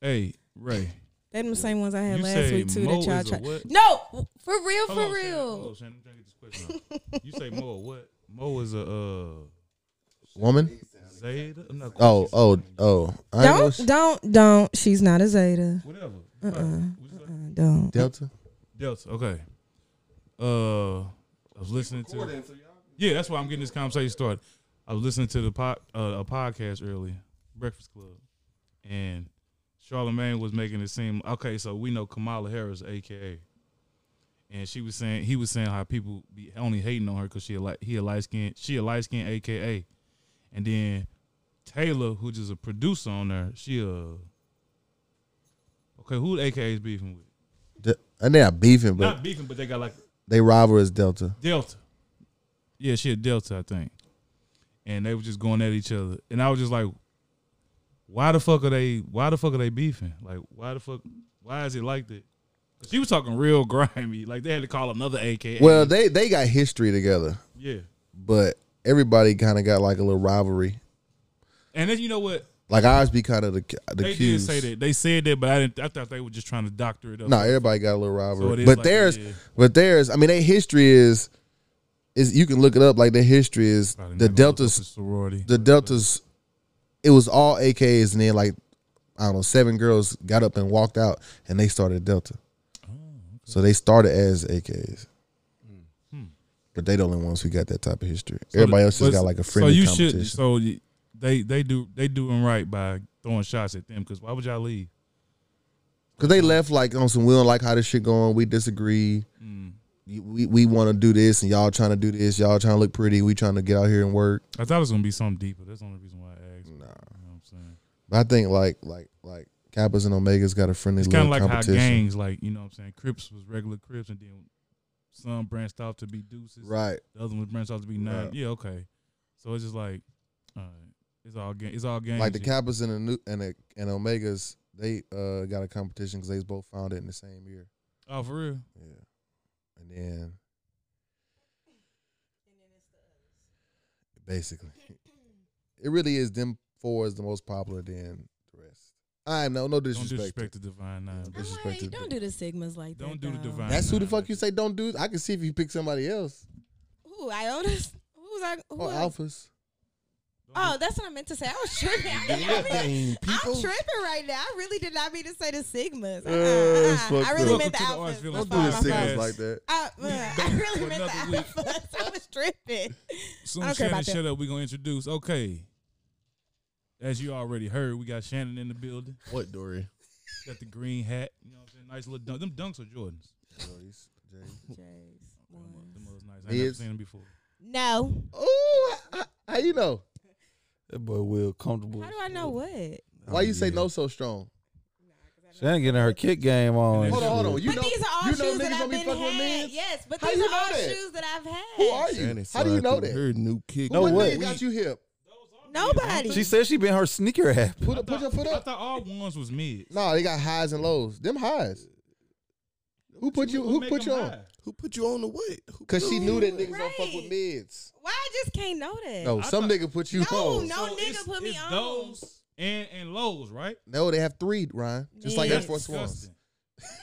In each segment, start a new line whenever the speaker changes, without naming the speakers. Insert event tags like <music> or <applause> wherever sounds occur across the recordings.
Hey, Ray.
Them the same ones I had
You
last
say
week too
Mo
that y'all
is a
tried.
what?
No, for real,
Hold on,
for
Shannon. Hold on,
real.
Shannon. I'm trying to get this question out. you say Mo a what? Mo is a
<laughs>
uh,
Woman?
Zeta. I'm not.
Oh, oh, oh. I ain't gonna
Don't,
sh-
don't, don't. She's not a Zeta.
Whatever.
Uh,
Fuck.
oh.
uh,
What you say?
uh, don't.
Delta.
Delta. Okay. Uh, I was listening to. Yeah, that's why I'm getting this conversation started. I was listening to the pod, uh, a podcast earlier, Breakfast Club, and Charlamagne was making it seem okay. So we know Kamala Harris, aka, and she was saying he was saying how people be only hating on her because she a light he a light skin she a light skin aka, and then Taylor, who just a producer on her, she a okay. Who the AKA is beefing with?
De- and they are beefing, but
Not beefing, but they got like
they rival is Delta.
Delta. Yeah, she a Delta, I think. And they were just going at each other. And I was just like, why the fuck are they why the fuck are they beefing? Like why the fuck why is it like that? 'Cause she was talking real <laughs> grimy. Like they had to call another AKA.
Well, they they got history together,
yeah.
but everybody kind of got like a little rivalry.
And then you know what?
Like ours be kind of the the
they
Qs.
did say that. They said that, but I didn't I thought they were just trying to doctor it up.
No, everybody got a little rivalry,
So it is
but
like
theirs,
it is.
but theirs. I mean, their history is is you can look it up. Like their history is
Probably never
the
looked up
Deltas.
the sorority.
the Deltas, it was all AKs, and then like I don't know, seven girls got up and walked out, and they started Delta.
Oh,
So they started as AKs,
Hmm.
but they the only ones who got that type of history. Everybody else has
But-
got like a friendly
so you
competition.
Should, so you- they they do they doing right by throwing shots at them because why would y'all leave?
Cause they left like on some. We don't like how this shit going. We disagree. You- We we want to do this, and y'all trying to do this. Y'all trying to look pretty. We trying to get out here and work.
I thought it was gonna be something deeper. That's the only reason why I asked.
Nah.
You know what I'm saying?
But I think like like like Kappas and Omegas got a friendly
It's kind
little
of like how
competition.
gangs, like you know what I'm saying, Crips was regular Crips, and then some branched off to be Deuces,
Right.
the other one branched off to be Nine.
Right.
Yeah, okay. So it's just like, all right, it's all gang, it's all gang.
Like the
shit.
Kappas and the new and the, and Omegas, they uh got a competition because they was both founded in the same year.
Oh, for real?
Yeah. And then basically. <clears throat> It really is them four is the most popular than the rest. I know, no
Don't
disrespect.
disrespect the Divine Nine.
I'm
bitch.
like, disrespected.
don't do the sigmas like
Don't
that.
do the
dog.
divine.
That's who the
Nah,
fuck
nah.
you say don't do. I can see if you pick somebody else.
Who Iotas? Who's I? Who
Or
I-
alphas.
Oh, that's what I meant to say. I was tripping. <laughs> I didn't- I mean,
Dang,
I'm
people.
tripping right now. I really did not mean to say the sigmas. Uh, uh,
Uh, it's
uh, I
fucked
really
up.
meant the
Welcome
alphas.
to the
That's
Don't do the
Orange
fine, my
signals
fault.
Podcast.
like that.
I, uh, I
<laughs> back
really
for
meant the
another week.
alphas. <laughs> I was
<laughs>
tripping.
Soon
I don't care
Shannon
about that.
shut up, we're gonna introduce. Okay. As you already heard, we got Shannon in the building.
What Dory?
Got the green hat. You know what I'm saying? Nice little dunk. Them dunks are Jordans.
Jays,
Them
ones.
was nice. I ain't never
Mids.
seen them before.
No.
Oh, how you know?
That boy Will comfortable.
How do I know what?
Why you say
yeah.
no so strong?
She ain't getting her kick game on.
Hold on, hold on. You
but
know,
these are all
you know
shoes
niggas
that I've
gonna be
been
fucking with
had.
men.
Yes, but
How
these
you
are
know
all
that?
shoes that I've had.
Who are you? How do you know that?
Her new kick.
No
what
way.
nigga got you hip?
Nobody.
She said she been her sneaker app.
Put, put your foot
I
up.
thought all ones was mid.
No, they got highs and lows. Them highs. Who put you? Who put you on?
Who put you on the what? Who
Cause she knew that niggas don't fuck
Right.
with mids.
Why I just can't know that?
No,
I
some
thought-
nigga put you
No,
on.
no. nigga put me on.
Those and and lows, right?
No, they have three, Ryan. Just like
Mids.
Air
That's
Force Ones.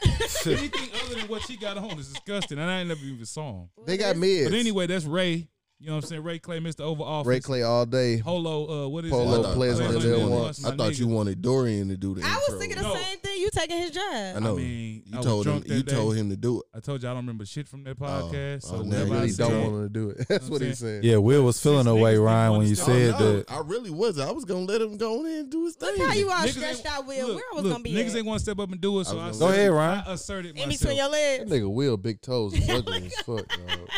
disgusting. <laughs> Anything other than what she got on is disgusting, and I ain't never even saw him.
They got mids.
But anyway, that's Ray. You know what I'm saying? Ray Clay, Mr. Overall.
Ray Clay all day.
Polo, uh, what is
Polo
it?
I
players
thought,
on
I
the
thought,
Lil
you,
Wayne.
wanted, I thought you wanted Dorian to do the
I
intro.
was thinking the
No.
same thing. You taking his job.
I know.
I mean, I
you
was
told him.
drunk that
You
day.
told him to do it.
I told you I don't remember shit from that podcast. so
They
oh, now
whenever I
you
really
Everybody's
don't
say-
drunk.
want to do it. <laughs> That's what he's saying.
Yeah, Will was feeling
Six
away,
niggas
Ryan, when you
think one
said
is
no,
that.
I really was. I was gonna let him go in and do his
Look
thing.
how you all
Niggas ain't-
stretched Oh, out, Will.
look,
Where I was
look,
gonna be
Niggas
at?
ain't want to step up and do it, so I,
I was
asserted-
Go ahead, Ryan.
I asserted
in
myself.
between your
That
legs.
nigga Will big
<laughs>
toes
Oh
is ugly as fuck, dog.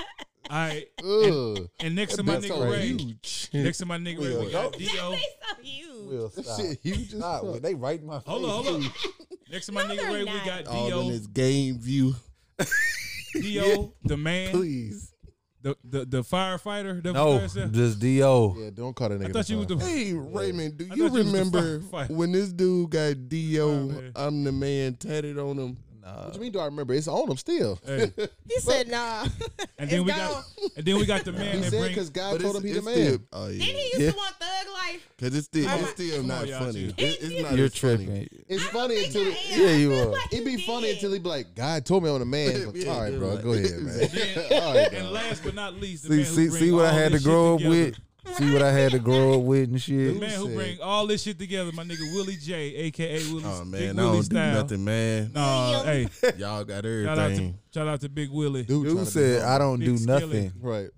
All right.
Ugh.
And next to
That
my
bitch
nigga
so
Ray,
huge.
next to my nigga Ray, we
Will.
got D.O.
They so huge.
Will,
That shit huge as fuck.
They right in my face.
Hold on, hold on. Next to my
No,
nigga
they're
Ray, we
not.
got
All in
D.O.
his game view.
D.O. The man,
<laughs> Please.
the the the firefighter. that was
No,
there, sir.
just D.O.
Yeah, don't call that nigga.
I thought you was the.
Hey Raymond, do
I
you
thought you was the
remember
firefighter.
when this dude got
Oh,
Do
man.
I'm the man tatted on him?
Nah.
What you
What
mean? Do I remember? It's on them still.
Hey,
He said, nah.
and then
<laughs> It's
we got and then we got the man
He
that
said
bring.
because God
But
told
it's-
him he the
it's
man.
still-
oh
Then he
yeah.
used
Yeah.
to want thug life.
Because it's still,
Come
it's
on,
still
y'all,
not
y'all
funny.
too.
It- it's not.
You're
as funny.
tripping.
It's
I don't
funny
think
until
I
it-
am.
Yeah,
I
you
<laughs> feel
are.
like
it'd be
you
funny
did.
until he be like, God told me I'm the man. But, Yeah,
All right,
yeah,
bro,
right.
go <laughs> ahead, man.
<laughs> All
<laughs>
right,
And last but not least, the
See,
man who
see,
bring
see what I
all
had to
this shit
grow up
together.
with. See what I had to grow up with and
The
shit.
man who
said-
bring all this shit together, my nigga Willie J, aka Willie,
Oh
Big
man, I
Willie
don't do
style.
nothing, man.
Nah, hey,
Y'all
shout out
got
to
everything.
shout out to Big Willie.
Dude, tryna
Dude
be
said,
humble.
"I don't do
Big skillet.
nothing."
Right.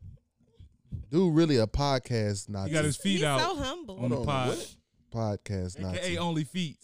Dude, really a podcast
He
Nazi.
got his feet
He's
out
so
on
humble.
the
Hold on,
pod,
what?
podcast Nazi.
aka Only Feet.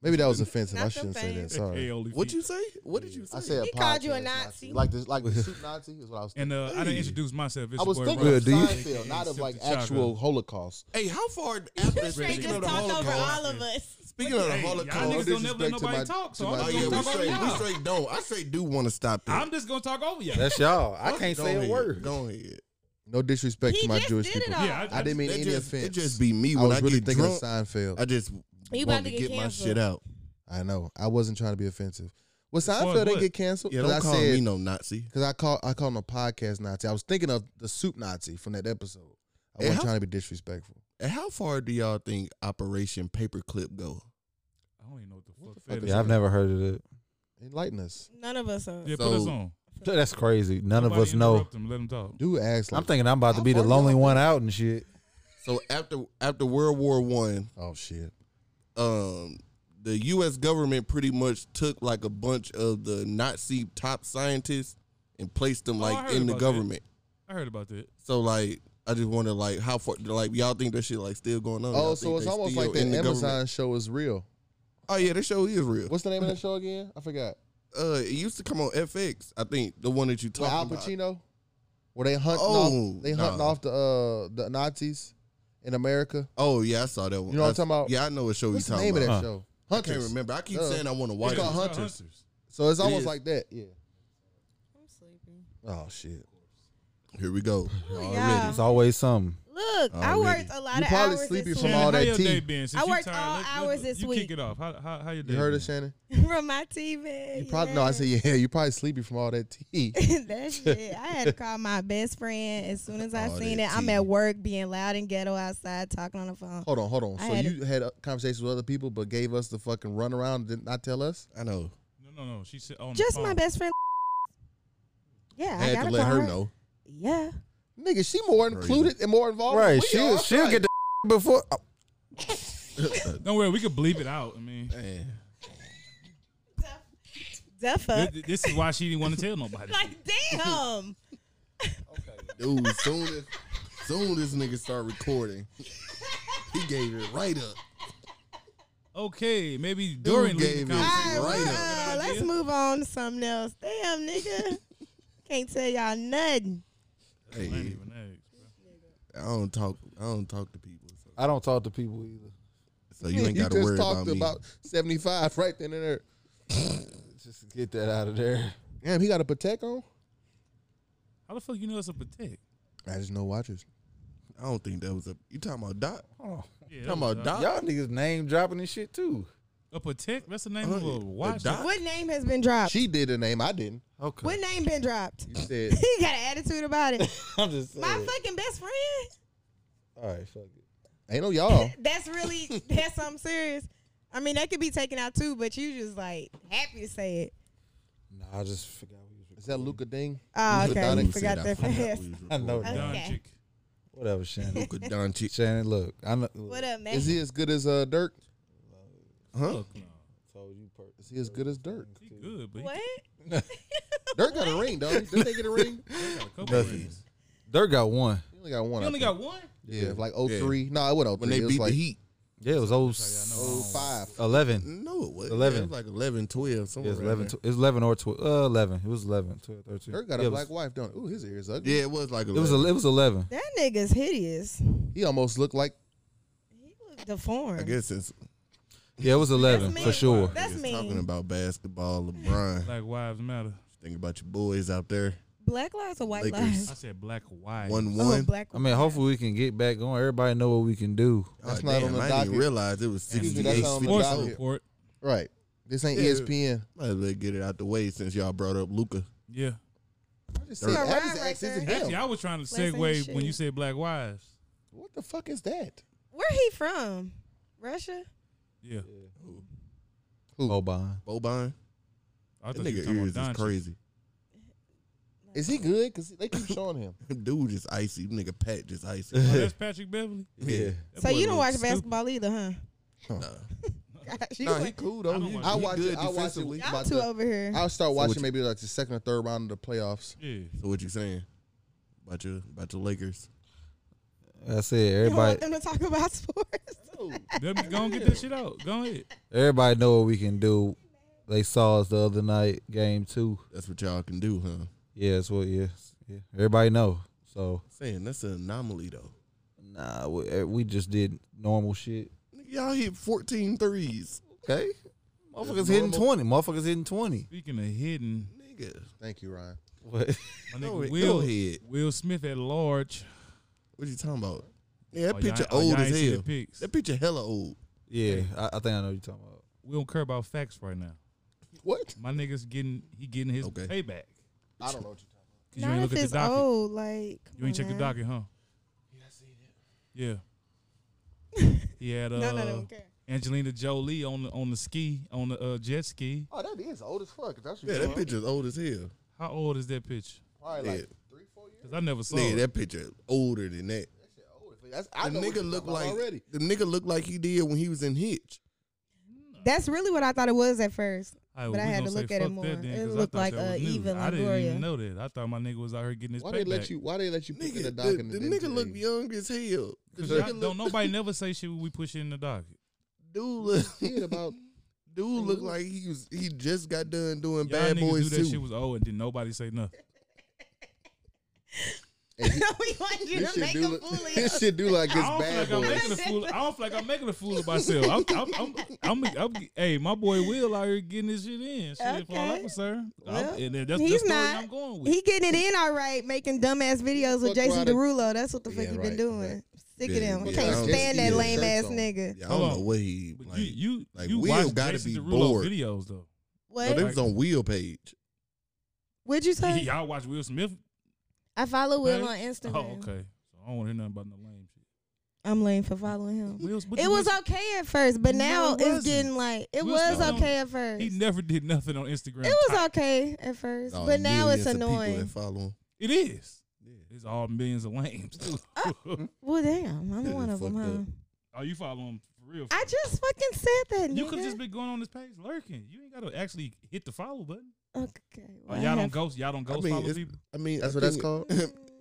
Maybe that was offensive.
Not
I
the
shouldn't say
fame.
that.
AKA
Sorry.
Only Feet.
What you say? What did you say?
I said
He
a
called you a
podcast
Nazi.
Like this, <laughs> like the soup Nazi is what I was.
And
Thinking.
uh, I didn't
Hey.
introduce myself. It's
I
your
was
boy
thinking
Rob,
of
do you-
aka
Seinfeld, not of
Sip
like
the Chaka.
actual Holocaust.
Hey, how far after
You straight
speaking
just
of the
talked over
Holocaust?
all of us.
Speaking of the
Hey, y'all
Holocaust,
niggas don't never let
disrespect to
nobody
my-
talk, so
to
I'm
my-
oh
just
yeah,
gonna
we
talk about
straight, we
y'all.
straight don't. I straight
do want to stop that.
I'm just gonna talk over you.
That's y'all. I
Fuck,
can't
go
say
ahead.
a word.
Go ahead.
No disrespect
He
to my
just
Jewish
did it
people.
all.
Yeah,
I didn't mean
It
any
just,
offense.
it just be me
I
when I,
was really
get
thinking
drunk.
of Seinfeld.
I just
You about
want
to
to
get
get my
canceled.
shit out.
I know. I wasn't trying to be offensive. Well, Seinfeld
far as
didn't
what?
get canceled.
Yeah,
'cause
don't
I
call
said,
me no Nazi.
Because I call I call him a podcast Nazi. I was thinking of the soup Nazi from that episode. I
Hey,
wasn't
how-
trying to be disrespectful.
And how far do y'all think Operation Paperclip go?
I don't even know what the fuck
fuck
that
is
is.
Yeah, I've never heard of it.
Enlighten us.
None of us are.
Yeah,
So-
put us on.
That's crazy. None of
Nobody
us know.
interrupt Him, let him talk.
Dude asked like,
I'm thinking I'm about to be the
How
lonely one out and shit.
So after after World War One,
oh shit.
um, the U.S. government pretty much took like a bunch of the Nazi top scientists and placed them
Oh, I
like
heard
in
about
the
that.
government.
I heard about that.
So like, I just wonder like how far like y'all think that shit like still going on?
Oh,
Y'all
so
think
it's
they
almost
still
like that
in the
Amazon
government?
show is real.
Oh yeah, that show is real.
What's the name of that show again? I forgot.
Uh, it used to come on FX. I think the one that you
With Al
talked about.
Pacino? Where they hunting
Oh,
off they hunting
nah.
off the uh the Nazis in America.
Oh yeah, I saw that one.
You know what I'm
I-
talking about?
Yeah, I know what show
Oh. What's
you
the
talking
name of
about.
that
Huh.
show?
I can't
Hunters.
remember. I keep
Duh.
saying I want to watch
It's called
it.
Hunters. So it's almost
is.
like that. Yeah.
I'm sleepy.
Oh shit.
Here we go. Already.
yeah.
It's always something.
Look, I
Already.
worked a lot
You
of
probably
hours
sleepy
this
from
Shannon,
all
how
that
your
tea.
day been? Since
I
you
worked
tired,
all
let- let-
hours this
you
week.
kick it off. How how, how your day?
You heard
been?
us, Shannon?
week <laughs> from my TV.
You probably no, I said yeah, you probably sleepy from all that tea.
<laughs> that shit. I had to call my best friend as soon as I
All
seen it.
that
I'm
tea.
at work being loud and ghetto outside talking on the phone.
Hold on, hold on.
I
so
had
you had uh, conversations with other people, but gave us the fucking runaround. and Did not tell us.
I know.
No, no, no. She said on
Just
the phone.
my best friend. Yeah,
I
I,
had
gotta
to let
call
her know.
Yeah.
Nigga, she more
Crazy.
included and more involved. than
Right.
Oh, we
She'll
are.
she'll get the <laughs> before oh,
Don't worry, we could bleep it out. I mean,
Man.
The fuck.
th- this is why she didn't want to tell nobody.
<laughs> Like, damn.
Dude, soon as soon as nigga start recording, he gave it right up.
Okay, maybe during the
gave it.
conversation.
All right,
Right
well, uh,
up.
let's move on to something else. Damn, nigga. Can't tell y'all nothing.
I ain't
Hey,
even asked, bro.
I don't talk. I don't talk to people, so,
I don't talk to people either.
so you ain't got to
just
worry
talked
about me.
about seventy five right then and there.
Just get that out of there.
Damn, he got a Patek on.
How the fuck you know it's a protect?
I just know watchers.
I don't think that was a. You talking about Doc?
Oh,
Yeah,
Talking
that
about
was
Doc?
y'all niggas name dropping and shit too.
a, a protect. That's the name of
Uh,
a
a
watch.
Doc?
What name has been dropped?
She did the name. I didn't.
Okay.
what name been dropped?
You
<laughs>
said
he got an attitude about it.
<laughs> I'm just
My
saying.
fucking best friend.
All right, fuck it.
ain't no y'all.
That's really that's something serious. I mean, that could be taken out too, but you just like happy to say it.
Nah, I just forgot we was
Is that Luca Ding?
Oh, okay.
Luka Doncic
You
said
forgot that
forgot
fast.
we was
<laughs>
I know
Doncic.
that.
Okay.
Whatever, Shannon. <laughs>
recording. Luka Doncic.
Shannon, look, I know.
<laughs>
look,
What up, man?
Is he as good as uh, Dirk?
Huh?
Fuck no.
Told you, per-
Is he as good as Dirk?
He good, but he
what?
Dirk got a ring, though. Did they get a
<laughs>
ring?
got a couple
Nothing.
rings.
Dirk got one.
He only got one.
He
I
only
think.
got one.
yeah, like 03. No, it wasn't 03.
When they
it was
beat
like
the Heat.
Yeah, it was oh old
y'all know.
05. Mm-hmm.
11.
No, it was
11.
It was like 11, 12,
Yeah,
somewhere.
it was
around
11,
there.
tw- it was 11 or 12. Uh, 11. It was 11, 12, 13.
Dirk got
yeah,
a
it
black
was,
wife, don't Ooh, his ears ugly.
Yeah, it was like 11.
It was, a, it was 11.
That nigga's hideous.
He almost looked like
He look deformed.
I guess since
Yeah, it was 11
mean.
for sure.
That's
niggas
mean.
talking about basketball, LeBron.
Black wives matter.
Think about your boys out there.
Black lives or white
Lakers.
I
lives?
said black wives.
One
Oh,
one.
black.
I mean, hopefully we can get back on. Everybody know what we can do.
Oh,
That's not on
damn,
the
I didn't even
docket.
realize it was
And
Excuse me,
68.
that's not on the
Sports
docket.
report.
right. This ain't E
Yeah.
ESPN.
Might as well get it out the way since y'all brought up Luca.
Yeah.
I just said, I just
Right,
asked, is it
right
Actually,
him?
I was trying to
Listen,
segue when
shit.
you said Black Wives.
What the fuck is that?
Where he from? Russia?
Yeah.
Boban.
Boban.
I
That
thought you were
nigga
talking
ears
about
is
Doncic.
crazy. <laughs>
Is he good? Cause they keep showing him.
Dude just icy. Nigga
<laughs>
Pat just icy.
Oh, that's Patrick Beverly.
<laughs> yeah.
That
So
boy
you don't
look
watch
stupid.
basketball either, huh?
Nah.
<laughs> Gosh, you
Nah, he
like-
cool
I
though.
don't
He-
watch-
I
he
watch
good
it. I watch it.
defensively.
y'all
about
two
the-
over here.
I'll start
what
watching
you-
maybe like the second or third round of the playoffs.
Yeah.
So what you saying about your about your Lakers?
I said
You don't want
everybody.
them to talk about <laughs> sports.
Let me go and get that shit out. Go ahead.
Everybody know what we can do. They saw us the other night, game two.
That's what y'all can do, huh?
Yeah, that's what. Yeah, yeah. Everybody know. So
Saying that's an anomaly though.
nah, we, eh, we just did normal shit.
Nigga, y'all hit 14 threes.
Okay, motherfuckers hitting twenty. Motherfuckers hitting twenty.
Speaking of hidden,
Nigga.
Thank you, Ryan.
What?
my
Go
nigga
ahead-
Will,
go ahead.
Will Smith at large.
What you talking about? Yeah, that
Oh, y'all-
picture
oh, y'all
old
ain't
as
see the
hell.
pics.
That picture hella old.
<laughs> Yeah, I, I think I know what you're talking about.
We don't care about facts right now.
What?
My nigga's getting he getting his
Okay.
payback.
I don't know what
Cause
you're
you
Not
ain't
if
look at the
it's
docket.
old. Like
You ain't
come
check
on
the
now.
docket, huh? Yeah, I see it.
<laughs>
Yeah. He had uh,
None of them care.
Angelina Jolie on the on the ski on the uh, jet ski.
talking about. Oh, that is old as fuck. If That's what
Yeah,
you're
that picture's old as hell.
How old is that picture?
Probably
Yeah.
like three, four years.
Cause I never saw
Nigga,
it.
that picture older than that.
That shit old as fuck. That's, I
the
know what you're
nigga look
talking about
like
already.
the nigga look like he did when he was in Hitch.
That's really what I thought it was at first. <laughs>
Alright,
but
well,
I
we
had
gonna
to
say
look at it
fuck
more.
That then,
It
'cause I
looked
thought
like,
that
uh,
was new.
Eva
I didn't even
Longoria.
know that. I thought my nigga was out here getting his
Why they
payback.
let you? Why they let you put
Nigga,
the
the,
doc in
the
the
nigga look young as hell. The <laughs>
Cause y'all-
nigga
don't
look,
nobody never say shit when we push it in the docket.
dude look,
Kid about
<laughs> dude look like he was he just got done doing
Y'all
Bad
niggas
Boys
knew that shit
too.
was old and didn't nobody say nothing.
we want you
this
to
shit
make
do.
a
Look,
fool
<laughs>
of
<laughs> this shit do like it's
I don't feel like
bad
I'm
boy.
making a fool. I don't feel like I'm making a fool of myself. I'm, I'm, I'm, I'm, I'm, hey, my boy Will out here getting this shit in. Shit, okay. for all I'm
Okay.
concerned, I'm-
Well,
and then that's the
he's
story
not.
I'm going with.
He getting it in all right, making dumbass videos with
Fuck
Jason
Roddy.
Derulo. That's what the fuck
Yeah,
you
right,
been doing.
right.
Sick
Yeah,
of them.
yeah,
I
I
can't
don't
stand
see
that
his
lame ass
shirts on.
nigga.
Yeah, I
Hold
don't know
on.
what he
But
like.
you, you,
like,
you
Will
watch
gotta
Jason
be
Derulo
bored.
videos though.
no, they
What?
was on Wheel page.
What'd
<laughs>
you say?
Y'all watch Will Smith?
I follow Will on
Oh,
Instagram.
okay. So I don't want to hear nothing about no lame shit.
I'm lame for following him.
Will Smith?
Mm-hmm. It was okay at first, but
No,
now
it
it's
wasn't.
getting like it
Will
was
Smith don't-
okay at first.
He
It
never did nothing on Instagram.
was
Type.
okay at first,
Oh,
but now it's
millions of people That
annoying.
follow him.
It is. It's all millions of lames.
Uh,
too.
Well, damn, I'm
<laughs> Yeah,
one of
fucked
them,
up.
huh?
<laughs> oh, you follow him for real?
I just fucking said that.
You
nigga.
could just been going on this page lurking. You ain't gotta actually hit the follow button.
Okay.
Oh,
well, I
y'all don't
have-
ghost. Y'all don't
I
ghost
mean,
follow
it's,
people.
I mean,
That's
I
what that's
think-
called?
<laughs>
<laughs>
I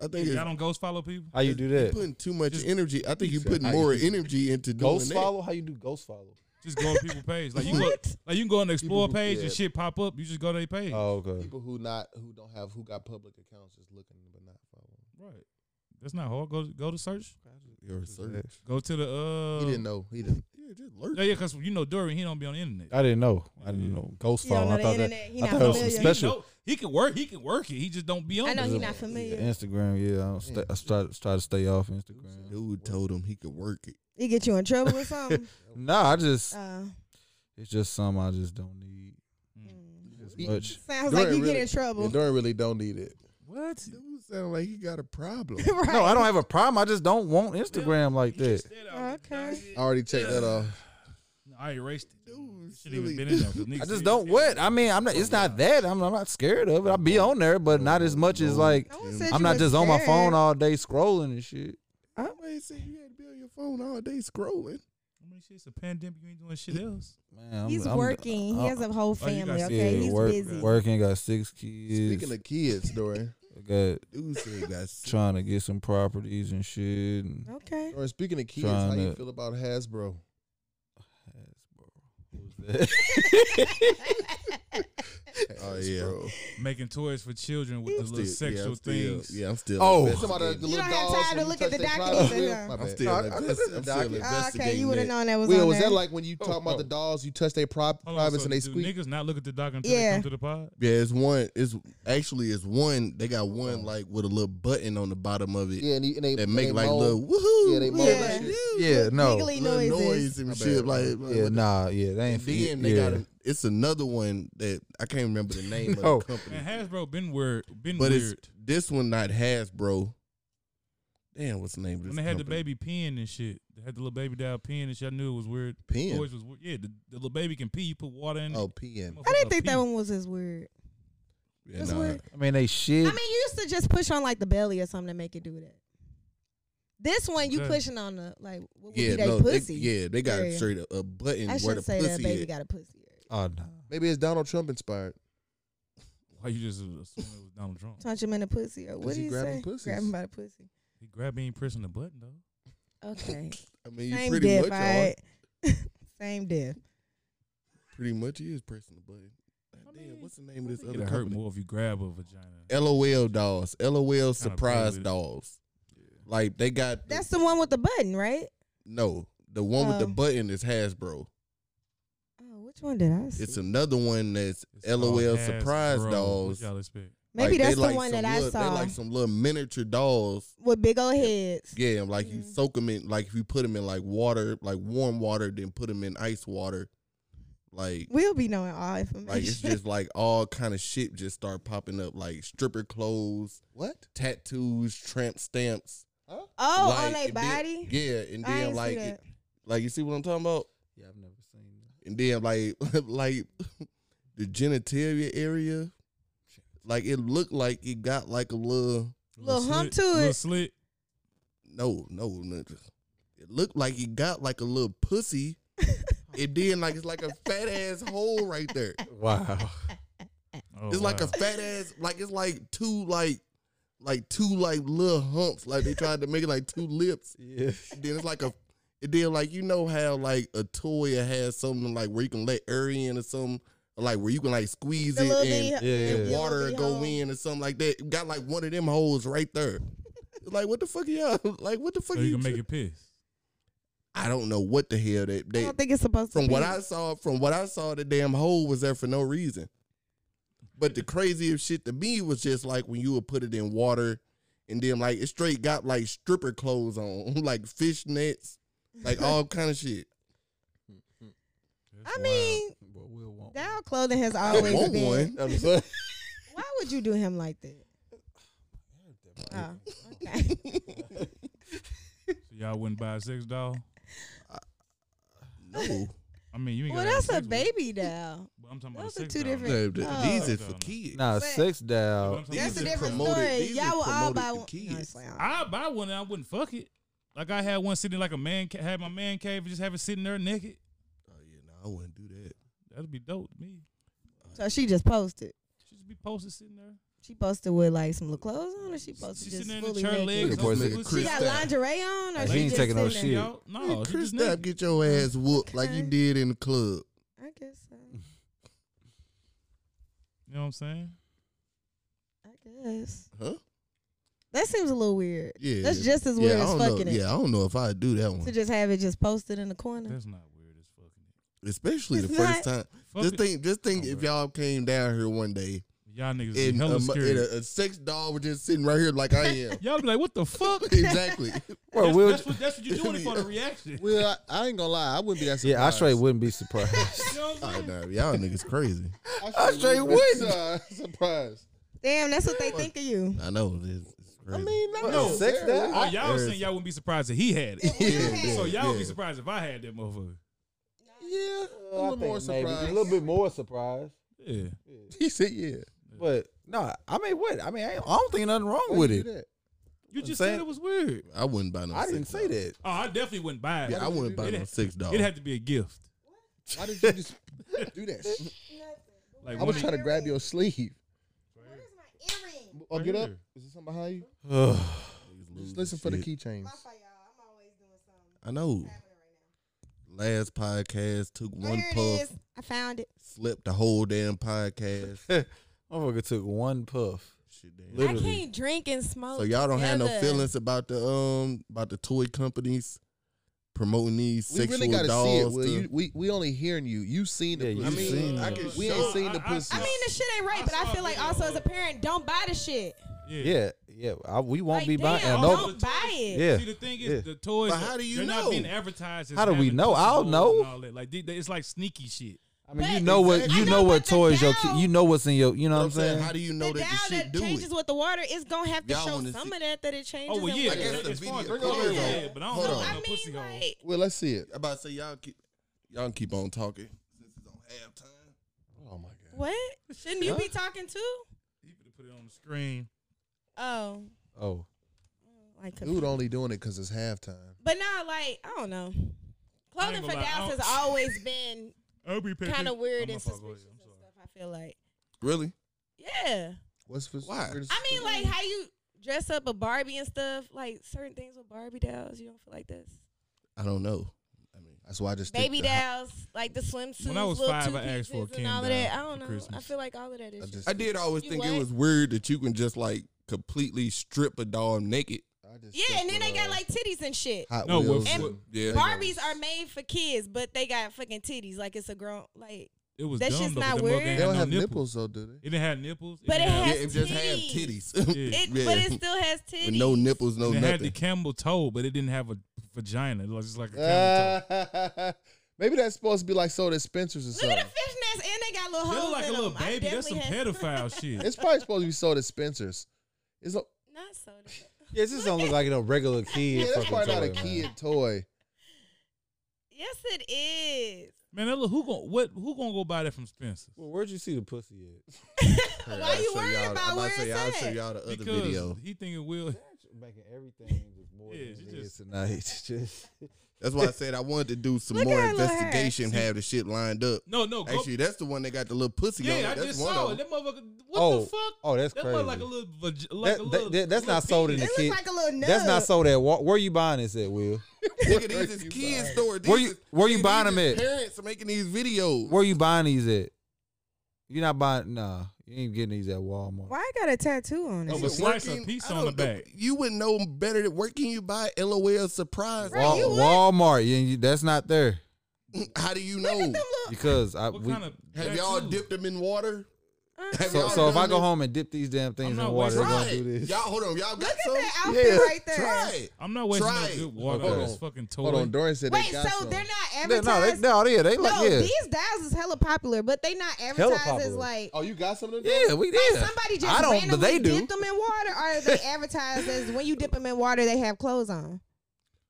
think
Y'all
it's,
don't ghost follow people.
How you do
you're
that?
putting too much
Just-
energy. I think you
said
put
how
more
you-
energy into doing
Ghost
that.
follow? How you do ghost follow?
Just go on people's page. Like you
<laughs>
go,
What?
like you can go on the explore page
yeah.
and shit pop up. You just go to their page.
Oh, okay.
People who not who don't have who got public accounts just looking but not following.
Right. That's not hard. Go go to search.
Your search.
Go to the uh.
He didn't know. He didn't.
Yeah, just lurk.
Yeah, yeah, cause you know Dorian, he don't be on the internet.
I didn't know. I didn't know ghost
He don't
follow.
know
I
the
thought that.
internet. He
I
not
thought it was some
familiar.
He
special.
know- He, can work. He can work it. He just don't be on.
I know
it.
he's not familiar.
Instagram, yeah. I, don't stay, I try, to- try to stay off Instagram.
Dude told him he could work it.
He get you in trouble or
<laughs>
something.
Nah, I just
uh,
it's just some I just don't need
Mm.
as much.
sounds
Dorian
like you
really-
get in trouble. <laughs>
And Dorian really don't need it.
What?
Dude sound like he got a problem.
right.
No, I don't have a problem. I just don't want Instagram like that.
Mm.
"Oh,
Okay.
I already checked that off.
I erased it.
Dude,
Should even
silly
been in there. 'cause niggas
I
said-
just don't what I mean. I'm not. It's not that. I'm, I'm not scared of it. I'll be on there, but not as much as like
No one said
I'm
you
not
was
just on my
scared.
phone all day scrolling and shit.
I ain't saying you had to be on your phone all day scrolling.
I mean, shit, it's a pandemic. You ain't doing shit else.
Man, I'm,
He's
I'm-
working.
uh,
he has a whole
oh, you
family.
got-
Okay,
yeah,
he's
work-
busy.
Working. Got six kids.
Speaking of kids, Dorian.
I got
Dude said he <laughs> got sick.
trying to get some properties and shit. And <laughs>
Okay.
Dorian, speaking of kids,
Trying
how you
to-
feel about Hasbro?
Oh yeah,
Hasbro.
Making toys for children with the
I'm
little
still- yeah,
sexual
I'm still-
things.
Yeah, I'm still.
Oh.
That's about the
investigating.
little
don't have
dolls
time
when
to
you
look
touch
at the
their
doc
clothes.
either,
Will,
huh?
my
I'm
bad.
still.
I- I-
invest- I'm still
document-
Oh, okay,
investigating
you would have
that.
known that was
Will,
on
was
there.
that like when you talking about
oh.
the dolls? You touch their prop,
Hold on,
privates
so
and they
do
squeak.
Niggas not look at the doc until
Yeah.
they come to the pod.
Yeah, it's one. It's actually it's one. They got one like with a little button on the bottom of it
Yeah, and, he, and they
that make
they
like
moan.
little woohoo.
Yeah, they moan
Yeah.
and shit.
yeah, no.
Giggly
little
noises.
noise and
My
shit
bad.
like. like
Yeah,
what the-
nah, yeah, they ain't.
And then
yeah.
they got a, it's another one that I can't remember the name
No.
of the company.
Man, Hasbro been weird, been
But it's
weird.
this one not Hasbro. Damn, what's the name of this?
When they had the
company?
baby peeing and shit, they had the little baby down peeing and shit. I knew it was weird.
Peeing?
Toys was weird. Yeah, the, the little baby can pee. You put water in.
Oh,
it.
PM.
I
Motherfucker
didn't think
pee.
that one was as weird.
Yeah,
That's
nah.
weird.
I mean, they
I
shit.
mean, you used to just push on like the belly or something to make it do that. This one, you
Okay.
pushing on the like what would
Yeah,
be
no,
they
they-
pussy?
yeah, they got
area.
straight a, a button
I
where the
should say that
pussy
baby
is.
got a pussy. area.
Oh no.
Maybe it's Donald Trump inspired.
Why you just assume it was Donald Trump?
Touch him in the pussy or what
Does
do
he
you
grab
say?
them pussies?
Grab him by the pussy.
He grabbed me and pressing the button though.
<laughs> Okay,
I mean, you
same
pretty
death,
much
all
are.
right. <laughs> Same death.
Pretty much he is pressing the button. God
I mean,
Damn, what's the name of this
It
other
hurt
company?
more if you grab a vagina.
LOL dolls. LOL surprise
prohibited.
dolls. Like they got the-
That's the one with the button, right?
no. The one with the
Oh.
button is Hasbro.
Oh, which one did I see?
It's another one that's
It's called
LOL surprise
Hasbro.
dolls.
What y'all expect?
Maybe
Like, they
that's the
like
one
some
that I
little-
saw
They like some little miniature dolls.
with big old heads.
Yeah, and, like you
Mhm.
soak them in, like if you put them in like water, like warm water, then put them in ice water. Like,
<laughs> We'll be knowing all
like it's
information.
just like all kind of shit just start popping up, like stripper clothes,
<laughs> What?
tattoos, tramp stamps.
<laughs> oh,
like,
on their
and then-
body.
yeah, and
I ain't
then
see
like,
that.
it- like you see what I'm talking about?
Yeah, I've never seen.
and then like <laughs> like the genitalia area, like it looked like it got like a little
Little hump
slit,
to
Little
it.
slit.
no no no. It looked like it got like a little
<laughs>
pussy, and then like it's like a fat ass hole right there.
<laughs>
Wow.
Oh,
It's like a
wow.
fat ass like it's like two like like two like little humps like they tried to make it like two lips.
Yeah. <laughs>
And then it's like a and then like you know how like a toy has something like where you can let air in or something or, like where you can like squeeze
The
it
little
and,
bee-
Yeah,
and
yeah.
water
Little
go
hole.
in or something like that. Got like one of them holes right there. <laughs> like what the fuck y'all? <laughs> Like what the fuck?
So you can make it piss.
I don't know what the hell that
I
they.
don't think it's supposed to
From
be.
what I saw, from what I saw, the damn hole was there for no reason. But the craziest shit to me was just like when you would put it in water, and then like it straight got like stripper clothes on, <laughs> like fishnets, like all kind of shit.
I mean,
But we'll want.
down clothing has
I
always
want
been.
one.
<laughs>
I'm sorry.
Why would you do him like that? Oh,
<laughs>
okay.
So y'all wouldn't buy a sex doll.
No,
I mean, you ain't.
well,
gotta have
that's a
sex with it,
baby doll.
but I'm talking about a
Those are
sex
two
doll.
different.
these
Oh.
is for kids.
Nah,
But-
sex doll.
These
That's
are
a different
promoted-
story.
these
Y'all
are
will all
promoted
buy
to
one.
kids.
No, it's like, I-
I buy one and I wouldn't fuck it. Like I had one sitting like a man ca- had my man cave and just have it sitting there naked.
Oh yeah, no, I wouldn't do that.
That'd be dope to me.
So she just posted.
She just be posted sitting there.
She posted with like some little clothes on, or she posted
She's sitting
just
there in the
fully
chair,
naked.
legs.
Look at
open,
boys
like
pussy.
Chris
She got
Stapps.
lingerie on, or
Like,
He
she
ain't
just
taking no
sitting there?
shit.
Y'all- No, she
Chris
just
Stapp,
naked.
get your ass whooped like you
Okay.
did in the club.
I guess so.
Mm. You know what I'm saying?
I guess
Huh?
that seems a little weird.
Yeah.
That's just as weird
yeah, I
as
don't
fucking
know.
it.
Yeah, I don't know if I'd do that
To
one.
just have it just posted in the corner.
That's not weird as fucking it.
Especially the
It's
first
not-
time.
Fuck
just
it.
think just think
Oh,
if
bro.
y'all came down here one day
Y'all niggas be
and,
hella
a, mu-
scary.
and a, a sex doll was just sitting right here like I am.
Y'all be like, what the fuck?
exactly. <laughs>
Well,
that's,
we'll.
that's what, that's what you're doing it for the reaction. You
Well, I, I ain't gonna lie, I wouldn't be that surprised.
<laughs> Yeah, I straight wouldn't
<laughs>
be surprised.
know what I'm
Oh,
saying?
no, y'all niggas crazy.
I
straight
wouldn't. be sur- <laughs> Surprised.
Damn, that's what they think of you.
I know. It's, it's crazy.
No.
sex doll.
Oh, y'all was saying y'all wouldn't be surprised that he had it.
<laughs> yeah,
so y'all would
yeah.
be surprised if I had that motherfucker.
Yeah, a little
I think
more
maybe.
surprised.
A little bit more surprised.
Yeah.
He said, "Yeah."
But no, I mean, what? I mean, I, ain't- I don't think nothing wrong
Why
with
you
it.
do that?
You just
saying-
said it was weird.
I wouldn't buy no
I
sex
didn't say
doll.
that.
Oh, I definitely wouldn't buy it.
Yeah, I wouldn't buy
It
no
had-
sex doll.
It had to be a gift.
Why did you just do that? shit?
Like
I was
one
trying to grab your sleeve.
Where's my earring?
Oh,
Right
get up.
here.
Is there something behind you?
Niggas
Just
lose
listen for the
shit.
keychains.
y'all. I'm always doing something.
I know. Last podcast took one
here it
puff,
is. I found it.
slept the whole
<laughs>
damn podcast.
<sighs> Motherfucker took one puff.
Shit, damn.
Literally.
I can't drink and smoke.
So y'all don't have no
Oh, together.
feelings about the um about the toy companies promoting these
We
sexual
really gotta see it.
dolls.
Will.
to-
You, we we only hearing you. You seen the
Yeah, you
I
pussy.
mean,
seen
I
it.
can
We
show-
ain't seen the
I- I-
pussy.
I mean, the shit ain't right,
I
but I
saw a
feel like
video
also
of
as a
it.
parent, don't buy the shit.
Yeah.
Yeah, yeah. I, we won't
Like,
be buying.
damn,
and
all
No,
the
don't buy it.
yeah.
See, the thing is,
yeah.
the toys.
But how do you
they're
know?
not being advertised. as
How do we
having
know?
pussy
I'll
holes
know.
and all that. Like they- they- it's like sneaky shit.
I mean, you
But-
know what
Exactly.
you
I
know
know,
what
but the
toys your
Dow-
ki- you know what's in your you know
You
what I'm saying.
How do you
The
know
down
that the shit
that
do
changes
it?
with the water is gonna have to
Y'all
show
wanna see-
some of that that it changes.
Oh well,
and
yeah,
what-
guess
that-
the
as far as
video
clothes,
clothes
yeah,
on.
but I don't
Hold
know
on.
I
about
mean,
no pussy hole.
like,
Well, let's see it.
I'm about to say y'all keep y'all can keep on talking since it's on halftime.
Oh my god.
what? Shouldn't you be talking too?
He could put it on the screen.
Oh,
Oh,
like,
Dude, only doing it because it's halftime.
but no, like, I don't
I
know.
ain't
Clothing for
gonna lie, I <laughs>
Dallas
don't-
has always been
I'll be picking-
kind of
<laughs>
weird
I'm
and
gonna fuck with
suspicious
you,
and
I'm sorry.
stuff. I feel like,
Really?
yeah.
What's for
Why?
I mean, like
Mm-hmm.
how you dress up a Barbie and stuff, like certain things with Barbie dolls. You don't feel like this.
I don't know. I mean,
that's why I just
Baby
stick to, hi-
dolls, like the swimsuits,
When I was
little
five, I asked
two-pieces
for a Ken
and all of
doll
that. I
for
don't know. I
Christmas.
feel like all of that
I
is.
just-
Just,
I did always
You
think it
what?
was weird that you can just like completely strip a doll naked.
I just
yeah,
stick
and then
with,
they got
uh,
like titties and shit.
Hot
No,
Wheels.
with-
and-
with-
Yeah.
Barbies are made for kids, but they got fucking titties. Like it's a grown like.
It was
That
dumb
shit's
though,
not
but them
weird.
motherfucker
They
ain't
don't
had no
have
nipples.
nipples though, do they?
It didn't have nipples.
But
didn't
it
have-
has
Yeah, it just have
titties. <laughs>
titties. <laughs>
Yeah.
It,
Yeah.
But it still has titties.
<laughs> With no nipples, no
and it had the
nothing.
camel toe, but it didn't have a vagina. It was just like a camel
Uh,
toe.
<laughs> Maybe that's supposed to be like sold at Spencer's or
Look at
something.
the fishnets, and they got little
They
holes.
look like a
in
little
them. um, I
baby. That's some
definitely
pedophile shit.
It's probably supposed to be sold at Spencer's. It's a,
had- <laughs> Not so.
yeah, it just don't look like no <laughs> regular kid.
yeah, that's
fucking
probably not a
toy, man.
kid toy.
Yes, it is.
Man, that look, who gon' what who gonna go buy that from Spencer?
Well, where'd you see the pussy at?
Why you worried about where
say,
it's
I'll show
at?
y'all the other
Because
video.
he thinking Will.
Making everything just more
Yeah,
than
she
it
just-
is tonight. <laughs> Just
That's why I said I wanted to
<laughs>
do some
Look
more
at her little hair.
investigation, have the shit lined up.
No, no, go,
Actually, that's the one that got the little pussy on it.
Oh. yeah, I
That's
just
one
saw
of
it.
them.
That motherfucker. What
oh,
the fuck?
oh, that's
That
crazy.
motherfucker like a little, vag- like
That-
a
that-
little
that- that's
little
not sold in
penis.
the
It
kid.
looks like a little nub.
that's not sold at. Wa- Where you buying this at, Will?
Look at these is kids store. These
Where you-
is-
where you
these
buying
is
them at?
<laughs> Parents are making these videos.
Where you buying these at? You're not buying. Nah, you ain't getting these at Walmart.
Why I got a tattoo on
Oh,
it?
but slice a piece
I
on the
don't know.
back.
You wouldn't know better. Than, where can you buy LOL surprise?
Right,
Wal-
you would.
Walmart. You, you- that's not there
How do
<laughs>
you
Look
know?
at them look.
because I.
What
we,
kind of
Have y'all
tattoo?
dipped them in water?
uh,
Have
so
y'all
so if
done
I go
this?
home and dip these damn things
not
in water, they're
wasting-
gonna
try
do
it.
this.
Y'all hold on. Y'all got
Look at
some.
that outfit right there.
Try it.
I'm not wasting
Try
no
it.
good water
Hold
on this
on.
fucking toy.
Hold on, Dorian said
Wait,
they got
so
some.
they're not
They- No, they,
advertised.
no, yeah, they like
no,
yeah,
these dials is hella popular, but they not
Hella
advertised as
popular.
like.
Oh, you got some of them?
yeah, we
Like
did.
somebody just
I don't, but
randomly
they do.
dip them in water, or are they advertised as when you dip them in water, they have clothes on?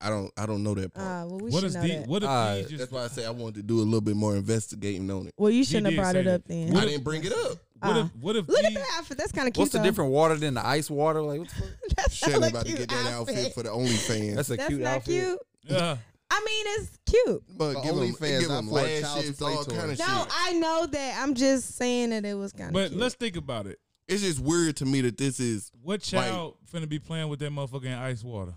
I don't. I don't know that part.
Uh, well, we
What
should
is
know
the
that.
what if
Alright,
he
That's
just
why I say I wanted to do a little bit more investigating on it.
Well, you shouldn't have
did
brought
say
it
that.
up then.
I didn't bring it up.
what
Uh,
if what if
Look at
he-
that outfit. That's kind of cute.
What's the
though. <laughs>
different water than the ice water? Like, what the fuck?
That's
Shannon
hella
about to
cute
get that outfit, for the OnlyFans.
That's a
That's
cute
not
outfit.
cute.
Yeah.
I mean, it's cute.
but
For
give them,
OnlyFans,
give
not
them
for a
lash
child's
shifts,
play
all
toy.
kind of
No,
shit.
I know that. I'm just saying that it was kind of.
But
cute.
let's think about it.
It's just weird to me that this is.
What child finna be playing with that motherfucking ice water?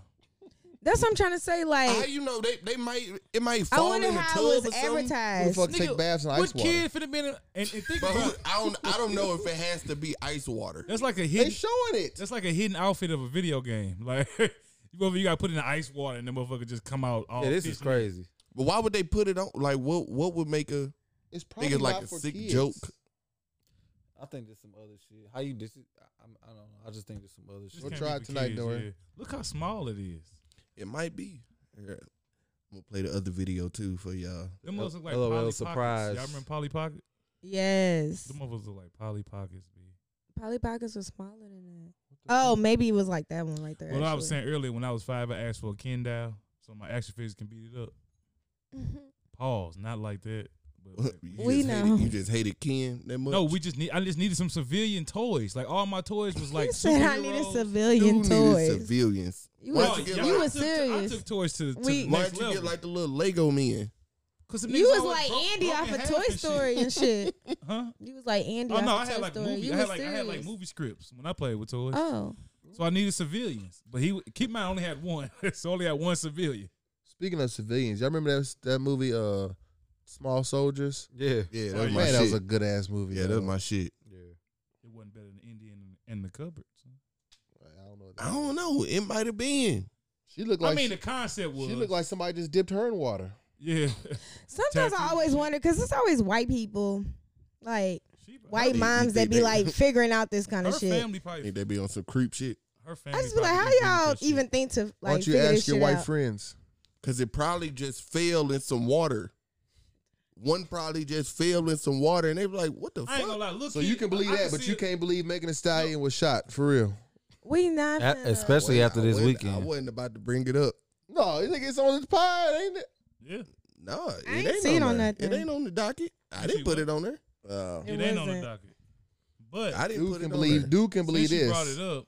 That's what I'm trying to say.
How
Like,
you know they they might it might
I
fall in
wonder
the
how
tub
it
or
was
something.
advertised.
Who the fuck take baths in
what
ice water?
kid finna be in? A, and, and think
But who,
about
I don't I don't know if it has to be ice water.
that's like a
They
hidden.
showing it.
That's like a hidden outfit of a video game. <laughs> Like you over, you got to put in the ice water, and the motherfucker just come out. All
Yeah, this is
fishy.
crazy.
But why would they put it on? Like what what would make a
It's
think
probably
it's like
not
a
for
sick
kids.
joke?
I think there's some other shit. How you dis? I, I'm- I don't know. I just think there's some other
This
shit.
We'll
can't
try
be
it
for
tonight,
kids,
Dorian.
yeah. Look how small it is.
It might be. Here, I'm gonna play the other video too for y'all. <laughs>
Them motherfuckers look like
LOL
Polly
surprise.
Pockets. Y'all remember Polly Pocket?
yes,
Them motherfuckers look like Polly Pockets. B.
Polly Pockets was smaller than that. Oh, maybe it was like that one right there.
What I was
actually.
saying earlier, when I was five, I asked for a Ken doll so my action figures can beat it up. Pause. Not like that.
<laughs>
But like,
You
Mm-hmm. We
just
know.
Hated, you just hated Ken that much.
no, we just need. I just needed some civilian toys. Like all my toys was like.
<laughs> He said I needed
superheroes.
civilian
Dude needed
toys.
civilians.
You
Why'd
was,
you
yeah,
get
I
like-
you was
took to- I
serious.
took toys to the, to
We-
the
Why'd
next
you
level.
get like the little Lego men?
Cause them
You
niggas
was
always
like
broke-
Andy
broken
off of
half
Toy
and shit.
Story
<laughs>
and shit.
Huh?
You was like Andy
Oh
off
no,
of
I
Toy
had like
Story.
movie.
You
I had
was
like I had like
serious.
movie scripts when I played with toys.
Oh,
So I needed civilians, but he keep in mind I only had one, <laughs> so I only had one civilian.
Speaking of civilians, y'all remember that that movie, uh, Small Soldiers?
Yeah,
Yeah,
Oh,
that was
yeah.
my
Man,
shit.
that was a good ass movie.
yeah, that
though.
was my shit.
yeah.
It wasn't better than Indian in the cupboard. so.
I don't know. what that
I don't
is.
know. It might have been.
She looked like
I mean,
she,
the concept was
she looked like somebody just dipped her in water.
<laughs> yeah.
sometimes I
Tattoo.
always wonder because it's always white people, like
She, her-
white
did-
moms
you
that
think
be
<laughs>
they-
like figuring out this kind
her
of shit.
family
I
probably.
think they be on some creep shit.
Her family.
I just be like,
probably didn't
how y'all
do this
even
shit.
think to
Why
like
don't you
figure this
ask your
shit
white
out?
friends?
Cause it probably just fell in some water. One probably just fell in some water, and they were like, "What the
I ain't gonna
fuck?"
lie. Look,
So you can believe that, but you can't believe Megan Thee Stallion was shot for real.
We not.
A-
finna-
especially
Well,
after
I
this
wasn't- I
weekend.
wasn't about to bring it up.
No, you think it's on his pod, ain't it?
Yeah,
No, it
ain't
ain't
seen
on,
on
there.
nothing.
It ain't on the docket. I
see
didn't put
what?
it on there. Uh,
it,
It
ain't on the
wasn't.
docket. But
I didn't
Dude
put
can
it
believe.
on there.
Dude can believe
since you
this.
brought it up,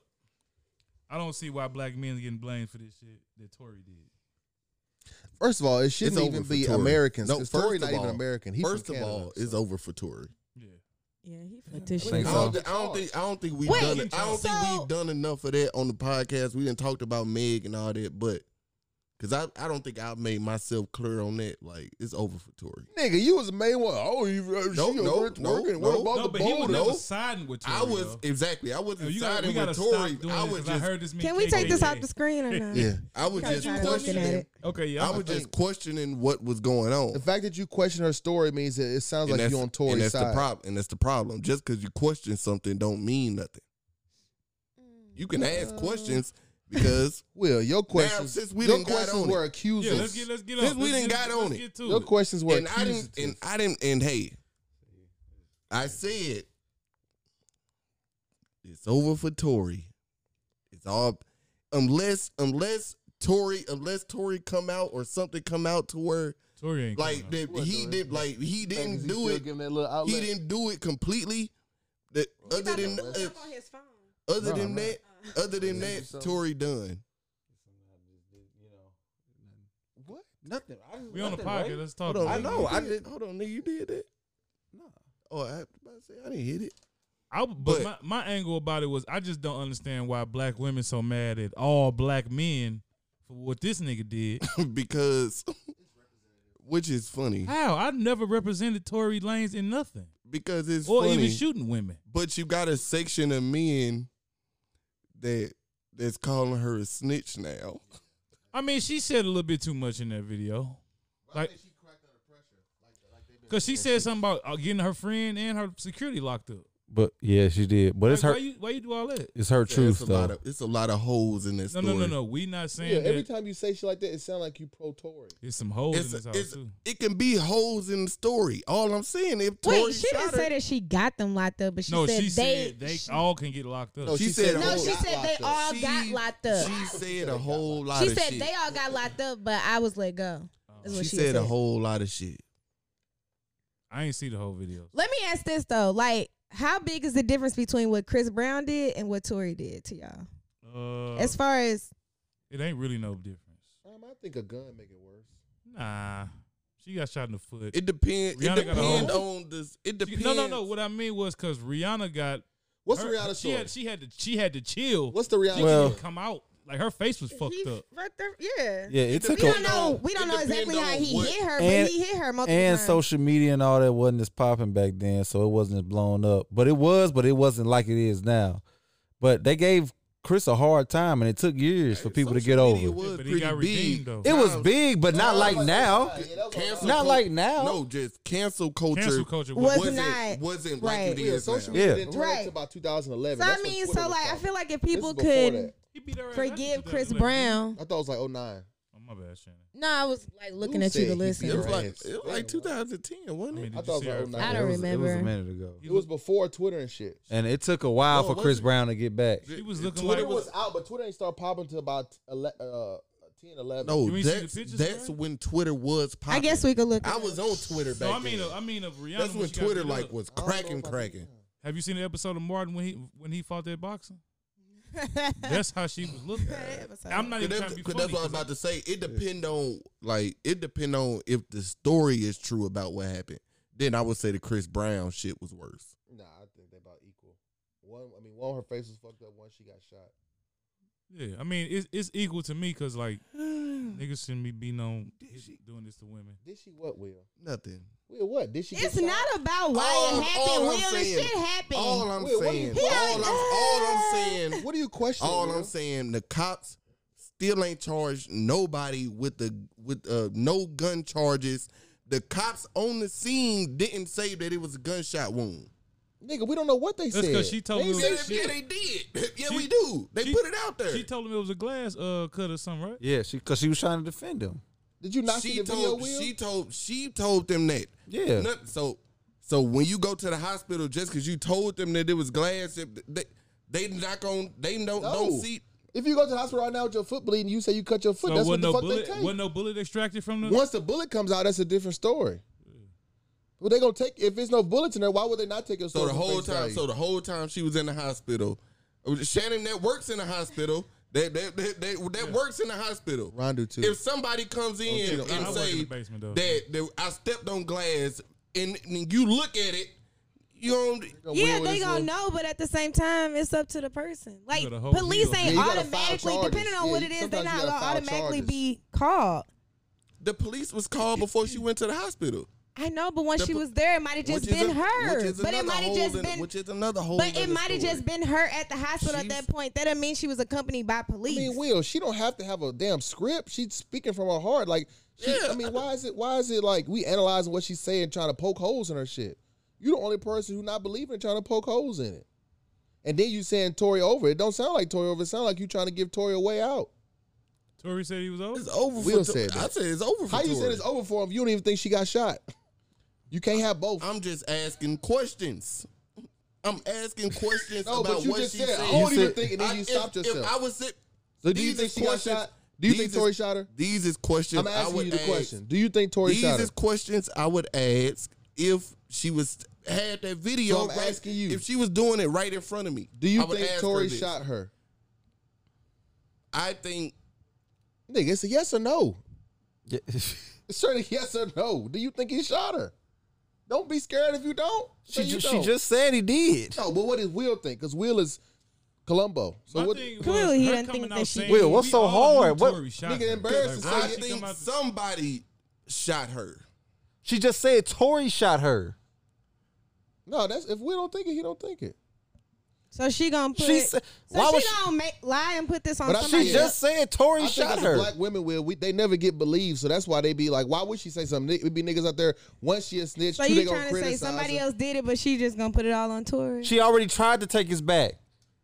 I don't see why black men getting blamed for this shit that Tory did.
First of all, it shouldn't
over
even
for
be
Tory.
Americans.
No,
No,
first
Tory
of
not even
all-
American. He's
First
from
of
Canada,
all, it's
so.
over for Tory.
Yeah,
Yeah, he fucked this
I
I
think
shit.
so.
don't, thi- I don't think I don't think we've
Wait.
done it. I don't think
So-
we've done enough of that on the podcast. We didn't talked about Meg and all that, but because I, I don't think I've made myself clear on that. Like it's over for Tory.
Nigga, you was the main one. Oh, you, uh, she
No,
over
no,
there twerking.
no,
What
no.
about
no,
the
but he was
bowl,
no.
never
though?
siding with Tory.
I was
though.
exactly. I
Yo,
wasn't
you gotta, we
siding
gotta
with
stop
Tory.
doing
I
this,
was
'cause I
just
heard this. man
Can we
KKK.
take this off the screen or not?
Yeah.
I was
Gotta
just
try to look at
questioning.
it.
Okay, yeah.
I was just questioning what was going on.
The fact that you question her story means that it sounds like you on
and
Tory's
that's
side.
the problem. And that's the problem. Just because you question something, don't mean nothing.
Mm.
You can
Uh.
ask questions
<laughs>
because
Will, your questions,
since we
your
done got
questions
on
were
Yeah,
accusing.
let's get let's get
Since
on.
we
Let's
didn't
get-
got
let's
on it.
get to
your questions were
and I didn't
accusative.
and I didn't and hey, I said it's over for Tory. It's all unless unless Tory unless Tory come out or something come out to where
Tory ain't coming
like that
What,
he
Tory?
did like he
Is
didn't
he
do
still
it
giving that little outlet?
he didn't do it completely. That other than uh,
his phone.
other
Nah,
than
nah.
that, other than
Yeah,
that,
so-
Tory done.
What? Nothing. I
out. We on the podcast. Let's talk.
Hold
about
on, I
it.
know. I did. Hold on, nigga, you did that. No. Oh, I, I say I didn't hit it. <laughs>
I, but
But-
my, my angle about it was I just don't understand why black women so mad at all black men for what this nigga did.
<coughs> because which is funny
How I never represented Tory Lanez in nothing,
because it's
or
funny,
even shooting women.
but you got a section of men that that's calling her a snitch now.
I mean, she said a little bit too much in that video, like because she said something about uh, getting her friend and her security locked up.
But yeah, she did. But it's
Like,
her.
Why you why you do all that?
It's her truth
it's a lot
though.
of it's a lot of holes in this
No, no,
story.
no, no. We not saying
Yeah,
that.
every time you say shit like that, it sounds like you pro Tory.
It's some holes
It's,
in this house
it's
too.
it can be holes in the story. All I'm saying if Tori
Wait, she
shot
didn't
her,
say that she got them locked up, but she
No,
said
she
they.
said they all can get locked up.
she said
the
No,
no,
whole
she
lot
said they
locked up.
all
She-
got locked up. <laughs>
She said a whole lot
She
of
said
shit.
they all got locked up, but I was let go. Is
she,
what
said, a whole lot of shit.
I ain't see the whole video.
Let me ask this though, like. How big is the difference between what Chris Brown did and what Tory did to y'all?
Uh,
As far as
it ain't really no difference.
Um, I think a gun make it worse.
Nah, she got shot in the foot.
It depends. It
Rihanna got a
depends
hole.
on this. It
She-
depends.
no, no, no. What I mean was because Rihanna got
What's
her-
the reality
she
story?
had, she had to she had to chill.
What's the reality?
she well,
Well-
didn't come out like her face was fucked
He
up.
fucked her- yeah.
Yeah, it
We
took
don't
a
know. We don't
It
know exactly
depend
how
on
he
what-
hit her,
and-
but he hit her multiple
and
times.
social media and all that wasn't as popping back then, so it wasn't as blown up. But it was, but it wasn't like it is now. But they gave Chris a hard time, and it took years for people to
Social
get
media
over. it.
was
Yeah, but he
pretty
got
big.
redeemed, though.
It was
Now-
big, but not like now.
Cancel
Not
cult-
like now.
No, just cancel culture.
Cancel culture
Was
was
wasn't
not-
wasn't
right.
like it
Yeah,
is
social
now.
media
Yeah.
didn't turn
Right.
until about 2011.
so I
That's when
mean,
Twitter
so
was
like, I
popping.
feel like if
This is
people
before
could
that.
He beat her ass
forgive
after
Chris
2011.
Brown,
I thought it was like 09.
Oh my bad, Shannon.
no, I was like looking at
Who
you
said
to
he beat
It
listen.
was
her?
like
Yes.
it was like 2010,
I
wasn't
mean,
it?
did
I
you
thought
see
it was
her?
like oh
I
It
don't
was- It was
remember.
a minute ago,
He
It was
looked-
before Twitter and shit.
and it took a while
No,
for
it
Chris
wasn't.
Brown to get back.
She was looking
Twitter
like
Twitter was out, but Twitter ain't start popping till about ele- uh, 10, 11.
No,
You ain't seen the
that's
pictures,
that's
Brian?
when Twitter was
I
popping.
guess we could look.
I
it
was
up.
on Twitter back
No, I mean, uh,
then.
of- I mean, of Rihanna.
that's when
she got beat
Twitter like
up.
was
I don't know
cracking,
if I
cracking.
think-
Have you seen the episode of Martin when he when he fought that boxer? That's how she was looking.
That episode.
I'm not
Cause
even
that's,
trying to be
'cause
funny.
that's what I was about to say. It depend on like it depend on if the story is true about what happened. Then I would say the Chris Brown shit was worse.
Nah, I think they about equal. One, I mean, one her face was fucked up. One she got shot.
Yeah, I mean, it's it's equal to me because like niggas shouldn't be beating on doing this to women.
Did she what? Will?
Nothing.
Will what? Did she?
It's
get shot?
not about why
All-
it happened.
all I'm
Will the
saying-
shit happened?
All I'm
Wait, what do you-
saying. All I'm, all I'm saying.
What are you questioning?
All
Will?
I'm saying, the cops still ain't charged nobody with the with uh, no gun charges. The cops on the scene didn't say that it was a gunshot wound.
nigga, we don't know what they
That's
said.
because she told
They
him it
ain't
was
Yeah,
a
said-
they-
shit.
yeah, they did. <laughs> Yeah,
She-
we do. They
she-
put it out there.
She told him it was a glass uh cut or something, right?
Yeah, she because she was trying to defend him.
Did you not see
she
the video?
told
Will?
she told she told them that.
Yeah.
Noth- so so when you go to the hospital, just because you told them that it was glass, if they they not going they don't
No.
don't see.
if you go to the hospital right now with your foot bleeding, you say you cut your foot.
So
that's what
wasn't
the
no
fuck
bullet.
they take.
Wasn't no bullet extracted from the.
Once the bullet comes out, that's a different story. Well, they gonna take if there's no bullets in there. Why would they not take your
So
story
the
for
whole
face
time,
value?
so the whole time she was in the hospital, uh, Shannon that works in the hospital. That that that, that, that works in the hospital.
Rondo too.
If somebody comes
Oh,
in
I
and
work
say
in the basement, though.
that, that I stepped on glass and, and you look at it, you don't.
Yeah, they gonna know, but at the same time, it's up to the person. Like
gotta hold
police
people.
Yeah,
ain't
you gotta file
automatically,
charges.
depending on
Yeah,
what it is, they're
sometimes you
not gonna
gotta file
automatically
charges.
be called.
The police was called before she went to the hospital.
I know, but once
The
she
po-
was there, it might have just
Which is
been
a- which
her.
is
But it
another
might have
hole
just
in-
been.
Which is another whole.
But it might have just been her at the hospital at
She's-
that point. That doesn't mean she was accompanied by
I
police.
mean, Will, she don't have to have a damn script. She's speaking from her heart. Like, she,
Yeah.
I mean, why is it? Why is it like we analyzing what she's saying, trying to poke holes in her shit? You the only person who not believing it, trying to poke holes in it. And then you saying Tori over. It don't sound like Tori over. It sound like you trying to give Tori a way out.
Tory said he was over.
It's over.
Will
for,
said
I
that.
said it's over. For
How you
Tory.
saying it's over for him? if You don't even think she got shot. You can't have both.
I'm just asking questions. I'm asking
<laughs>
questions
no,
about
but you
what
just
she
said,
said.
I don't
You
even
said-
think, and then
I-
you
if-
stopped
if
yourself.
I was sit-
so do you
these
think
is
she got
questions-
shot? Do you
these
think
is-
Tori shot her?
These is questions.
I'm
I
asking
would
you the
ask-
question. Do you think Tori
These
shot her?
is questions I would ask if she was had that video.
So I'm
right-
asking you.
if she was doing it right in front of me.
Do
I
you
would
think
ask her
Tori
this.
shot her?
I think
Nigga, it's a yes or no.
Yeah.
It's certainly yes or no. Do you think he shot her? Don't be scared if you don't. Say
she,
you
ju- she
don't.
just said he did.
no. But what does Will think? Because Will is Columbo. So
My
what?
thing was
Clearly he
her
done
coming
think
out
that she-
saying
Will, what's
we
so
all
hard?
knew
What-
Tory shot
Nigga
her.
embarrassed to
Like,
I
why she
think
come out-
somebody shot her.
She just said Tori shot her.
No, that's if Will don't think it, he don't think it.
so she gonna put.
She
so
said- why
she
was she-
gonna make, lie and put this on
But I-
She
somebody.
Yeah.
just said Tori
I think
shot
as
her.
black women will we, they never get believed, so that's why they be like, why would she say something? It would be niggas out there once she a snitch,
so
two, they
you
gonna
trying to say
criticize
somebody
her.
else did it, but she just gonna put it all on Tori?
She already tried to take his back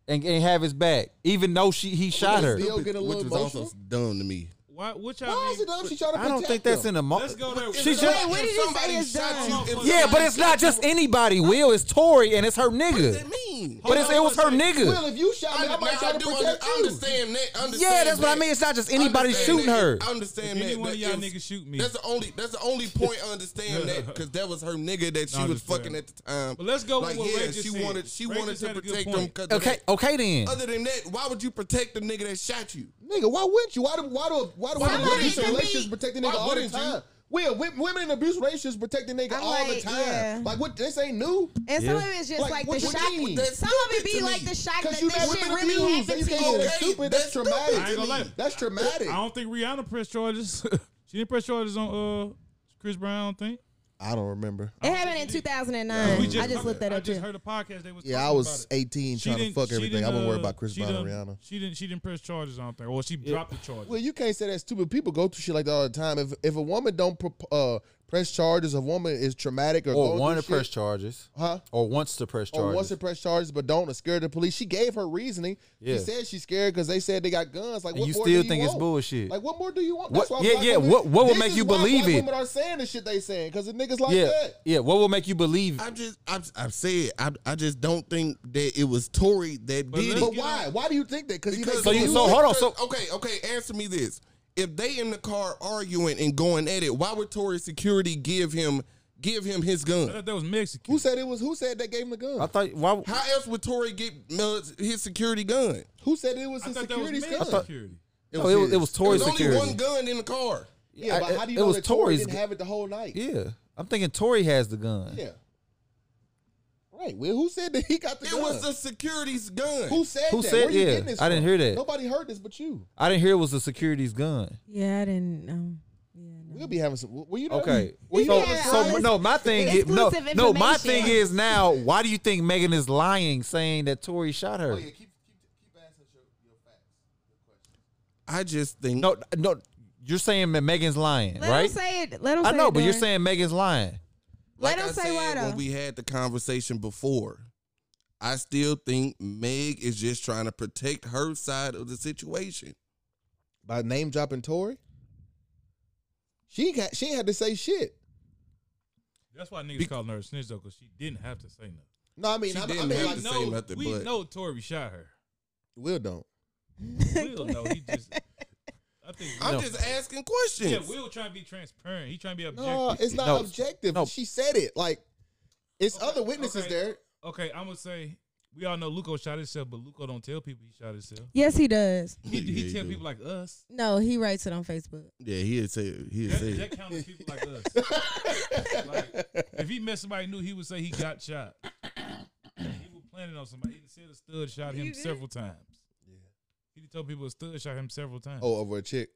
and, and have his back, even though she he shot her.
Bill
Stupid,
get a
which
little
was also
emotional?
dumb to me.
Why? What y'all
Why is it
mean?
dumb? She trying to
I
protect
don't think that's
them.
in the mo-
Let's go there.
She
It's
just
Wait, what did you say is dumb?
if
yeah, but
somebody
it's not
shot
just anybody. Will it's Tori and it's her
you,
nigga.
What does that mean?
But it's, it was her
Will,
nigga.
if you shot me, I
now,
might try to
do under-
protect
I
you.
understand that. Understand
Yeah, that's what I
that.
mean. It's not just anybody
Understand
shooting
that.
her.
I understand
If
that.
any one
that
of y'all
is-
niggas shoot me.
That's the only. That's the only point I understand that because that was her nigga that she
Nah, I'm
was
just playing.
fucking at the time.
But let's go with
Like,
what
yeah,
Ray just
she
said.
wanted. She
Ray
wanted
just
to
had a good
protect them.
point.
'cause of
Okay,
that.
okay then.
Other than that, why would you protect the nigga that shot you?
Nigga, why wouldn't you? Why do why do why do
Somebody
women in abusive
can
relationships
be-
protect the
why
nigga all the
wouldn't you?
time? Will wi- women in abuse relationships protect the nigga
I'm
all the
like,
time?
yeah.
Like what? This ain't new.
and some
Yeah.
of it's just
Like,
like,
what
the
you
shock.
mean?
That's
Some of it
stupid
be
to
like
me.
the shock that
Cause you
this
never
shit
been
really
abused. Then
happened
you
to
can't
you.
say that's
Okay,
stupid.
that's
That's traumatic.
I ain't gonna lie.
That's traumatic.
I don't think Rihanna pressed charges. <laughs> she didn't press charges on uh Chris Brown. I don't think.
I don't remember.
It happened in 2009.
We
I just looked that
I
up
just
too.
heard a podcast. They was
Yeah, I
talking
was
about it.
18
She
trying to
didn't-
fuck
she
everything.
didn't,
I wasn't worried
uh,
about Chris
she
Brown and
done-
Rihanna.
She didn't. She didn't press charges on thing, or she dropped the charges.
Well, you can't say that stupid. People go through shit like that all the time. If if a woman don't prop- uh, press charges, a woman is traumatic or,
Or
going
want
through
to press
shit,
charges.
huh?
Or wants to press
Or wants
charges.
to press charges, but don't are scared of the police. She gave her reasoning.
Yeah.
She said she's scared because they said they got guns. Like,
And
what
you
more
still
do
think
you
it's
want?
bullshit.
Like, what more do you want?
What- yeah,
black
yeah, what- what would
This
make
is
you
why
believe
black
it?
Women are saying the shit they saying because the niggas like
Yeah,
that.
yeah. What will make you believe?
I just. I've, I've said. I, I just don't think that it was Tory that
But
did
let's
it.
But
get
why? Why do you think that? Because
Because
So you- so hold on, so-
okay, okay. Answer me this: If they in the car arguing and going at it, why would Tory security give him give him his
I
gun?
thought that was Mexican.
who said it was? Who said they gave him the gun?
I thought why? oh,
How else would Tory get uh, his security gun?
who said it was
I
his
thought that was
security's
Mexican
gun?
security.
no, it was it was Tory
There's
security.
only one gun in the car.
yeah, but
I-
how do you
it
know
was
that Tory
Tory's
didn't
gun.
have it the whole night?
Yeah, I'm thinking Tori has the gun.
Yeah. Right. Well, who said that he got the
It
gun?
was the security's gun.
who said
Who
that?
said-
Where you
yeah,
getting this
I didn't
from?
hear that.
Nobody heard this but you.
I didn't hear it was the security's gun.
Yeah, I didn't. Um, yeah,
We'll be having some. Were you there? <laughs>
Okay.
Were you
So,
there?
so
all this
no, my thing is no,
exclusive
no, my
information.
thing is now. Why do you think Megan is lying, saying that Tori shot her?
I just think
No, no, you're saying that Megan's lying,
Let
right?
him say it. Let him.
I
say
know,
it,
but you're
Dorian.
saying Megan's lying.
Let
like
him
I
say why
said
though.
when we had the conversation before, I still think Meg is just trying to protect her side of the situation.
By name dropping Tory? She ain't got she ain't had to say shit.
That's why niggas calling her a snitch though, because she didn't have to say nothing.
No, I mean,
She
I, I
didn't
mean,
have
like,
to
We
say
know-
nothing,
We
but-
know Tory shot her.
Will don't.
<laughs>
Will no, he just. I think.
I'm just asking questions.
yeah, Will trying to be transparent. He trying to be objective.
No, it's not
No.
objective.
No.
She said it. Like, it's other witnesses
okay.
there.
okay, I'm gonna say we all know Luco shot himself, but Luco don't tell people he shot
<laughs>
himself.
Yes, he does.
He,
Yeah,
he
he
tell
do.
people like us.
No, he writes it on Facebook.
Yeah, he'd say he'd
That,
say
that
it.
counts as people like us.
<laughs>
like, if he met somebody new, he would say he got shot. <clears throat> he was planning on somebody. He said a stud shot him
You did?
several times. He told people a stud shot him several times.
Oh, over a chick.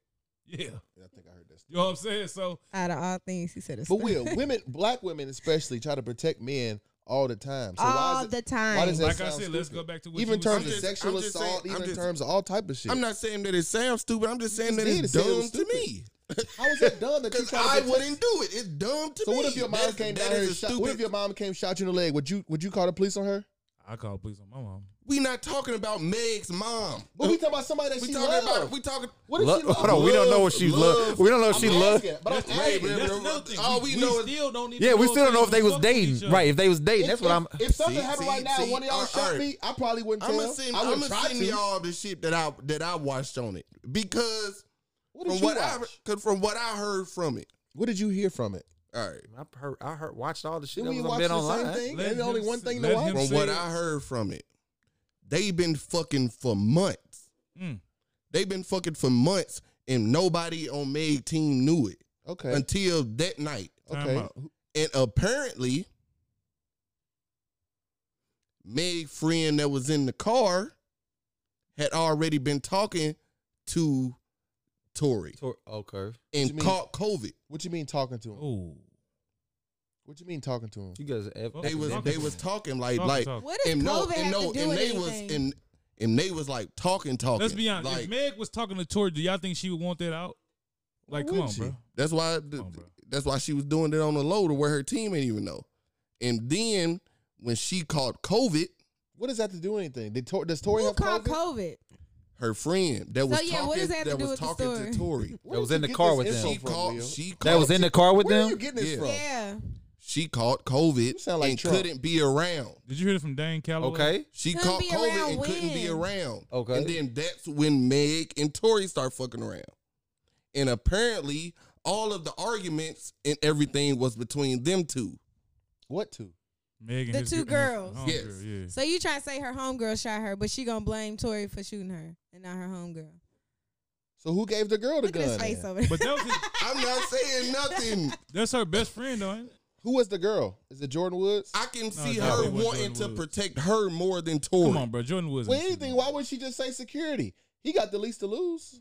Yeah,
Yeah, I think I heard that.
you know what I'm saying. So
Out of all things, he said it's
But
<laughs>
Will, women, black women especially, try to protect men all the time. So why
all
is it,
the time.
why does that
like I
sound
said, let's go
stupid?
back to what
even in
you was
terms of
saying.
just-
sexual
I'm just saying-
assault,
I'm
even in
just-
terms of all type of shit.
I'm not saying that it sounds stupid. I'm just saying
just
that
did
it's
say it was
dumb to
stupid.
me.
How is that done? That
<laughs>
you
Because
try to
I
protect-
wouldn't do it. It's dumb to
So
me.
what if your mom
That's-
came
that
down here
is
and
a
shot?
stupid-
What if your mom came shot you in the leg? Would you would you call the police on her?
I call the police on my mom.
we not talking about Meg's mom.
But we talking about somebody that
We
she
talking
loved.
about we talking.
what if
Lo-
she loved?
hold on, we don't know what she
Love,
love. We don't know if
I'm
she loved.
asking, But I'm
That's-
asking.
that's
bro,
another thing.
all
we,
we know is-
still don't even
Yeah, we
know
still don't know if they was
fucking with
dating.
each other.
Right, if they was dating,
If-
that's what
if-
I'm.
If something
See,
happened
see,
right now,
see,
one of y'all
all
shot
right.
me, I probably wouldn't
I'm
tell.
gonna send,
I
I'm
would
gonna
try
send
to.
y'all the shit that I that I watched on it because
What
from
did you
what I
watch?
cause from what I heard from it.
What did you hear from it?
All right,
I heard, I heard, watched all the shit
Did
that
we
was
watch
on bit
the
online.
same thing?
Let
There's only
him
one
s-
thing
let
to watch.
him
from
See,
what
it's-
I heard from it, they've been fucking for months.
Mm.
They've been fucking for months, and nobody on Meg team knew it
Okay.
until that night.
Time
Okay.
out.
And apparently, Meg friend that was in the car had already been talking to Tori
Tor- Okay,
you
and
mean?
caught COVID.
What you mean talking to him?
Mm.
Oh,
What you mean talking to him?
you guys. F-
They
They was they was talking like
Talk,
like
talk.
What does COVID have to do with
they
anything?
was and and they was like talking talking.
Let's be honest.
Like,
if Meg was talking to Tori, do y'all think she would want that out? Like, come
would
on,
she?
bro.
That's why th-
on, bro.
that's why she was doing it on the low to where her team didn't even know. And then when she caught COVID,
What does that have to do with anything? Did Tor- does Tori
Who
have
caught
COVID?
COVID?
her friend that was
yeah,
talking,
what does that have to do
was
with the
talking
story?
<laughs>
to Tori.
Where
That was
did you
in the
get
car
this
with them.
info
She
from,
caught
Will?
she caught
That was in the car with
Where are you
them.
getting this
Yeah.
from?
Yeah.
she caught COVID
You sound like
and
Trump.
couldn't be around.
Did you hear it from Dan Calloway?
Okay,
She
Couldn't
caught
be
COVID
around
and couldn't
when?
be around.
Okay.
And then that's when Meg and Tori start fucking around. And apparently, all of the arguments and everything was between them two.
What to?
Meg and
The
his
two
gir- and his
girls.
homegirl,
Yes.
yeah.
So you trying to say her homegirl shot her, but she gonna blame Tori for shooting her and not her homegirl.
So who gave the girl the
Look
gun?
at his face over there. <laughs>
But that was his,
I'm not saying nothing.
that's her best friend, though. Ain't it?
Who was the girl? Is it Jordan Woods?
I can see
no,
her
it wasn't
wanting to
Jordan Woods.
protect her more than Tori.
Come on, bro. Jordan Woods.
Well, anything. Why would she just say security? He got the least to lose.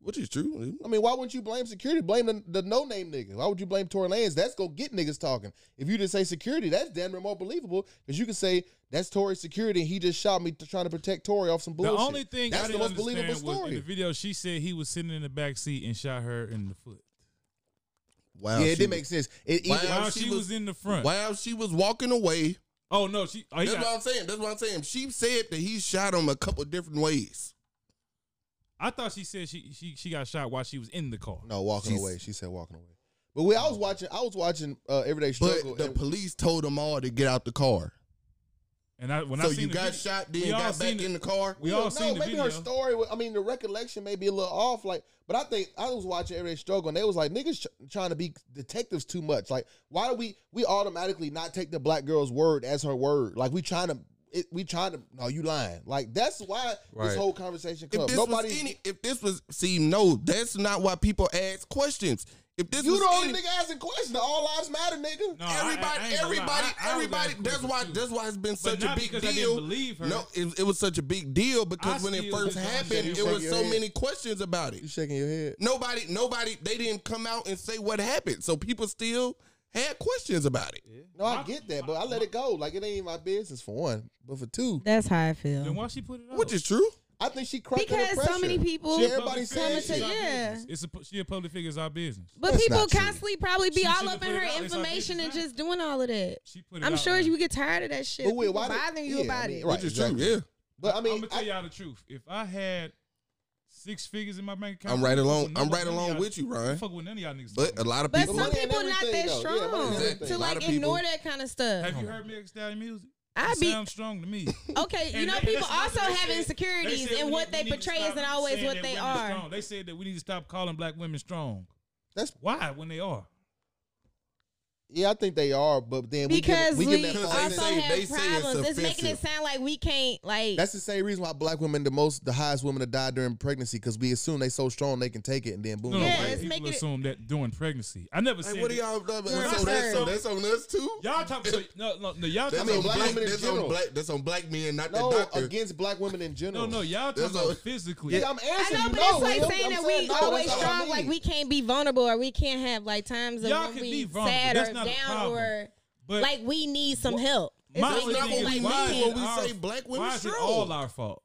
Which is true.
I mean, why wouldn't you blame security? Blame the, the no name nigga. Why would you blame Tory Lanez? That's gonna get niggas talking. If you just say security, that's damn near more believable because you can say that's Tory security. and He just shot me to, trying to protect Tory off some
The
bullshit.
only thing
that's
I
the
didn't
most believable
understand was in the
story.
video she said he was sitting in the back seat and shot her in the foot.
Wow.
Yeah,
she
it did
was-
make sense. It
Wow,
either-
While
she
she, was,
was-
in the front.
Wow, she was walking away.
Oh no, she. Oh, he
That's
got-
what I'm saying. That's what I'm saying. She said that he shot him a couple different ways.
I thought she said she she she got shot while she was in the car.
No, walking
She's-
away. She said walking away. Oh, But when I was watching, I was watching uh, Everyday
But
Struggle.
the
and-
police told them all to get out the car.
And I when I
so
seen
you
the
got
video-
shot,
we
then
all
got
seen
back
it.
in the car.
We all seen the
maybe
video.
her story. wa- I mean, the recollection may be a little off. Like, but I think I was watching Everyday Struggle, and they was like niggas tr- trying to be detectives too much. Like, why do we we automatically not take the black girl's word as her word? Like, we trying to it, we trying to no, you lying. Like, that's why
Right.
this whole conversation
If
comes.
this
Nobody,
was any, if this was see, no, that's not why people ask questions. If this
you
was
the only
any,
nigga asking questions. The all lives matter, nigga.
No, I- I- I ain't
everybody,
gonna lie.
everybody,
I- I was
everybody.
asking
That's why.
questions too.
That's why it's been
But
such
not
a big
because I didn't
deal.
believe her.
No, it, it was such a big deal because
I
when it
still
first
just don't
happened,
understand
it
why
was
you
so
had-
many questions about
You
it.
shaking your head.
Nobody, nobody, they didn't come out and say what happened. So people still had questions about it.
No, I get that, but I let it go. Like, it ain't my business for one, but for two,
That's how I
Then
feel.
why she put it out?
Which is true.
I think she cracked under
Because
pressure.
so many people
She-
Public
everybody
figure,
saying
it's
shit.
our
Yeah.
business. It's a, pu- she a public figure. It's our business.
But
That's
people
not true.
constantly probably be
She
all
should've
up in
put it
her
out. It's our
information and
business.
just doing all of that.
She put it
I'm
out
sure
there.
you get tired of that shit.
But Will,
People
why did-
bothering you
yeah, I
about
mean,
it.
right.
Which is
exactly.
true. Yeah.
But I
I am
mean,
gonna tell y'all the truth. If I had six figures in my bank account.
I'm right
fuck
along.
with none
I'm
of-
right
none of
along
y'all-
with you,
I don't
Ryan.
Fuck with none of y'all niggas.
But uh, a lot of
But
people.
some
money ain't
people not
everything,
that
though. Yeah, money
strong
ain't everything.
to
A lot
like
of people-
ignore that kind of stuff.
have you heard me extend music?
I
It
be
sounds strong to
<laughs>
me.
okay. You
And
know,
that-
people
that's
also
another- they
have
said-
insecurities
said
in
we
what
need-
they
we need to
portray isn't
stop
always
saying
what
that
they
women
are.
Strong. They said that we need to stop calling black women strong.
That's-
why when they are.
Yeah, I think they are, but then we
Because
give, we
we,
give that
Because
false
also
they say-
have
they say it's
problems. It's, making it
offensive.
sound like we can't like.
That's the same reason why black women the most the highest women to die during pregnancy because we assume they so strong they can take it and then boom.
No,
Yeah,
white
it's
people
making it-
assume that during pregnancy. I never said
Hey, what are
that.
y'all? That's,
You're
so that's, so
absurd.
that's on us too.
Y'all talking so, no, no, no, y'all
That's
talking
on
about
black.
black women in
that's
general.
on black. That's on black men, not
No,
the doctor.
against black women in
no,
general.
no, y'all
That's
talking about
all-
physically.
Yeah, I'm
I
answering
know,
you.
but
no,
it's like
Will.
saying
I'm
that
saying
we
no,
always
that's all I
strong, like
mean.
we can't be vulnerable or we can't have like times of
Y'all
when
can
we
be vulnerable.
sad
That's
or
not a
down
problem.
or
but
like we need some help. It's
my
making
only
it
not
thing
seem
what
is
we
like
why
mean
is
when
it
we
our-
say black
why
women
is it
strong?
all our fault?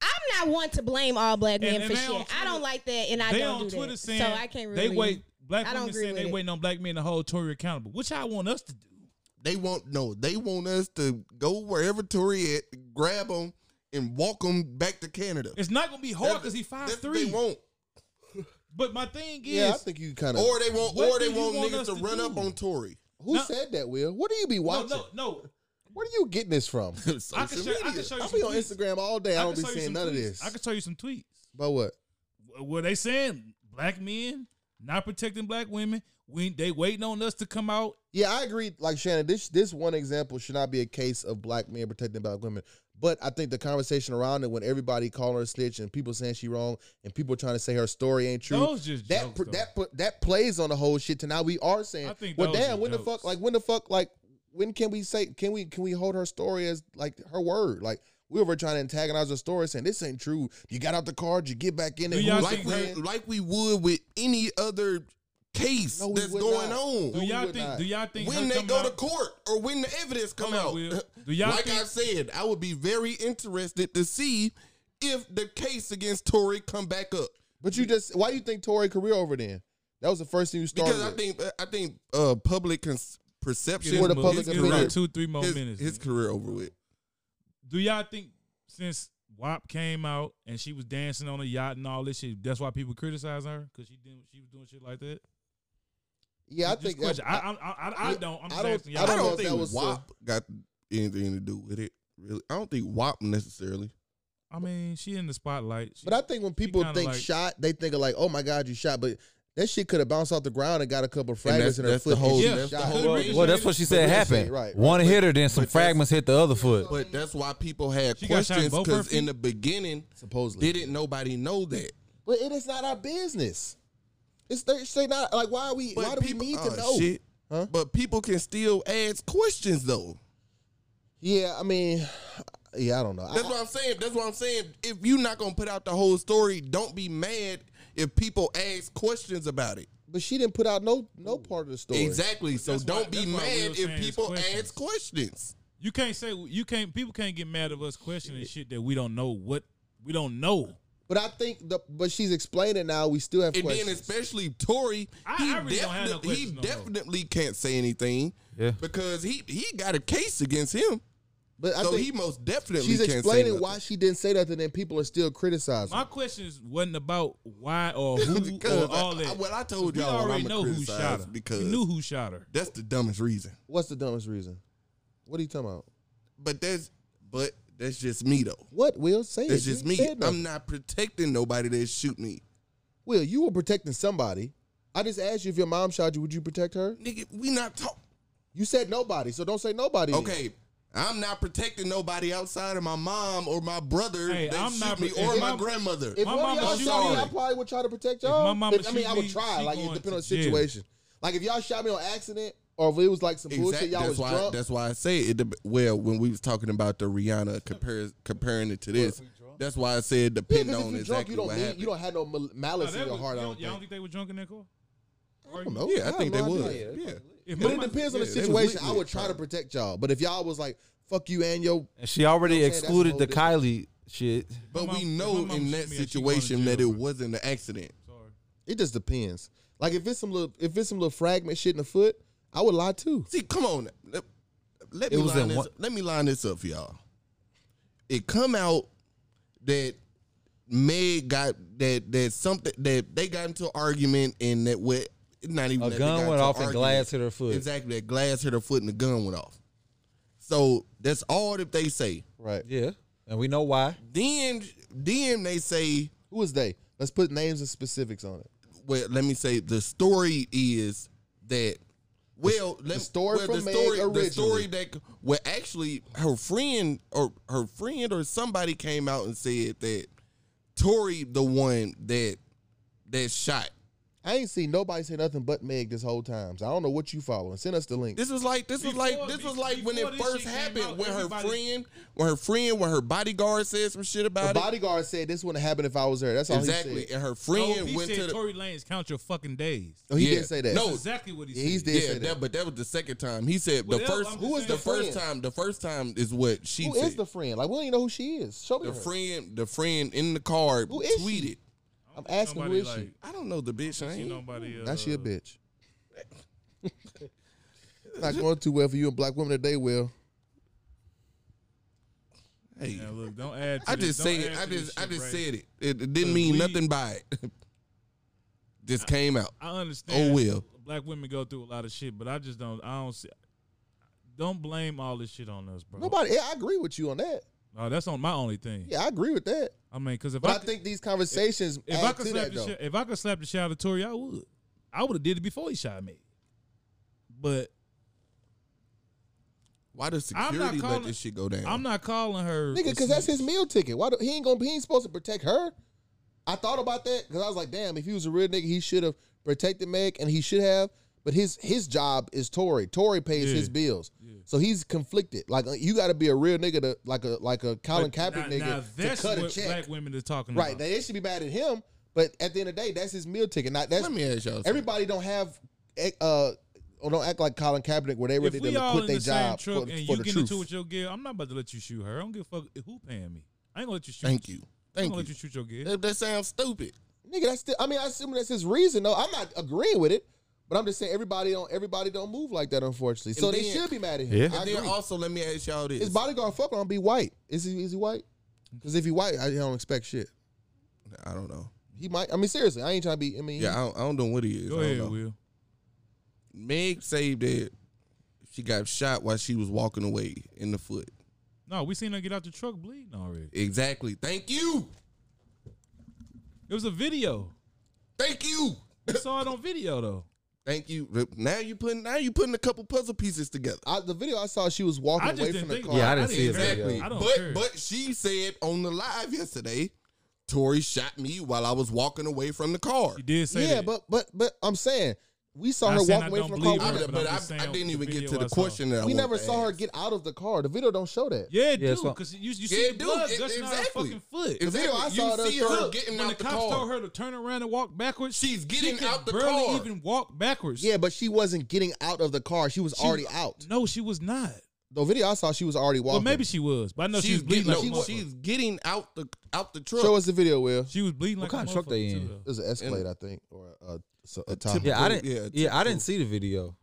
I'm not one to blame all black men
And- and
for
they
shit.
on
I
Twitter-
don't like that, and I
they
don't
on
do
Twitter
that.
saying
so I can't
they
really.
wait. Black
I don't
women
agree
saying
with
they
it.
waiting on black men to hold Tory accountable, which I want us to do.
they want no. They want us to go wherever Tory at, grab them, and walk them back to Canada.
It's not gonna be hard
That's-
because he five
that's what
three.
They want,
But my thing is,
Yeah, I think you kind of.
or they want,
What
or they
do you
want
want
niggas
us
to
to
run
do?
up on Tory.
who
No.
said that, Will? What do you be
no,
watching?
no, no.
Where do you getting this
<laughs>
from?
I can,
Social
show, I
media.
can show you.
I
some
be on
tweets.
Instagram all day. I
I
don't
can
be
show you
seeing
some
none of
tweets.
this.
I can show you some tweets.
But what?
Were they saying black men not protecting black women? We they waiting on us to come out.
Yeah, I agree. Like Shannon, this this one example should not be a case of black men protecting black women. But I think the conversation around it when everybody calling her a snitch and people saying she wrong and people trying to say her story ain't true.
Those just
that
jokes,
pr-
though.
that pr- that plays on the whole shit to now we are saying
I think
well
those
damn
are
when the
jokes.
fuck like when the fuck like when can we say can we can we hold her story as like her word like we were trying to antagonize her story saying this ain't true you got out the car you get back in
Do
and
y'all
who's
like
think
playing?
we, like we would with any other case
No, we
that's
would
going
not.
on.
Do
we
y'all
would
think?
not.
Do y'all think
when
her
they
coming
go
out-
to court or when the evidence come
Hold on,
out.
Will.
<laughs>
Do y'all
like I
think-
said, I would be very interested to see if the case against Tory come back up
but you just why you think Tory career over then that was the first thing you started
because I
with.
think I think uh, public cons- perception
Or
Give
the
his-
him a-
public
give him
his,
opinion.
like two three more
his-
minutes.
his
man.
career over with.
Do y'all think since WAP came out and she was dancing on a yacht and all this shit, that's why people criticize her because she didn't she was doing shit like that?
yeah I
Just
think
question. I,
I,
I, I, I, I don't. I'm
I
just
don't-
asking
I
y'all.
I don't,
don't know if
think
that was, uh,
WAP got anything to do with it. Really, I don't think WAP necessarily.
I mean, she in the spotlight. She,
but I think when people
kinda
think
like-
shot they think of like oh my god you shot but that shit could have bounced off the ground and got a couple fragments
that's-
in her
that's
foot
the
and
whole-
she
that's the
shot.
whole
Well, well, that's what she
But
said
that's
happened.
it, right, right.
One hit her, then some
but that's-
fragments hit the other foot.
But that's why people had
She got shot in
questions
both her
because in
feet?
the beginning,
supposedly
didn't nobody know that?
But it is not our business. It's they, they not like why are we why do we need
oh,
to know?
Shit.
Huh?
But people can still ask questions though.
Yeah, I mean, yeah, I don't know. I-
That's what I'm saying. That's what I'm saying. If you're not gonna put out the whole story, don't be mad if people ask questions about it.
but she didn't put out no no part of the story.
Exactly. So
that's why-
don't be
that's why we
mad
were saying
if
it's
people
questions.
ask questions.
you can't say you can't. People can't get mad at us questioning shit that we don't know what we don't know.
But I think the but she's explaining now. We still have
And
questions.
then especially Tory,
I-
he
I really don't have no
definitely, he
questions no more.
definitely can't say anything.
Yeah.
Because he he got a case against him.
but I
so
think
he most definitely
she's
can't say
explaining
nothing.
why she didn't say that, and then people are still criticizing.
My questions wasn't about why
<laughs>
or who
Because
or all
I-
that.
I- well, I told y'all
we
I'm
already
a
know who
criticize
shot her.
because-
you knew who shot her.
That's the dumbest reason.
What's the dumbest reason? What are you talking about?
But that's but that's just me though.
What Will say?
That's
it. You
just me.
said nothing.
I'm not protecting nobody that shoot me.
Will, you were protecting somebody. I just asked you if your mom shot you, would you protect her?
Nigga, we not talk.
You said nobody, so don't say nobody. then.
Okay, I'm not protecting nobody outside of my mom or my brother
Hey,
that
I'm
shoot
not
me
protect-
or
if
my
I'm-
grandmother.
If
My
one of
mama
y'all
shoot
shot me,
me.
I probably would try to protect y'all.
my mama
If- I mean,
shoot
I would
me,
try.
she
Like it
going
depends on the
to jail.
situation. Like if y'all shot me on accident, or if it was like some bullshit, y'all
That's
was
why.
drunk.
That's why I say it. dep- Well, when we was talking about the Rihanna compare, comparing it to this, that's why I said
yeah,
depend
because if
on
you drunk,
exactly
you don't
what
mean-
happened.
you don't have no mal-
Nah,
malice
that
in your
was-
heart. I
y'all-
don't
y'all
think.
don't think they were drunk in that car?
I don't know.
yeah, I,
have
think they
no
would.
idea.
yeah.
If
But
my
it
mom-
depends on the
yeah, they was
situation.
lit
I would try to protect y'all. But if y'all was like, "Fuck you and your,"
And she already
You know what I'm saying?
excluded the
That's a whole
Kylie shit.
But
My
we
mom-
know
my mom
in
shoot
that
me and she going to
situation that
jail,
it
bro.
wasn't an accident.
Sorry.
it just depends. Like if it's some little, if it's some little fragment shit in the foot, I would lie too.
See, come on. Let, let
It
me
was
line
in
this,
one-
let me line this up for y'all. It come out that Meg got that that something that they got into an argument and that what not even
A
that they got
gun went
into
off
an
and
argument.
glass hit her foot.
Exactly, that glass hit her foot and the gun went off. So that's all that they say.
Right.
Yeah, and we know why.
Uh-huh. Then then they say
Who is they? Let's put names and specifics on it.
well, let me say the story is that well, let,
story
well,
from Meg
the story
originally.
that well, actually, her friend or her friend or somebody came out and said that Tori the one that that shot.
I ain't seen nobody say nothing but Meg this whole time. So I don't know what you following. Send us the link.
This was like this was like
Before-
this was like when
before
it
this shit
first
came
happened
out,
when her
everybody-
friend when her friend when her bodyguard said some shit
the
about it.
bodyguard said this wouldn't happen if I was there. That's all he
Exactly,
said.
and her
No,
friend
he
went
said
to the
Tory Lanez count your fucking days.
Oh, he
Yeah.
did say that.
No,
That's exactly what he
Yeah,
said.
he's dead.
yeah,
say
that.
that.
but that was the second time. He said
Well,
the
that-
first.
I'm just
Who was the
saying-
first
Friend.
time? The first time is what she
Who
said.
is the friend? Like we don't even know who she is. Show me
the
her.
friend the friend in the card
Who is
tweeted.
she? I'm asking who
Nobody
is
like,
she?
I don't know the bitch. I
see
ain't.
nobody. Uh,
Now she a bitch. Not going too well for you and black women today,
<laughs>
Will.
Hey,
Yeah, look, don't add. To
I
this-
just
don't
said
add
I
to this
just I
shit,
just
right?
said it. It, it didn't
Cause
mean
we-
nothing by it. <laughs> just came out.
I understand.
Oh, well.
Black women go through a lot of shit, but I just don't. I don't see. Don't blame all this shit on us, bro.
Nobody. Yeah, I agree with you on that.
No, that's on my only thing.
Yeah, I agree with that.
I mean, because if
But
I,
I
could-
think these conversations
if
add
I could
to
slap
that
the
though.
shit, if I could slap the shit out of Tory, I would. I would have did it before he shot me. But
Why does
I'm not
security let
calling-
this shit go down?
I'm not calling her
Nigga, because that's his meal ticket. Why do, he ain't gonna? He ain't supposed to protect her. I thought about that because I was like, damn, if he was a real nigga, he should have protected Meg, and he should have. But his his job is Tory. Tory pays
Yeah.
his bills, so he's conflicted. Like uh, you got to be a real nigga to like a like a Colin
But
Kaepernick
now- now
nigga
that's
to cut a
what
check.
black women are talking
right? Now,
about.
they should be mad at him, but at the end of the day, that's his meal ticket. Not that's
Let me ask y'all. something.
everybody don't have uh or don't act like Colin Kaepernick where they
If
ready
we
to
all
quit
in
their
the same
job for,
truck and
for
you
the
get
truth.
into it with your girl, I'm not about to let you shoot her. I don't give a fuck who paying me. I ain't gonna let you shoot.
Thank you.
I ain't
Thank
gonna let
you.
you shoot your girl.
That, that sounds stupid.
Nigga, that's still. I mean, I assume that's his reason. though. I'm not agreeing with it, but I'm just saying everybody don't everybody don't move like that. Unfortunately, so
And
they
then-
should be mad at him.
Yeah.
I
And then
agree.
also let me ask y'all this.
His bodyguard fuck on be white. Is he is he white? Because if he white, I don't expect shit.
I don't know.
He might. I mean, seriously, I ain't trying to be. I mean,
Yeah, I don't, I don't know what he is.
Go
I don't
ahead,
know.
Will.
Meg saved it. She got shot while she was walking away in the foot.
No, we seen her get out the truck bleeding already.
Exactly. Thank you.
It was a video.
Thank you.
We saw it on video though.
Thank you. Now you putting now you putting a couple puzzle pieces together.
I, the video I saw, she was walking
I just
away
didn't
from the
think
car.
about it.
Yeah, I didn't see it.
care.
Exactly.
I don't
But
care.
but she said on the live yesterday, Tori shot me while I was walking away from the car.
She did say
yeah,
that.
but but but I'm saying we saw
Not
her
saying
walk
I
away
don't
from the
believe
car.
her,
I,
but
but
I'm
I,
just saying
I didn't
the
even get
video
to
I
the
saw.
question that I
We
wanted
never
to
saw her
ask.
get out of the car. The video don't show that.
yeah,
Yeah,
dude,
so-
because you, you
Yeah,
see
dude,
blood
it-
gushing out her
exactly.
fucking foot.
The video I
Exactly.
saw
you
does
see her
show-
getting
when the
out the
cops told
car.
her to turn around and walk backwards,
She's getting
she could
out the
barely
car.
Even walk backwards.
Yeah, but she wasn't getting out of the car. She was
She-
already out.
No, she was not.
The video I saw, she was already
Well,
walking.
maybe she was, but I know she
She's
was bleeding.
getting,
Like
no,
a motherfucker.
she's getting out the out the truck.
show us the video, Will.
She was bleeding
What
like
kind
a
of truck they
motherfucker,
in?
too, though.
It was an Escalade, I think, or a, a, so- a Tahoe.
Yeah, I didn't.
yeah,
Yeah,
typical.
I didn't see the video.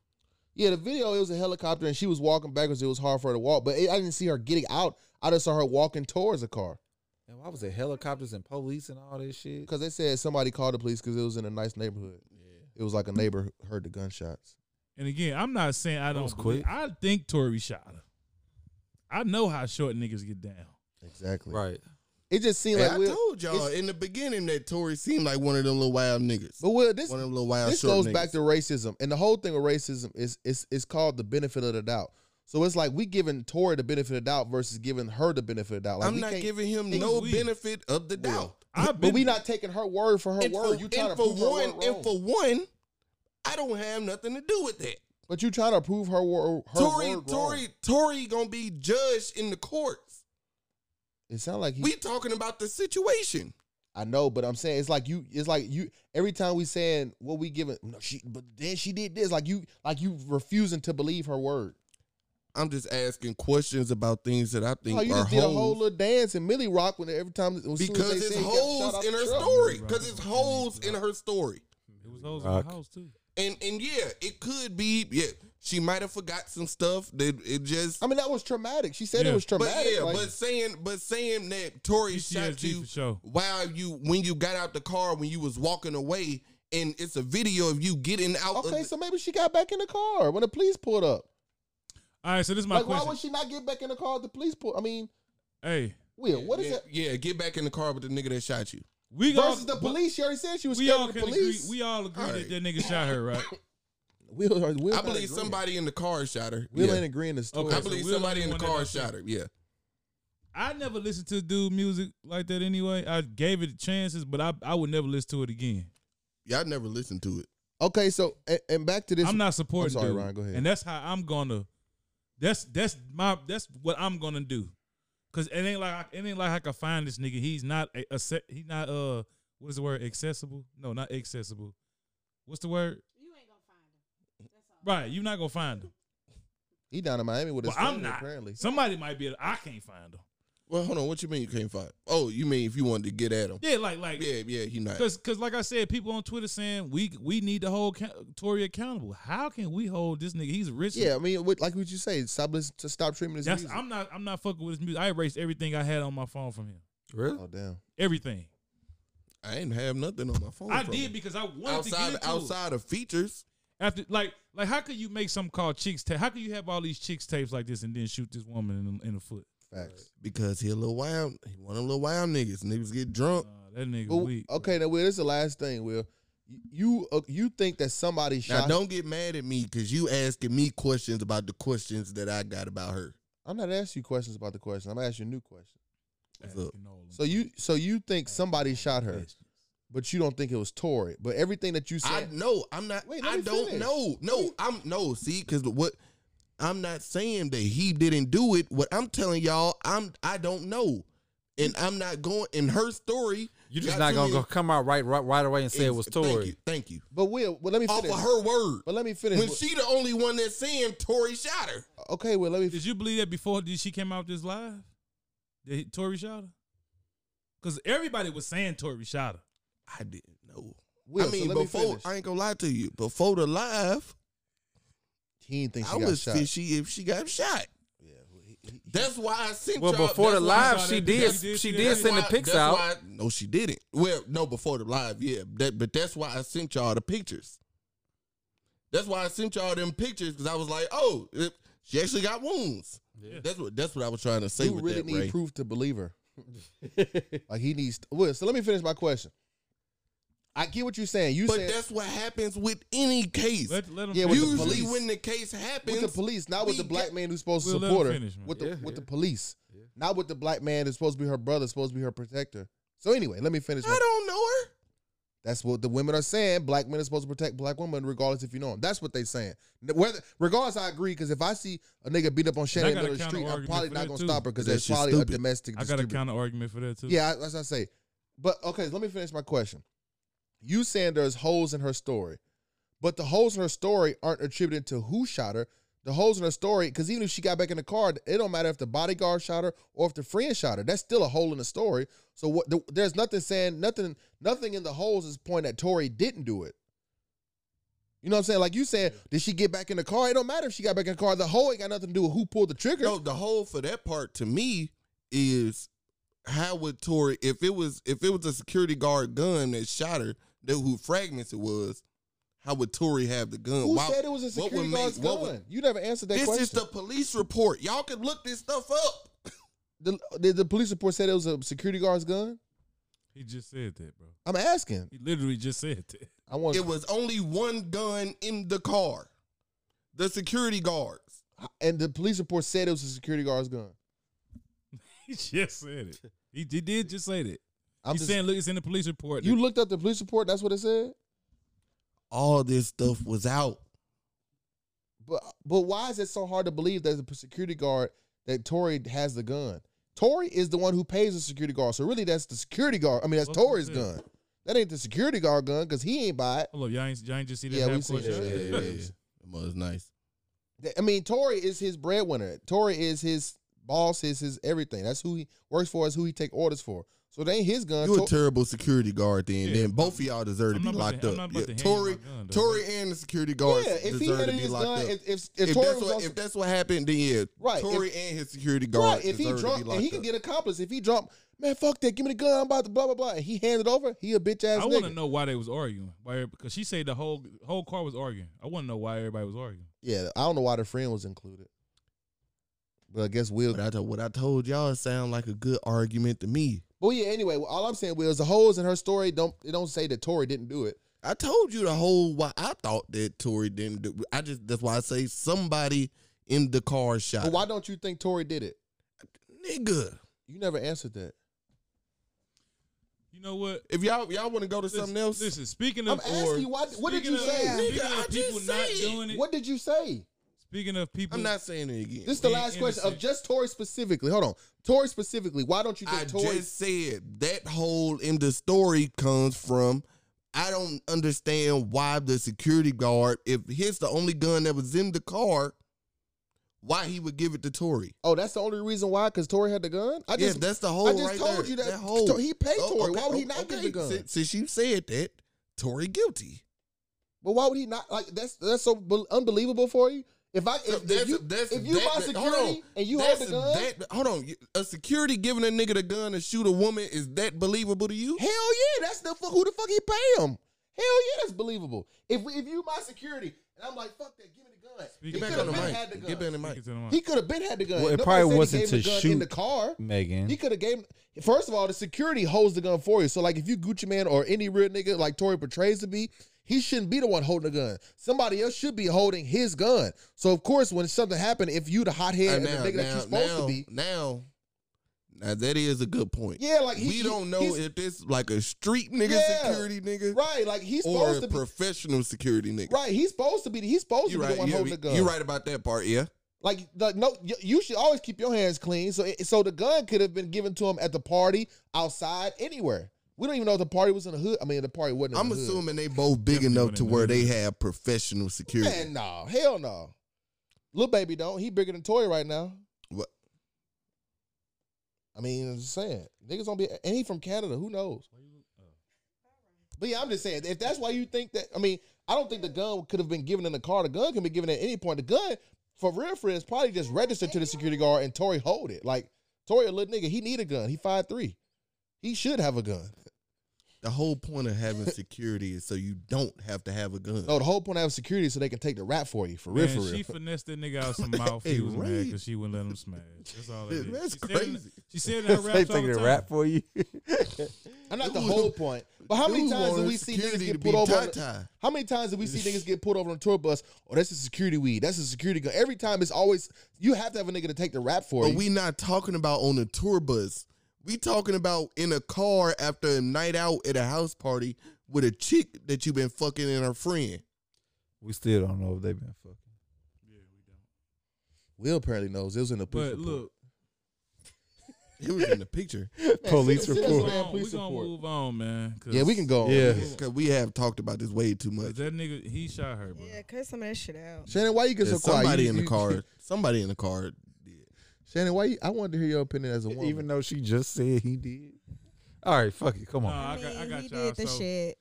Yeah, the video it was a helicopter, and she was walking backwards. It was hard for her to walk, but it, I didn't see her getting out. I just saw her walking towards the car
And why was it helicopters and police and all this shit?
because they said somebody called the police because it was in a nice neighborhood. It was like a neighbor heard the gunshots.
And again, I'm not saying I don't.
was
Believe,
quick.
I think Tori shot her. I know how short niggas get down.
Exactly.
Right.
It just seemed
Hey,
like
I
Will,
told y'all
it's-
in the beginning that Tori seemed like one of them little wild niggas.
but Will, this
one of them little wild
this
short
goes
niggas.
back to racism, and the whole thing with racism is is is called the benefit of the doubt. So it's like we giving Tori the benefit of the doubt versus giving her the benefit of the doubt. Like
I'm
we
not
can't-
giving him
It's
no
weak.
benefit of the doubt.
I've
but
been
we not taking her word for her
And
word.
for-
you trying to
and for
prove her
one,
word wrong.
and for one, I don't have nothing to do with that.
But you trying to prove her wor- her
Tory,
word wrong.
Tory, Tory gonna be judged in the courts.
It sound like he.
We talking about the situation.
I know, but I'm saying it's like you. It's like you. Every time we saying what we giving, no, she. But then she did this. Like you. Like you refusing to believe her word.
I'm just asking questions about things that I think
Oh, you
are
just did a whole
holes
little dance and Millie Rock when every time as soon as they
because
said
it's
he got shot out
holes
the
in her
truck.
story. Because it's holes in her story.
It was hoes in
Rock.
the house too.
And and yeah, it could be yeah. She might have forgot some stuff that it just.
I mean, that was traumatic. She said
Yeah.
it was
But
traumatic.
yeah,
like-
but saying but saying that Tori shot
PTSD
you
for sure.
while you when you got out the car when you was walking away and it's a video of you getting out. of
okay,
the,
so maybe she got back in the car when the police pulled up.
All right, so this is my
Like, why
question.
would she not get back in the car if the police pulled? I mean,
hey,
Will, what is
yeah,
that?
Yeah, get back in the car with the nigga that shot you.
we all,
Versus the police, she already said she was
we
scared
all
of the
can agree.
police.
We all agree
Alright.
that that nigga shot her,
<laughs>
right?
Will, Will
I
not
believe
agreeing.
somebody in the car shot her.
Will
Yeah.
ain't agreeing to the story.
Okay.
I
so
believe
Will
somebody
ain't
in the
the one
car
that
shot her. Yeah.
I never listened to dude music like that anyway. I gave it chances, but I I would never listen to it again.
Y'all never listened to it.
Okay, so and, and back to this.
I'm not supporting.
I'm sorry,
dude.
Ryan, go ahead.
And that's how I'm gonna. That's that's my that's what I'm gonna do, cause it ain't like I, it ain't like I can find this nigga. He's not a, a se- he's not uh what is the word accessible? No, not accessible. What's the word?
You ain't gonna find him.
Right, you're not gonna find him.
he down in Miami with his
Well, I'm
family,
not.
apparently.
Somebody might be. I can't find him.
Well, hold on. What you mean you can't find? Oh, you mean if you wanted to get at him?
Yeah, like like
Yeah, yeah, he not.
Cause, cause, like I said, people on Twitter saying we we need to hold ca- Tory accountable. How can we hold this nigga? He's rich.
Yeah, I mean, what, like what you say, stop listen, to stop treating his
that's
music.
I'm not I'm not fucking with his music. I erased everything I had on my phone from him.
Really?
oh damn.
Everything
I ain't have nothing on my phone.
I
from
did
him.
because I wanted to
outside
get into outside.
outside of features.
After like like how could you make something called chicks tape? How could you have all these chicks tapes like this and then shoot this woman in the, in the foot?
Facts.
Because he a little wild. He one of them little wild niggas. Niggas get drunk.
Uh, that nigga
But,
weak.
okay, now Will, this is the last thing. Will you uh, you think that somebody
Now
shot?
don't get mad at me because you asking me questions about the questions that I got about her.
I'm not asking you questions about the question. I'm gonna ask you a new question.
What's
Asking
up?
all them
So you so you think somebody shot her,
questions.
but you don't think it was Tory. But everything that you
I
said,
know. I'm not.
Wait, let
I
me
don't
finish.
know. No, I'm no. See, because what I'm not saying that he didn't do it. What I'm telling y'all, I'm I don't know, and I'm not going in her story.
You just
got
not
to
gonna
me-
go come out right right right away and <laughs> say it was
Thank you.
Tory.
Thank you.
but Will, well, let me
Off
finish.
of her word.
But let me finish.
When
Will-
she the only one that's saying Tory shot her.
okay, Will, let me.
Did you believe that before did she came out with this live? That he- Tory shot her? Because everybody was saying Tory shot her.
I didn't know.
Will,
I mean,
so let me
before
finish.
I ain't gonna lie to you. Before the live,
he didn't think she
I
got
was
shot.
fishy if she got shot. That's why I sent.
Well,
y'all-
before the
that's why-
live,
saw
she
that
did
video.
she
That's
did
why-
send the
why-
pics
that's
out.
why- no, she didn't. Well, no, before the live, yeah. That, but that's why I sent y'all the pictures. That's why I sent y'all them pictures because I was like, oh, it- she actually got wounds. That's what that's what I was trying to say
You
with
really
that,
need
Ray.
proof to believe
<laughs>
her. like he needs. Well, so let me finish my question. I get what you're saying. You
But
said
that's what happens with any case.
Let, let him
Yeah, with the
finish.
Usually,
police.
when the case happens,
with the police, not with
we
the black
get-
man who's supposed to
We'll let
support
him
her.
finish, man.
with the
Yeah,
with the
yeah.
police, not with the black man that's supposed to be her brother, supposed to be her protector. So anyway, let me finish. my-
I don't know her.
That's what the women are saying. Black men are supposed to protect black women, regardless if you know them. That's what they saying. N- Whether regardless, I agree because if I see a nigga beat up on Shannon in
got
the
a
middle of the street, I'm
counter-argument
probably
for
not
that,
gonna
too.
stop her because
That
that's
shit's
probably
stupid.
a domestic.
I got a
distributor.
counter argument for that too.
Yeah, I- as I say. But okay, let me finish my question. You saying there's holes in her story, but the holes in her story aren't attributed to who shot her. The holes in her story, because even if she got back in the car, it don't matter if the bodyguard shot her or if the friend shot her. That's still a hole in the story. So what? The, there's nothing saying nothing. Nothing in the holes is pointing that Tori didn't do it. You know what I'm saying? Like you saying, did she get back in the car? It don't matter if she got back in the car. The hole ain't got nothing to do with who pulled the trigger.
No, the whole for that part to me is how would Tori if it was if it was a security guard gun that shot her, that who fragments it was, how would Tori have the gun?
who
Why-
said it was a
what would
security
make-
guard's
what
gun?
would-
you never answered that
this
question.
is the police report. Y'all can look this stuff up.
the, the the police report said it was a security guard's gun.
He just said that, bro.
I'm asking.
He literally just said that. <laughs>
I want.
It was only one gun in the car. The security guards.
and the police report said it was a security guard's gun.
He just said it. He, he did just say that.
I'm
He's
just.
saying, look, it's in the police report.
you looked up the police report. That's what it said.
All this stuff was out.
But but why is it so hard to believe that the security guard that Tory has the gun? Tory is the one who pays the security guard. So really, that's the security guard. I mean, that's
Well,
Tory's
yeah.
gun. That ain't the security guard gun because he ain't buy it.
Hold up, y'all ain't, y'all ain't just see that.
Yeah, we
half
seen
court <laughs>
that.
shot?
Yeah, yeah, yeah.
It was nice.
Th- I mean, Tory is his breadwinner. Tory is his boss is his everything. That's who he works for. Is who he take orders for. So they ain't his gun.
You a
So-
terrible security guard then.
Yeah.
Then both of y'all deserve to
I'm
be
not about
locked
to- I'm
up.
not about
Yeah,
to hand you
Tory,
my gun, though.
Tory and the security
yeah,
guards
if he
deserve
handed
to be
his
locked
gun,
up.
if if, if,
If,
Tory
that's
was
what,
on
if that's what happened, then yeah,
Right,
Tory
if-
and his security guard
Right. If he
deserve to
drunk,
be
and
locked
he can
up.
get accomplice. If he drunk, man, fuck that. Give me the gun. I'm about to blah blah blah. And he handed over. He a bitch ass
I want to
nigga.
know why they was arguing. Why? Because she said the whole whole car was arguing. I want to know why everybody was arguing.
Yeah, I don't know why the friend was included. But I guess Will.
But I told, what I told y'all sound like a good argument to me.
Well, yeah. Anyway, well, all I'm saying Will, is the holes in her story don't it don't say that Tory didn't do it.
I told you the whole why I thought that Tory didn't do. I just that's why I say somebody in the car shot.
But why
Why,
don't you think Tory did it?
nigga?
You never answered that.
You know what?
If y'all y'all want to go to
Listen-
something else,
Listen, speaking
I'm
of, or,
asking you, why, what did
speaking
you
of-
say?
Speaking
Nigga, I
of people
just
not
said.
doing it.
What did you say?
Speaking of people,
I'm not saying it again.
This is the
Being
last question of
innocent.
just Tory specifically. Hold on, Tory specifically. Why don't you
I
think Tory?
just said that hole in the story comes from. I don't understand why the security guard, if his the only gun that was in the car, why he would give it to Tory.
oh, that's the only reason why, because Tory had the gun. I
Yes,
just,
that's the hole.
I just
right
told
there.
you that,
that hole.
Tor- he paid
Oh,
Tory.
okay,
why would he
oh,
not give
okay.
the gun?
Since, since you said that, Tory guilty.
But why would he not? Like that's that's so be- unbelievable for you. If I
So
if, if
that's-
you
that's-
if you
that-
my
that- hold on.
security and you
That's-
hold the gun,
that- hold on. You- A security giving a nigga the gun to shoot a woman is that believable to you?
hell yeah, that's the fu- who the fuck he pay him. Hell yeah, that's believable. If if you my security and I'm like fuck that, give me the gun.
Speaking
Get
He
back
could
on
have
the
been
mic.
had the
Get back
gun.
on the mic.
Speaking to the mic.
He could have been had the gun.
Well, it
Nobody
probably
said he
wasn't
gave
to
the gun in
shoot.
the car.
Megan. <laughs>
He could have gave. First of all, the security holds the gun for you. So like, if you Gucci man or any real nigga like Tory portrays to be, he shouldn't be the one holding the gun. Somebody else should be holding his gun. So of course, when something happened, if you the hothead
And
and the nigga that you supposed
now,
to be,
Now, now that is a good point.
yeah, like he,
we
he-
don't know
he's-
if this like a street nigga
Yeah.
security nigga
right, like he's
or
supposed to
a
be
professional security nigga.
right. He's supposed to be. He's supposed
You
to be
right.
the one
You,
holding the gun.
you right about that part. Yeah.
Like, like no, you, you should always keep your hands clean. So, it, so the gun could have been given to him at the party, outside, anywhere. We don't even know if the party was in the hood. I mean, the party wasn't. In
I'm
the hood.
assuming they both big
Definitely
enough
wouldn't
to
do
where
that.
they have professional security.
Man, no, hell no. Lil baby don't. He bigger than Toy right now.
What?
I mean, I'm just saying, niggas don't be. And he from Canada. Who knows?
oh.
But yeah, I'm just saying, if that's why you think that, I mean, I don't think the gun could have been given in the car. The gun can be given at any point. The gun, for real, friends, probably just registered to the security guard and Tory hold it. Like Tory, a little nigga, he need a gun. He five three. He should have a gun.
The whole point of having security is so you don't have to have a gun.
No, the whole point of having security is so they can take the rap for you. For real,
Man,
for real.
she finessed that nigga
<laughs>
out some mouth. He
Hey,
was mad
Reed.
because she wouldn't let him smash. That's all it is.
That's
she said it in-
crazy.
she
<laughs>
said it in her
they
raps all
think
the
they
time.
rap for you. <laughs>
I'm not the
Dude,
whole point. But how many
dude
times do
wanted
we see niggas
security to
get
be
pulled over? on the-
tie-tie.
How many times do we see niggas get pulled over on a tour bus? Oh, that's a security weed. That's a security gun. Every time it's always you have to have a nigga to take the rap for
But
you.
we not talking about on a tour bus. We talking about in a car after a night out at a house party with a chick that you been fucking and her friend.
We still don't know if they've been fucking.
Will apparently knows. It was in the police
But
report.
look,
It was in the picture
Police
send- send
we're
us
report.
that.
gonna,
police
we gonna
report.
move on, man. 'cause-
yeah, we can go. on.
Yeah.
because we have talked about this way too
'cause
much.
That nigga, he shot her, bro.
Yeah, cut some of that shit out.
Shannon, why you get so
There's
quiet?
somebody
You-
in the
you-
<laughs>
car. Somebody in the car.
<laughs> Shannon, why? You, I wanted to hear your opinion as a woman.
Even though she just said he did. All right, fuck it. Come
No,
on.
I,
I, mean,
got, I got
he
y'all.
did the
so,
shit.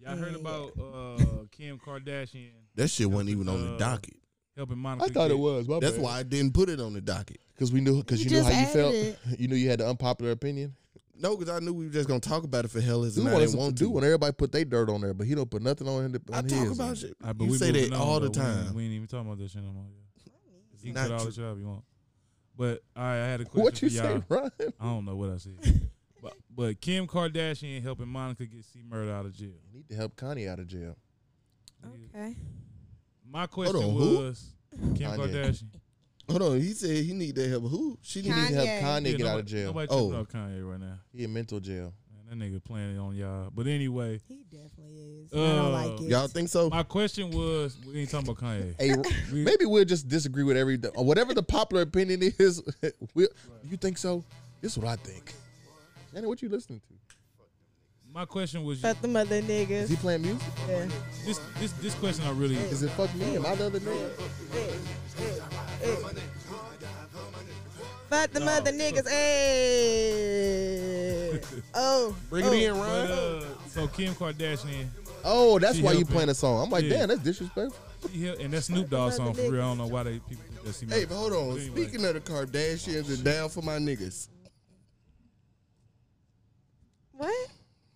Y'all heard about uh, Kim Kardashian
That shit wasn't even on the
Uh,
docket.
helping Monica?
I thought
get-
it was. My
That's why I didn't put it on the docket.
because we knew because you,
You
knew
just
how you felt.
added
<laughs> You knew you had the unpopular opinion.
No, because I knew we were just gonna talk about it for hell is
Do
and I
want, us
didn't
to
want
do
to.
want everybody put their dirt on there, but he don't put nothing on him.
I talk about shit.
All right, but
you
we
say that
moving on,
all the
though. We ain't-
time.
We ain't even talking about this shit no more. You
not
can cut all
true.
the shit out you want. But all right, I had a question
What
for
you
y'all.
say, Ryan?
I don't know what I
<laughs>
said. but, but Kim Kardashian helping Monica get C Murder out of jail.
Need to help Kanye out of jail.
Okay.
My question
on, who?
was Kim
Kanye.
Kardashian.
Hold on, he said he need to help. Who? She
He
need.
need to help
Kanye.
Kanye
Yeah,
get out
nobody-
of jail.
Nobody
Oh.
tripping off Kanye right now.
He in mental jail.
Man, that nigga playing it on y'all. But anyway,
He definitely is. I don't like
Uh,
it.
Y'all think so?
my question was we ain't talking about Kanye.
Hey,
<laughs>
We-
maybe we'll just disagree with every whatever the popular opinion is. <laughs> We'll, you think so? This is what I think. Danny, what you listening to?
My question was
Fuck the mother
Is he
niggas.
playing music?
Yeah.
this this this question I really
Is it fuck me? Am I the other nigga?
Fuck the mother niggas.
<laughs>
Hey. Oh.
Bring
oh.
it in,
But,
Ryan.
uh, so Kim Kardashian,
Oh, that's
She
why you
helping.
playing a song. I'm like,
Yeah.
damn, that's disrespectful.
she hel- and that Snoop Dogg song for real. I don't know why they people think that she.
Hey, but hold on. Speaking of the Kardashians and down for my niggas,
What?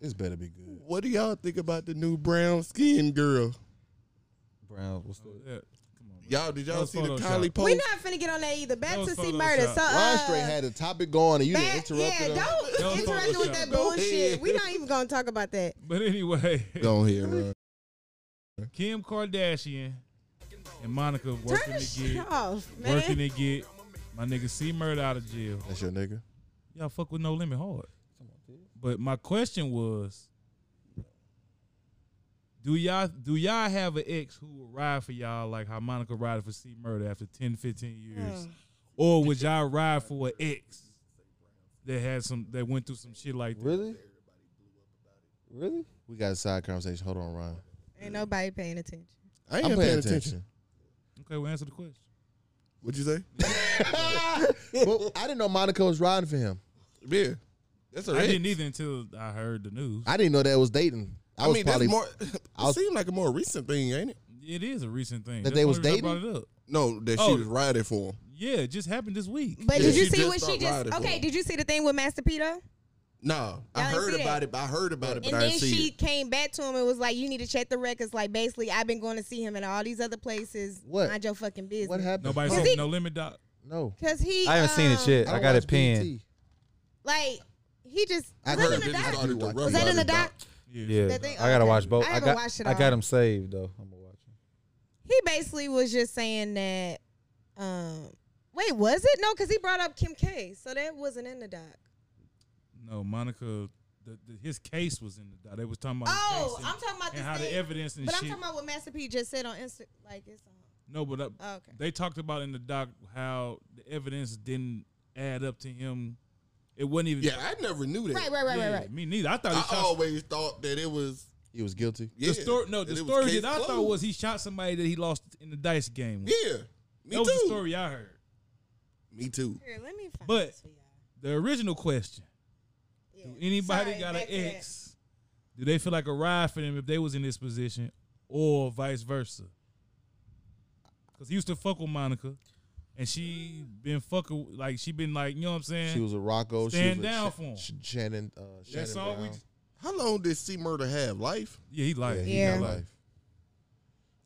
This better be good.
what do y'all think about the new brown skin girl?
Brown, what's that?
yeah.
Y'all, did
That
y'all
was
see the
Photoshop.
Kylie
We
post?
not finna get on that either. Back
That
to
was
see
Photoshop.
murder. So,
Ron
uh,
straight had the topic going and you didn't
back,
interrupt
yeah,
him.
That
don't
was
interrupt me with that
Photoshop.
bullshit. we not even gonna talk about that.
But anyway,
Go ahead, Ryan.
<laughs> Kim Kardashian and Monica
Turn
working
the
to
shit
get
off, man.
working to get my nigga C Murder out of jail.
That's your nigga.
Y'all fuck with no limit hard. But my question was, do y'all do y'all have an ex who will ride for y'all like how Monica rided for C Murder after 10, 15
Hmm.
years, or would y'all ride for an ex that had some that went through some shit like that?
Really? Really?
We got a side conversation. Hold on, Ron.
Ain't nobody paying attention.
I ain't
I'm
paying,
paying
attention.
attention.
Okay, well answer the question.
What'd
<laughs>
you say?
but I didn't know Monica was riding for him.
Yeah, that's a
I
ex.
didn't either until I heard the news.
I didn't know that was dating. I,
I,
was
mean,
probably
<laughs> that's more.
I was-
it seemed like a more recent thing, ain't it?
It is a recent thing.
That
That's
they
why
was
I brought
dating?
it up.
No, that
Oh.
she was riding for him.
Yeah, it just happened this week.
But
Yeah,
did you
she
see
just
what she
stopped riding
just?
for
Okay,
him.
did you see the thing with Master P though?
Nah, I
Y'all ain't
heard
see that.
about it. but I heard about it, but
and
I
then
didn't see
she
it.
came back to him and was like, "You need to check the records. Like, basically, I've been going to see him in all these other places.
What?
Mind your fucking business.
what happened?
Nobody
Is
said
he-
no limit doc.
No.
Because he,
I haven't seen it
um,
yet. I,
don't
got it
watch BET.
pinned.
Like, he just
I
was
heard
that
it
in the
didn't
doc?
start-
the
Was that in the
Rough Riders
doc?
Yeah.
Yeah,
That thing-
I gotta
okay.
watch both.
I
I,
haven't
got
watched it
I
all.
got them saved though. I'm gonna watch them.
He basically was just saying that. um Wait, was it no? Because he brought up Kim K, so that wasn't in the doc.
No, Monica. The, the, his case was in the doc. They was talking about. his
Oh,
case and-
I'm talking about
and
this
how the
thing.
evidence and
but I'm
shit.
talking about what Master P just said on Insta. Like it's on.
no, but uh,
Oh, okay.
they talked about in the doc how the evidence didn't add up to him. It wasn't even.
Yeah, I never knew that.
Right, right, right,
Yeah,
right, right.
Me neither. I thought he
I
shot.
always thought that it was.
He was guilty.
the
Yeah,
story. No, the
that it was
story
case
that I thought
closed.
was he shot somebody that he lost in the dice game. With.
Yeah, me
that was the
too.
story I heard.
Me too.
Here, let me find
But-
this for y'all.
The original question:
Yeah.
Do anybody
Sorry,
got an
back to that.
ex? Do they feel like a ride for them if they was in this position, or vice versa? Because he used to fuck with Monica, and she been fucking like she been like you know what I'm saying.
She was a Rocco.
Stand
she was
down
a Sh-
for him.
Sh- Shannon. Uh, Shannon
That's all we.
Brown.
How long did C Murder have life?
Yeah, he like.
Yeah,
he
he got
Yeah.
like.
life.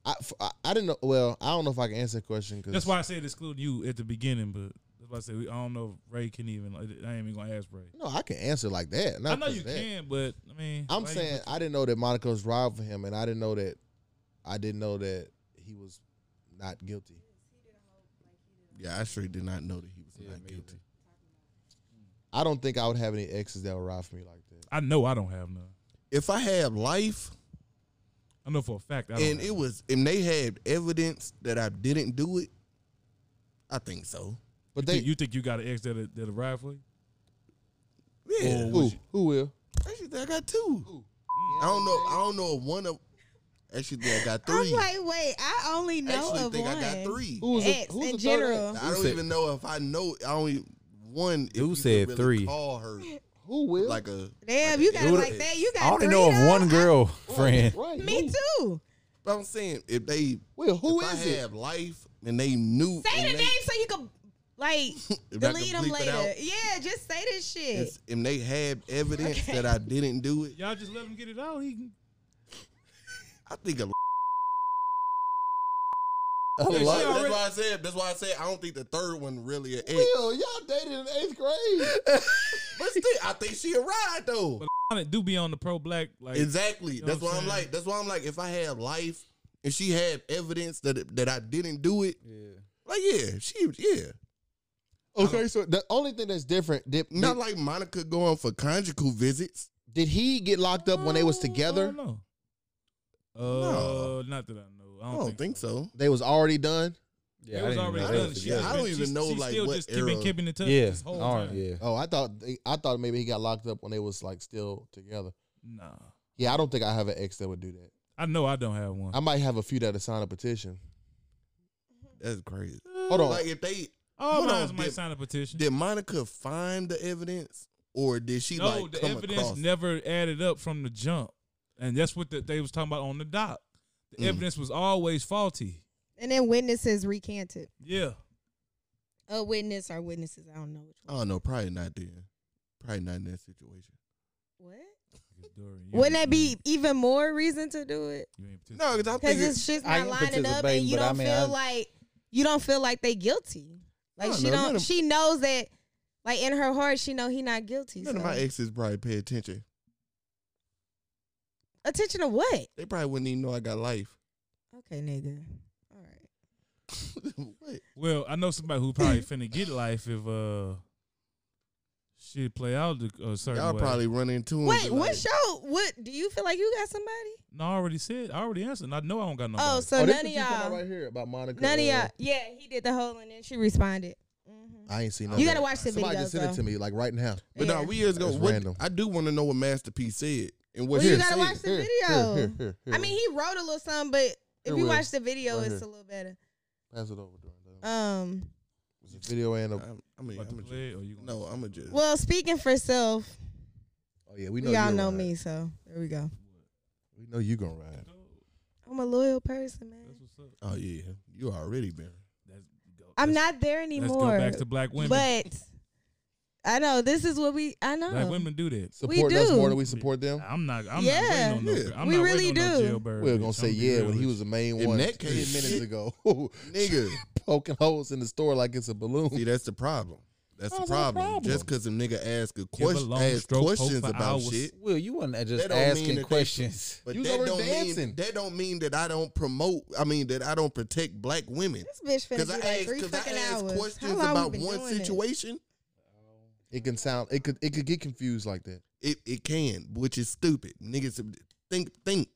I, f- I, I didn't know. Well, I don't know if I can answer that question because
That's why I said excluding you at the beginning, but that's why I said we, I don't know if Ray can even. Like, I ain't even gonna ask Ray.
No, I can answer like that.
I
Not
know
'cause
you
of that.
can, but I mean,
I'm
why you-
saying I didn't know that Monica was riding for him, and I didn't know that I didn't know that he was not guilty.
Yeah, I sure did not know that he was not guilty.
I don't think I would have any exes that would ride for me like that.
I know I don't have none.
If I had life
I know for a fact. I don't
and
have
it
none.
was, and they had evidence that I didn't do it, I think so.
But
You
they
think- you think you got an ex that will that'll ride for you?
Yeah,
who who will?
actually, I got two. I don't know. I don't know if one of. Actually, I got
I'm
three.
like, wait, I only know
actually,
of
think
one.
I got three.
Who was the-
Ex
who was
in
the third ex?
general.
I don't even know if I know. I only one. If
Who
you
said
could really
three?
Call her
Who will?
like a.
Damn, you got it
Who
like
the-
that. You got.
I only
three,
know of
though.
one
I-
girl <laughs> friend.
right?
me
who?
too.
But I'm saying if they
Will who
if
is
I
it?
have life and they knew.
Say
and
the
they,
name so you can like
If I
delete
could
them
bleep it
later.
out.
Yeah, just say this shit.
if- And they have evidence that I didn't do it.
Y'all just let him get it out. He can.
I think a.
A
That's
lot.
why I said. That's why I said I don't think the third one really an ex.
Will y'all dated in eighth grade?
<laughs>
But still, I think she a ride though.
It do be on the pro black like
Exactly.
know
That's
what
why
I'm
I'm
saying?
like. That's why I'm like. If I have life and she had evidence that it- that I didn't do it,
Yeah.
like yeah, she yeah.
okay, so the only thing that's different did, did,
Not like Monica going for conjugal visits.
did he get locked up when they was together?
No, uh,
No.
not that I know. I
I
don't,
don't, think so.
they was already done.
It was already
know they
done.
was
She,
together.
just
I don't
been-
even
she-
know,
she
like,
still
what
just keeping
era.
keeping in touch.
Yeah.
this whole
All right,
time.
yeah.
Oh, I thought they, I thought maybe he got locked up when they was like still together.
Nah,
Yeah, I don't think I have an ex that would do that.
I know I don't have one.
I might have a few that'll sign a petition.
That's crazy.
Hold on.
Like if they
All
Hold
minds
on,
Oh, might
dip.
sign a petition.
Did Monica find the evidence, or did she
no,
like
the
come
evidence
across? it?
never added up from the jump, and that's what the, they was talking about on the dock. The
Mm.
evidence was always faulty.
And then witnesses recanted.
Yeah,
A witness or witnesses. I don't know which
I don't know. Probably not then. Probably not in that situation.
one. What? Wouldn't that
ain't-
be even more reason to do it?
you ain't participate.
No, because I
Because
think
it's just not
I am
lining up, and
participating,
you
but I
don't
mean,
feel
I-
like you don't feel like they guilty. Like
don't
she
know, none
don't.
of-
she knows that. Like in her heart, she know he not guilty.
none of
so-
my exes probably pay attention.
Attention to what?
They probably wouldn't even know I got life. <laughs>
Okay, nigga. All right.
what?
Well, I know somebody who probably finna get life if uh shit play out the a certain
Y'all
way.
probably run into him.
Wait, what show? What do you feel like you got somebody?
no, I already said. I already answered. and I know I don't got nobody.
Oh, so
Oh, this
none
what
of
you talking about
y'all,
right here about Monica.
none of
uh,
y'all. Yeah, he did the whole, and then she responded. Mhm.
I ain't seen no.
You gotta watch the video.
Somebody just sent it to me like right now.
But no,
Yeah.
we years ago,
That's
what,
random.
I do want to know what Masterpiece said and what
Well, you
he
gotta
said.
watch the
Here, Here,
video.
here, here, here.
I mean, he wrote a little something, but if
Here,
you
Will.
watch the video,
Right
it's
here.
a little better.
pass it over. During
Um.
the video and
uh,
a,
I'm- I mean,
About to
I'm a
play it, or you gonna-
no, I'm a just.
Well, speaking for self,
oh yeah, we know
we all
you're
know
right.
me, so there we go.
We know you gonna ride.
I'm a loyal person, man.
That's what's up.
Oh yeah, you already been.
That's, go,
I'm
let's-
not there
Let's
anymore.
go back to black women.
But I know this is what we. I know.
black women do that.
We
Supporting us
do.
more than we support them.
I'm not. I'm
Yeah.
not waiting on no.
Yeah.
I'm
We
not
really
waiting on
do.
No jailbird,
We were
bitch.
gonna say
I'ma be
yeah
real
when
with
he
you.
was the main
In
one
that
ten
case-
minutes ago, <laughs>
Nigga,
poking holes in the store like it's a balloon.
see that's the problem. That's the
How's that a
problem.
problem?
Just because a nigga ask a
Give a
question,
long
ask
stroke, hope
questions
for
about
hours.
shit,
Will, you wasn't just
That don't mean that
asking
they- <laughs>
questions.
but
You was
that
over
don't mean
dancing.
that don't mean that I don't promote. I mean that I don't protect black women.
This bitch finna
Because
be
I
like
ask,
three
cause I
fucking
ask
hours.
questions
How long we
about
been
one
doing this?
situation.
It can sound. It could. It could get confused like that.
It it can, which is stupid. Niggas think think.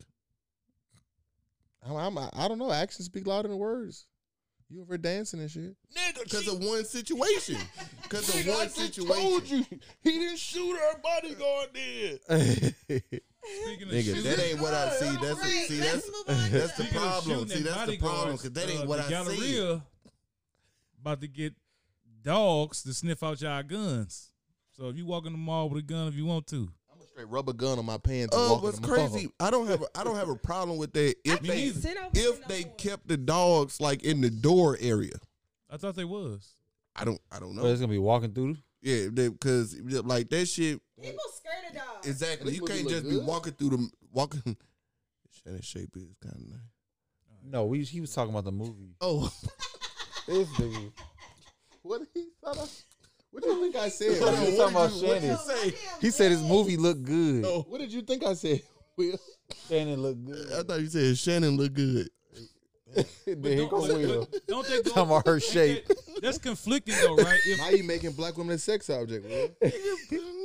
I'm, I'm, I am i do not know. Actions speak louder than words. You over dancing and shit.
Because of one situation. Because of one situation.
you he didn't shoot her bodyguard. Did
<laughs>
Speaking of
Nigga,
shooting,
that ain't what I see.
All
That's
right,
see,
let's
that's
move on to
<laughs> that's the
speaking of
problem.
shooting
See,
and
that's the problem. Because that
bodyguards,
ain't
uh,
what
the
I see.
Galleria About to get dogs to sniff out y'all guns. So if you walk in the mall with a gun, if you want to,
I'm a straight rubber gun on my pants. and
Oh,
Uh,
walk in
what's
the mall. <laughs>
crazy? I don't have a, I don't have a problem with that if
Me
they
neither.
Sit over here
if
no
they
more.
kept the dogs like in the door area.
I thought they was.
I don't I don't
But
know.
it's gonna be walking through.
Yeah, because like that shit
people skirt a dog.
Exactly.
This
You
movie
can't
look
just be
good.
walking through the walking. <laughs> Shannon shape is kind of nice.
No, we he was talking about the movie.
Oh,
This dude. What he thought I, What do you think I said?
What
Will?
you talking about,
what you
Shannon?
say?
He said his movie looked good.
Oh.
What did you think I said? <laughs> Will?
Shannon looked
<laughs>
good.
I thought you said Shannon look good.
There you go, Will.
but don't they go?
Talking about her
ain't
shape.
that- that's conflicting though, right? If,
Now you making black women a sex object, Will.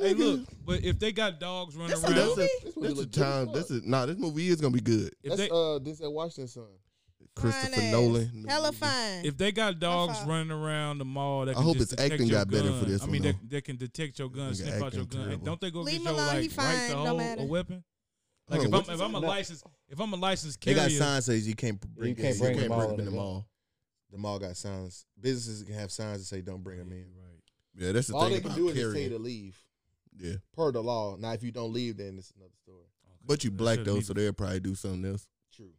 hey, look, but if they got dogs running
That's a
around,
That's a,
movie?
This movie
that's a
look good as
time.
fuck.
That's a nah. This movie is gonna be good.
if
That's
they
uh Denzel Washington's son.
<laughs> Christopher
Fine ass.
Nolan.
Hella fine.
if they got dogs
fine.
running around the mall, that
I
can
hope
just
his
detect
acting
your
got better for
gun,
this
I
one,
mean,
though.
that, that can detect your gun,
Nigga
sniff out
acting
your gun. And
terrible.
don't they go
Leave
get
him
your
alone, he
like right
fine,
to
no
hold
matter.
a weapon? Like
Hold
if
on,
I'm if I'm a licensed if I'm a licensed
They
carrier,
got signs says you can't bring.
You can't
in.
bring
You
them
can't
all
bring
in
them
the
all.
The mall got signs. Businesses can have signs that say don't bring them in.
right?
Yeah, that's the
All
thing
they can
about
do is just tell you to
carrying.
leave
yeah,
per the law. Now if you don't leave, then it's another story.
but you
That
black
should've
though,
been-
so they'll probably do something else.
True.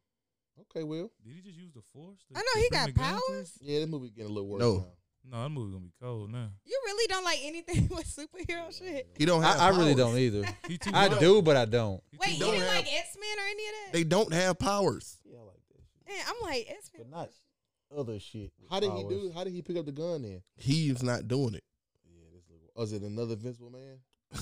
Okay, Will.
Did he just use the force? to-
I know
to
he
bring
got
the gun to
powers.
us?
Yeah, this movie getting a little worse.
No.
now.
No, that movie gonna be cold now.
You really don't like anything <laughs> with superhero shit.
He <laughs> don't have.
I, I really
powers.
don't either.
<laughs>
He too
I
woke.
do, but I don't.
He too
Wait, you
don't
woke.
didn't
have-
like X Men or any of that?
They don't have powers.
Yeah, like that shit,
Man, I'm like X Men.
not other shit.
How did he do? How did he pick up the gun then?
He's not doing it. <laughs>
Yeah, this little. Oh, is it another Invincible Man?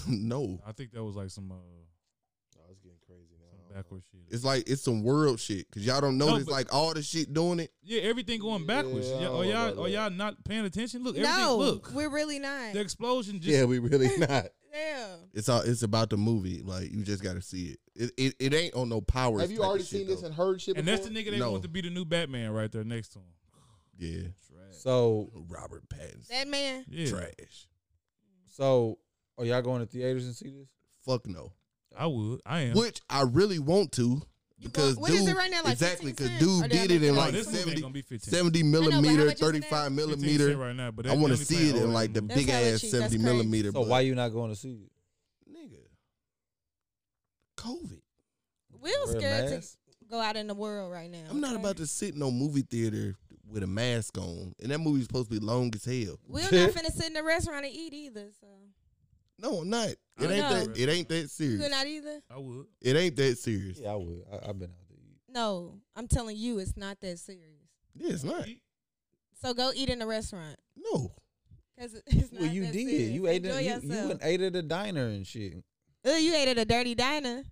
no,
I think that was like some uh,
Oh, it's getting crazy now.
some
I don't know.
backward shit.
it's like it's some world shit because y'all don't notice
but-
like all the shit doing it.
Yeah, everything going backwards.
Yeah, I
Yeah,
don't
are
know
y'all
about
are
that.
y'all not paying attention? Look, everything.
No,
look,
we're really not.
the explosion just
yeah, we
<laughs>
<laughs>
really not.
Yeah.
It's all it's about the movie. Like you just gotta see it. It it, it ain't on no powers.
Have you
type of
already
shit,
seen this
though.
and heard shit?
And
before?
that's the nigga they
No.
want to be the new Batman right there next to him.
yeah,
So,
Robert Pattinson.
That man.
Yeah,
Trash.
so are y'all going to theaters and see this?
Fuck no.
I would. I am.
Which I really want to.
You
because
want- what is it
dude-
right now, like
exactly
15
because
cents? Or
dude
did I
did it
make that
in
No,
up?
like
Oh, this movie ain't
70,
gonna be 15.
70
much is
millimeter,
that?
35
15
millimeter.
right now, but
I want to see it in like the
That's
big
hella
ass
cheap. That's
70
crazy.
millimeter.
So
but-
why you not going to see it?
nigga? COVID.
We're
Wear a
scared to
mask?
go out in the world right now.
I'm not
okay?
about to sit in no movie theater with a mask on, and that movie's supposed to be long as hell.
We're not finna sit in a restaurant and eat either. So
No, I'm not. It
I
ain't
know.
that. It ain't that
you're
serious.
not either.
I would.
It ain't that serious.
Yeah, I would. I, I've been out there.
No, I'm telling you, it's not that serious.
Yeah, it's not.
So go eat in a restaurant
No,
because <laughs> it's not.
Well, you
that
did.
Serious.
You ate
Enjoy
at you,
yourself.
you went ate at a diner and shit.
Ugh, you ate at a dirty diner.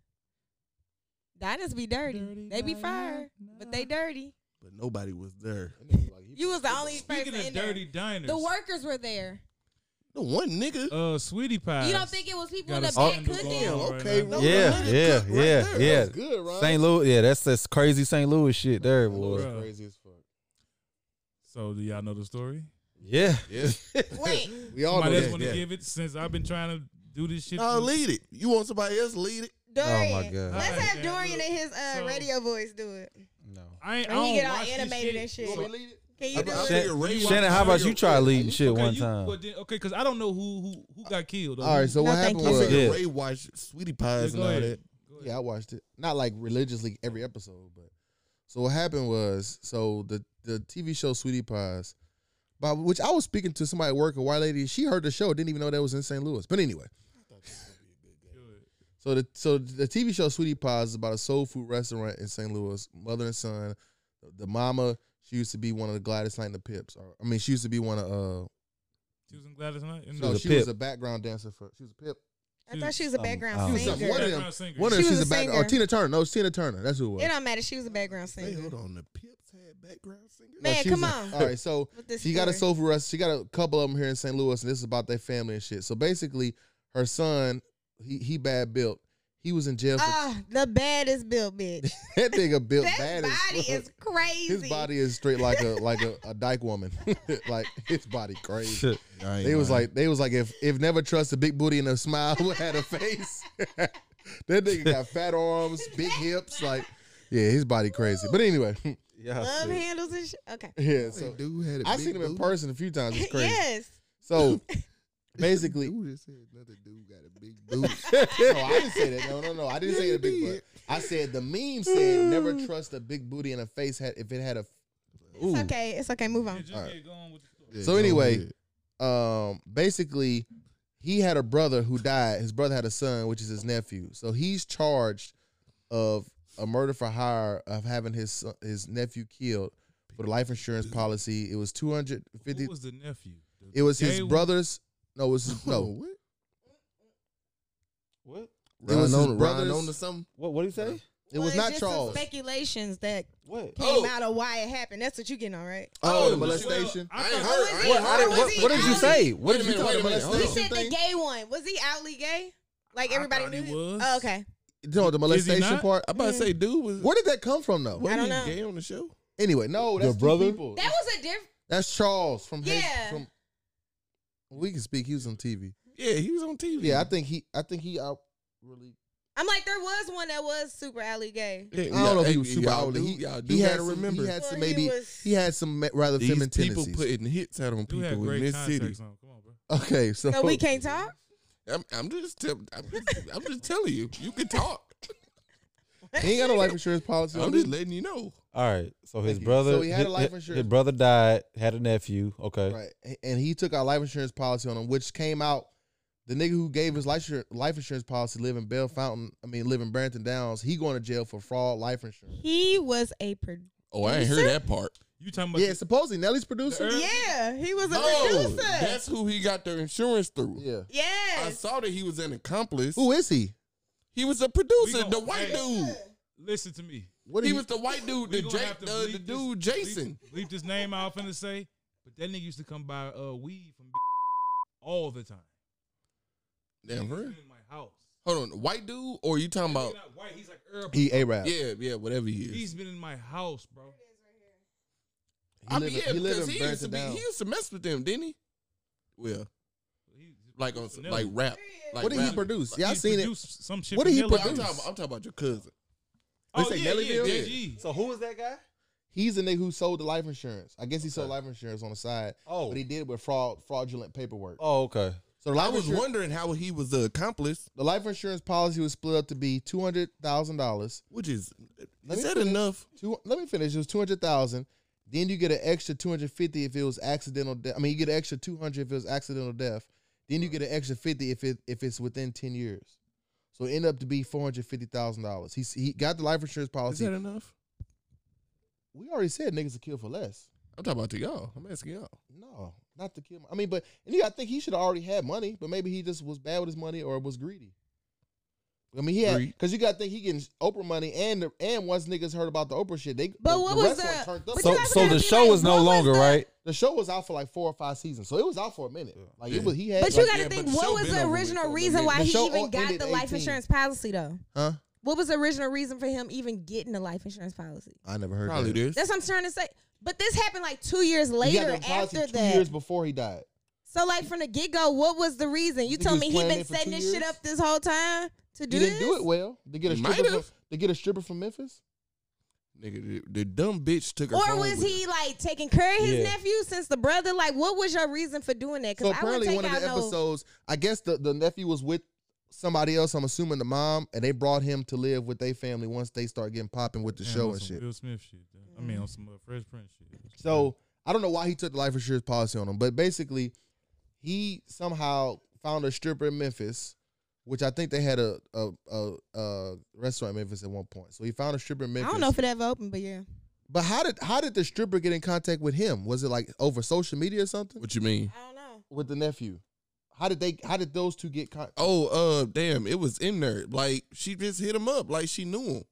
Diners be dirty.
Dirty
they be
diner.
fire, but they dirty.
but nobody was there.
You was the only
Speaking
person
of
in there.
dirty diners,
The workers were there.
The one nigga.
uh, sweetie pie.
You don't think it was people in
Got
the
a scandal
back cooking?
going on right
okay,
now.
No,
yeah,
that
yeah,
nigga
yeah,
right there.
yeah.
That's good, right?
St. Louis, yeah, that's that's crazy St. Louis shit there, boy.
Bruh.
crazy as fuck.
So do y'all know the story?
Yeah.
Wait,
We all
Somebody
know
else
that.
want to
yeah.
give it since I've been trying to do this shit.
Uh,
No,
for-
lead it. You want somebody else lead it?
Dorian.
Oh my god.
Let's
Alright,
have
man,
Dorian
look.
and his uh,
So-
radio voice do it.
No.
I ain't. I
And he
don't
get all
watch this
animated
shit.
and shit.
So-
Can you do
I- I
it?
Shannon,
think- Shannon, Ray
Shannon, how about you try leading shit
okay,
one
you-
time?
but then- okay, because I don't know who who who got killed.
All right, so
No,
what
thank
happened
you.
I
was
figured
Yeah.
Ray watched Sweetie Pies and all that.
Yeah, I watched it. Not like religiously every episode, but so what happened was so the the TV show Sweetie Pies, by which I was speaking to somebody at work, a white lady. She heard the show, didn't even know that was in St. Louis. But anyway, so the so the TV show Sweetie Pies is about a soul food restaurant in St. Louis. Mother and son, the mama she used to be one of the Gladys Knight and the Pips. Or, I mean, she used to be one of uh
She was in Gladys Knight. and
no,
was a
she
pip.
was a background dancer for she was a pip.
I thought she was a
I
background
don't
know. One
singer.
of them-
background singer.
One of
She
them,
was
she's
a
a back or
singer.
Tina Turner. No, it's Tina Turner. That's who it was.
It don't matter. She was a background
Hey,
singer.
hold on. The Pips had background singer.
No,
Man,
she was
come
a-
on.
All right, so
With this
she got a
story.
soul food restaurant. She got a couple of them here in St. Louis, and this is about their family and shit. So basically, her son, he he bad built. He was in jail for
Ah, the baddest built bitch.
<laughs> that nigga built
That
bad.
body
as fuck.
is crazy.
His body is straight like a like a, a dyke woman. <laughs> like his body crazy.
Shit.
They was like they was like if if never trust a big booty and a smile <laughs> would had a face. <laughs> that nigga got fat arms, big hips, like yeah, his body crazy. But anyway, <laughs>
Love handles and shit. Okay.
yeah. So
dude had a
I
big
seen him in
booty.
person a few <laughs> times. It's crazy.
Yes.
So basically,
Dude just said another dude got a big
<laughs>
booty.
no, I didn't say that. No, no, no. I didn't say the big butt. I said the meme said never trust a big booty in a face had if it had a.
It's okay. It's okay. Move on.
Just get going with the story.
So anyway, um, basically, he had a brother who died. His brother had a son, which is his nephew. So he's charged of a murder for hire of having his son, his nephew killed for the life insurance policy. It was two hundred fifty.
Who was the nephew? The
It was
gay
his
one?
brother's. No, it was his,
no.
no.
What? What?
It was his
on,
brother's-
Ryan on to something.
What what do you say?
It was
Well,
not
just some
Charles.
Speculations that came
What?
Oh.
out of why it happened. That's what you getting on, right?
Oh, the
well,
molestation.
I
thought-
ain't
Oh,
heard.
is
I
he-
ain't
how
heard.
was
What,
he
what
What
did
did you
out?
say? What
Wait
did
a
you
minute,
talk
wait a
about?
minute, hold
He
on.
Molestation?
said the gay one. Was he outly gay? Like
I
everybody
thought
knew.
he was.
Oh, okay.
No, the molestation
not?
part.
I about to say, dude was.
Where did that come from though?
I don't
he
know.
Gay on the show.
Anyway, no, that's
The
two
brother?
people.
That was a different.
That's Charles from Hayes-
Yeah.
from We can speak. He was on TV.
Yeah, he was on TV.
Yeah, I think he. I think he out. Really,
I'm like, there was one that was super alley
<laughs>
gay.
Yeah,
I don't know if he
y'all-
was super
y'all
outly.
do-
He,
y'all do
he had
gotta
some,
remember.
He had some
Well, he
maybe. He,
was-
had some ma- rather feminine
These people
tendencies.
putting hits out on
You had
people in
great
this city.
context on. Come on, bro.
<laughs> okay, so,
So we can't talk?
I'm, I'm just, tell, I'm just, I'm just telling you, you can
<laughs>
talk.
he ain't got no life insurance policy.
I'm
on
just
him.
letting you know.
All right. So his
Thank you.
brother
So he had a
hi-
life
hi- his,
insurance.
brother died, had a nephew. Okay.
right, and he took our life insurance policy on him, which came out. The nigga who gave his life insur- life insurance policy live in Bell Fountain. I mean, live in Branton Downs. He going to jail for fraud life insurance.
He was a producer.
Oh, I ain't heard that part.
You talking about?
Yeah, supposedly Nelly's producer.
Earl-
Yeah, he was a
Oh,
producer.
that's who he got their insurance through.
Yeah.
I
yes.
saw that he was an accomplice.
Who is he?
He was a
We
producer,
gon-
the white
hey.
dude.
Listen to me.
What
He
he
was the white dude,
We
the,
gonna
Ja-
have to
the,
bleep
the
this-
dude Jason.
Bleep, bleep this name out finna say, but that nigga used to come buy uh, weed from all the time.
Damn, for real?
In my house.
Hold on, white dude, or you talking
He's
about?
not white. He's like Earl.
Oh. He Arab.
Yeah, yeah, whatever he is.
He's been in my house, bro.
I mean, yeah,
he live
because
in
he
Branson
used to be,
Downs.
he used to mess with them, didn't he? Well,
He-
like on some,
Vanilla.
like rap. Like
What did he
rap.
produce?
Like,
Yeah, I seen it.
produced Some shit
What
for
did he
Nelly.
I'm
produce?
talking, I'm talking about your cousin.
Oh,
say
yeah, yeah,
Nellyville?
JG.
So who is that guy?
He's the nigga who sold the life insurance. I guess he sold life insurance on the side,
Oh.
but he did it with fraud, fraudulent paperwork.
Oh, okay.
So the
I
life,
was
insur-
wondering how he was the accomplice,
the life insurance policy was split up to be two hundred thousand dollars.
which is
Let me
is that
finish.
enough?
Two, let me finish. It was two hundred thousand. Then you get an extra two hundred fifty if it was accidental. De- I mean, you get an extra two hundred if it was accidental death. Then you get an extra fifty if it if it's within ten years. So it ended up to be four hundred fifty thousand dollars. He he got the life insurance
Is
policy.
that enough?
we already said niggas to kill for less.
I'm talking about to y'all. I'm asking y'all.
No, not to kill. I mean, but and yeah, I think he should have already had money, but maybe he just was bad with his money or was greedy. I mean, he had
Greed.
because you got to think he getting Oprah money and and once niggas heard about the Oprah shit, they
But
the,
what
the
was
wrestling
the-
turned up.
but
So
you have
so
to
the
be
show
like,
is no
what was
longer
the-
right.
The show was out for like four or five seasons, so it was out for a minute. Like it was, he had.
But you
like-
got to
yeah,
think,
but the
what
show
was
been
the
over with,
original
so it
reason
doesn't
why
matter. The
he
show
even
all
got
ended
the life
18.
insurance policy, though?
huh?
What was the original reason for him even getting the life insurance policy?
I never heard.
Probably
that.
this.
That's what I'm trying to say. But this happened like two years
He
later
got the policy
after
two
that.
years before he died.
So like from the get go, what was the reason? You,
think
told
he
me
was
he
planning
been
it for
setting
two
this shit
years?
up this whole time to do
he didn't
this.
do it well to get a
He might
stripper.
have.
From, to get a stripper from Memphis.
Nigga, the, the dumb bitch took her.
Or
phone
was
with
he like taking care of his
Yeah.
nephew since the brother? Like, what was your reason for doing that?
So
Because I would
apparently,
take
one of
out
the
no.
episodes, I guess the, the nephew was with somebody else. I'm assuming the mom, and they brought him to live with their family once they start getting popping with the
Damn,
show
on
and
some
shit.
Will Smith shit. though. I mean, on some uh, Fresh Prince shit.
So I don't know why he took the life insurance policy on him, but basically, he somehow found a stripper in Memphis, which I think they had a a, a, a restaurant in Memphis at one point. So he found a stripper in
I
Memphis.
don't know if it ever opened, but yeah.
but how did how did the stripper get in contact with him? Was it like over social media or
her.
something
What you mean?
I don't know.
with the nephew? How did they? How did those two get? Con-
Oh, uh, damn, it was in there. Like she just hit him up, like she knew him,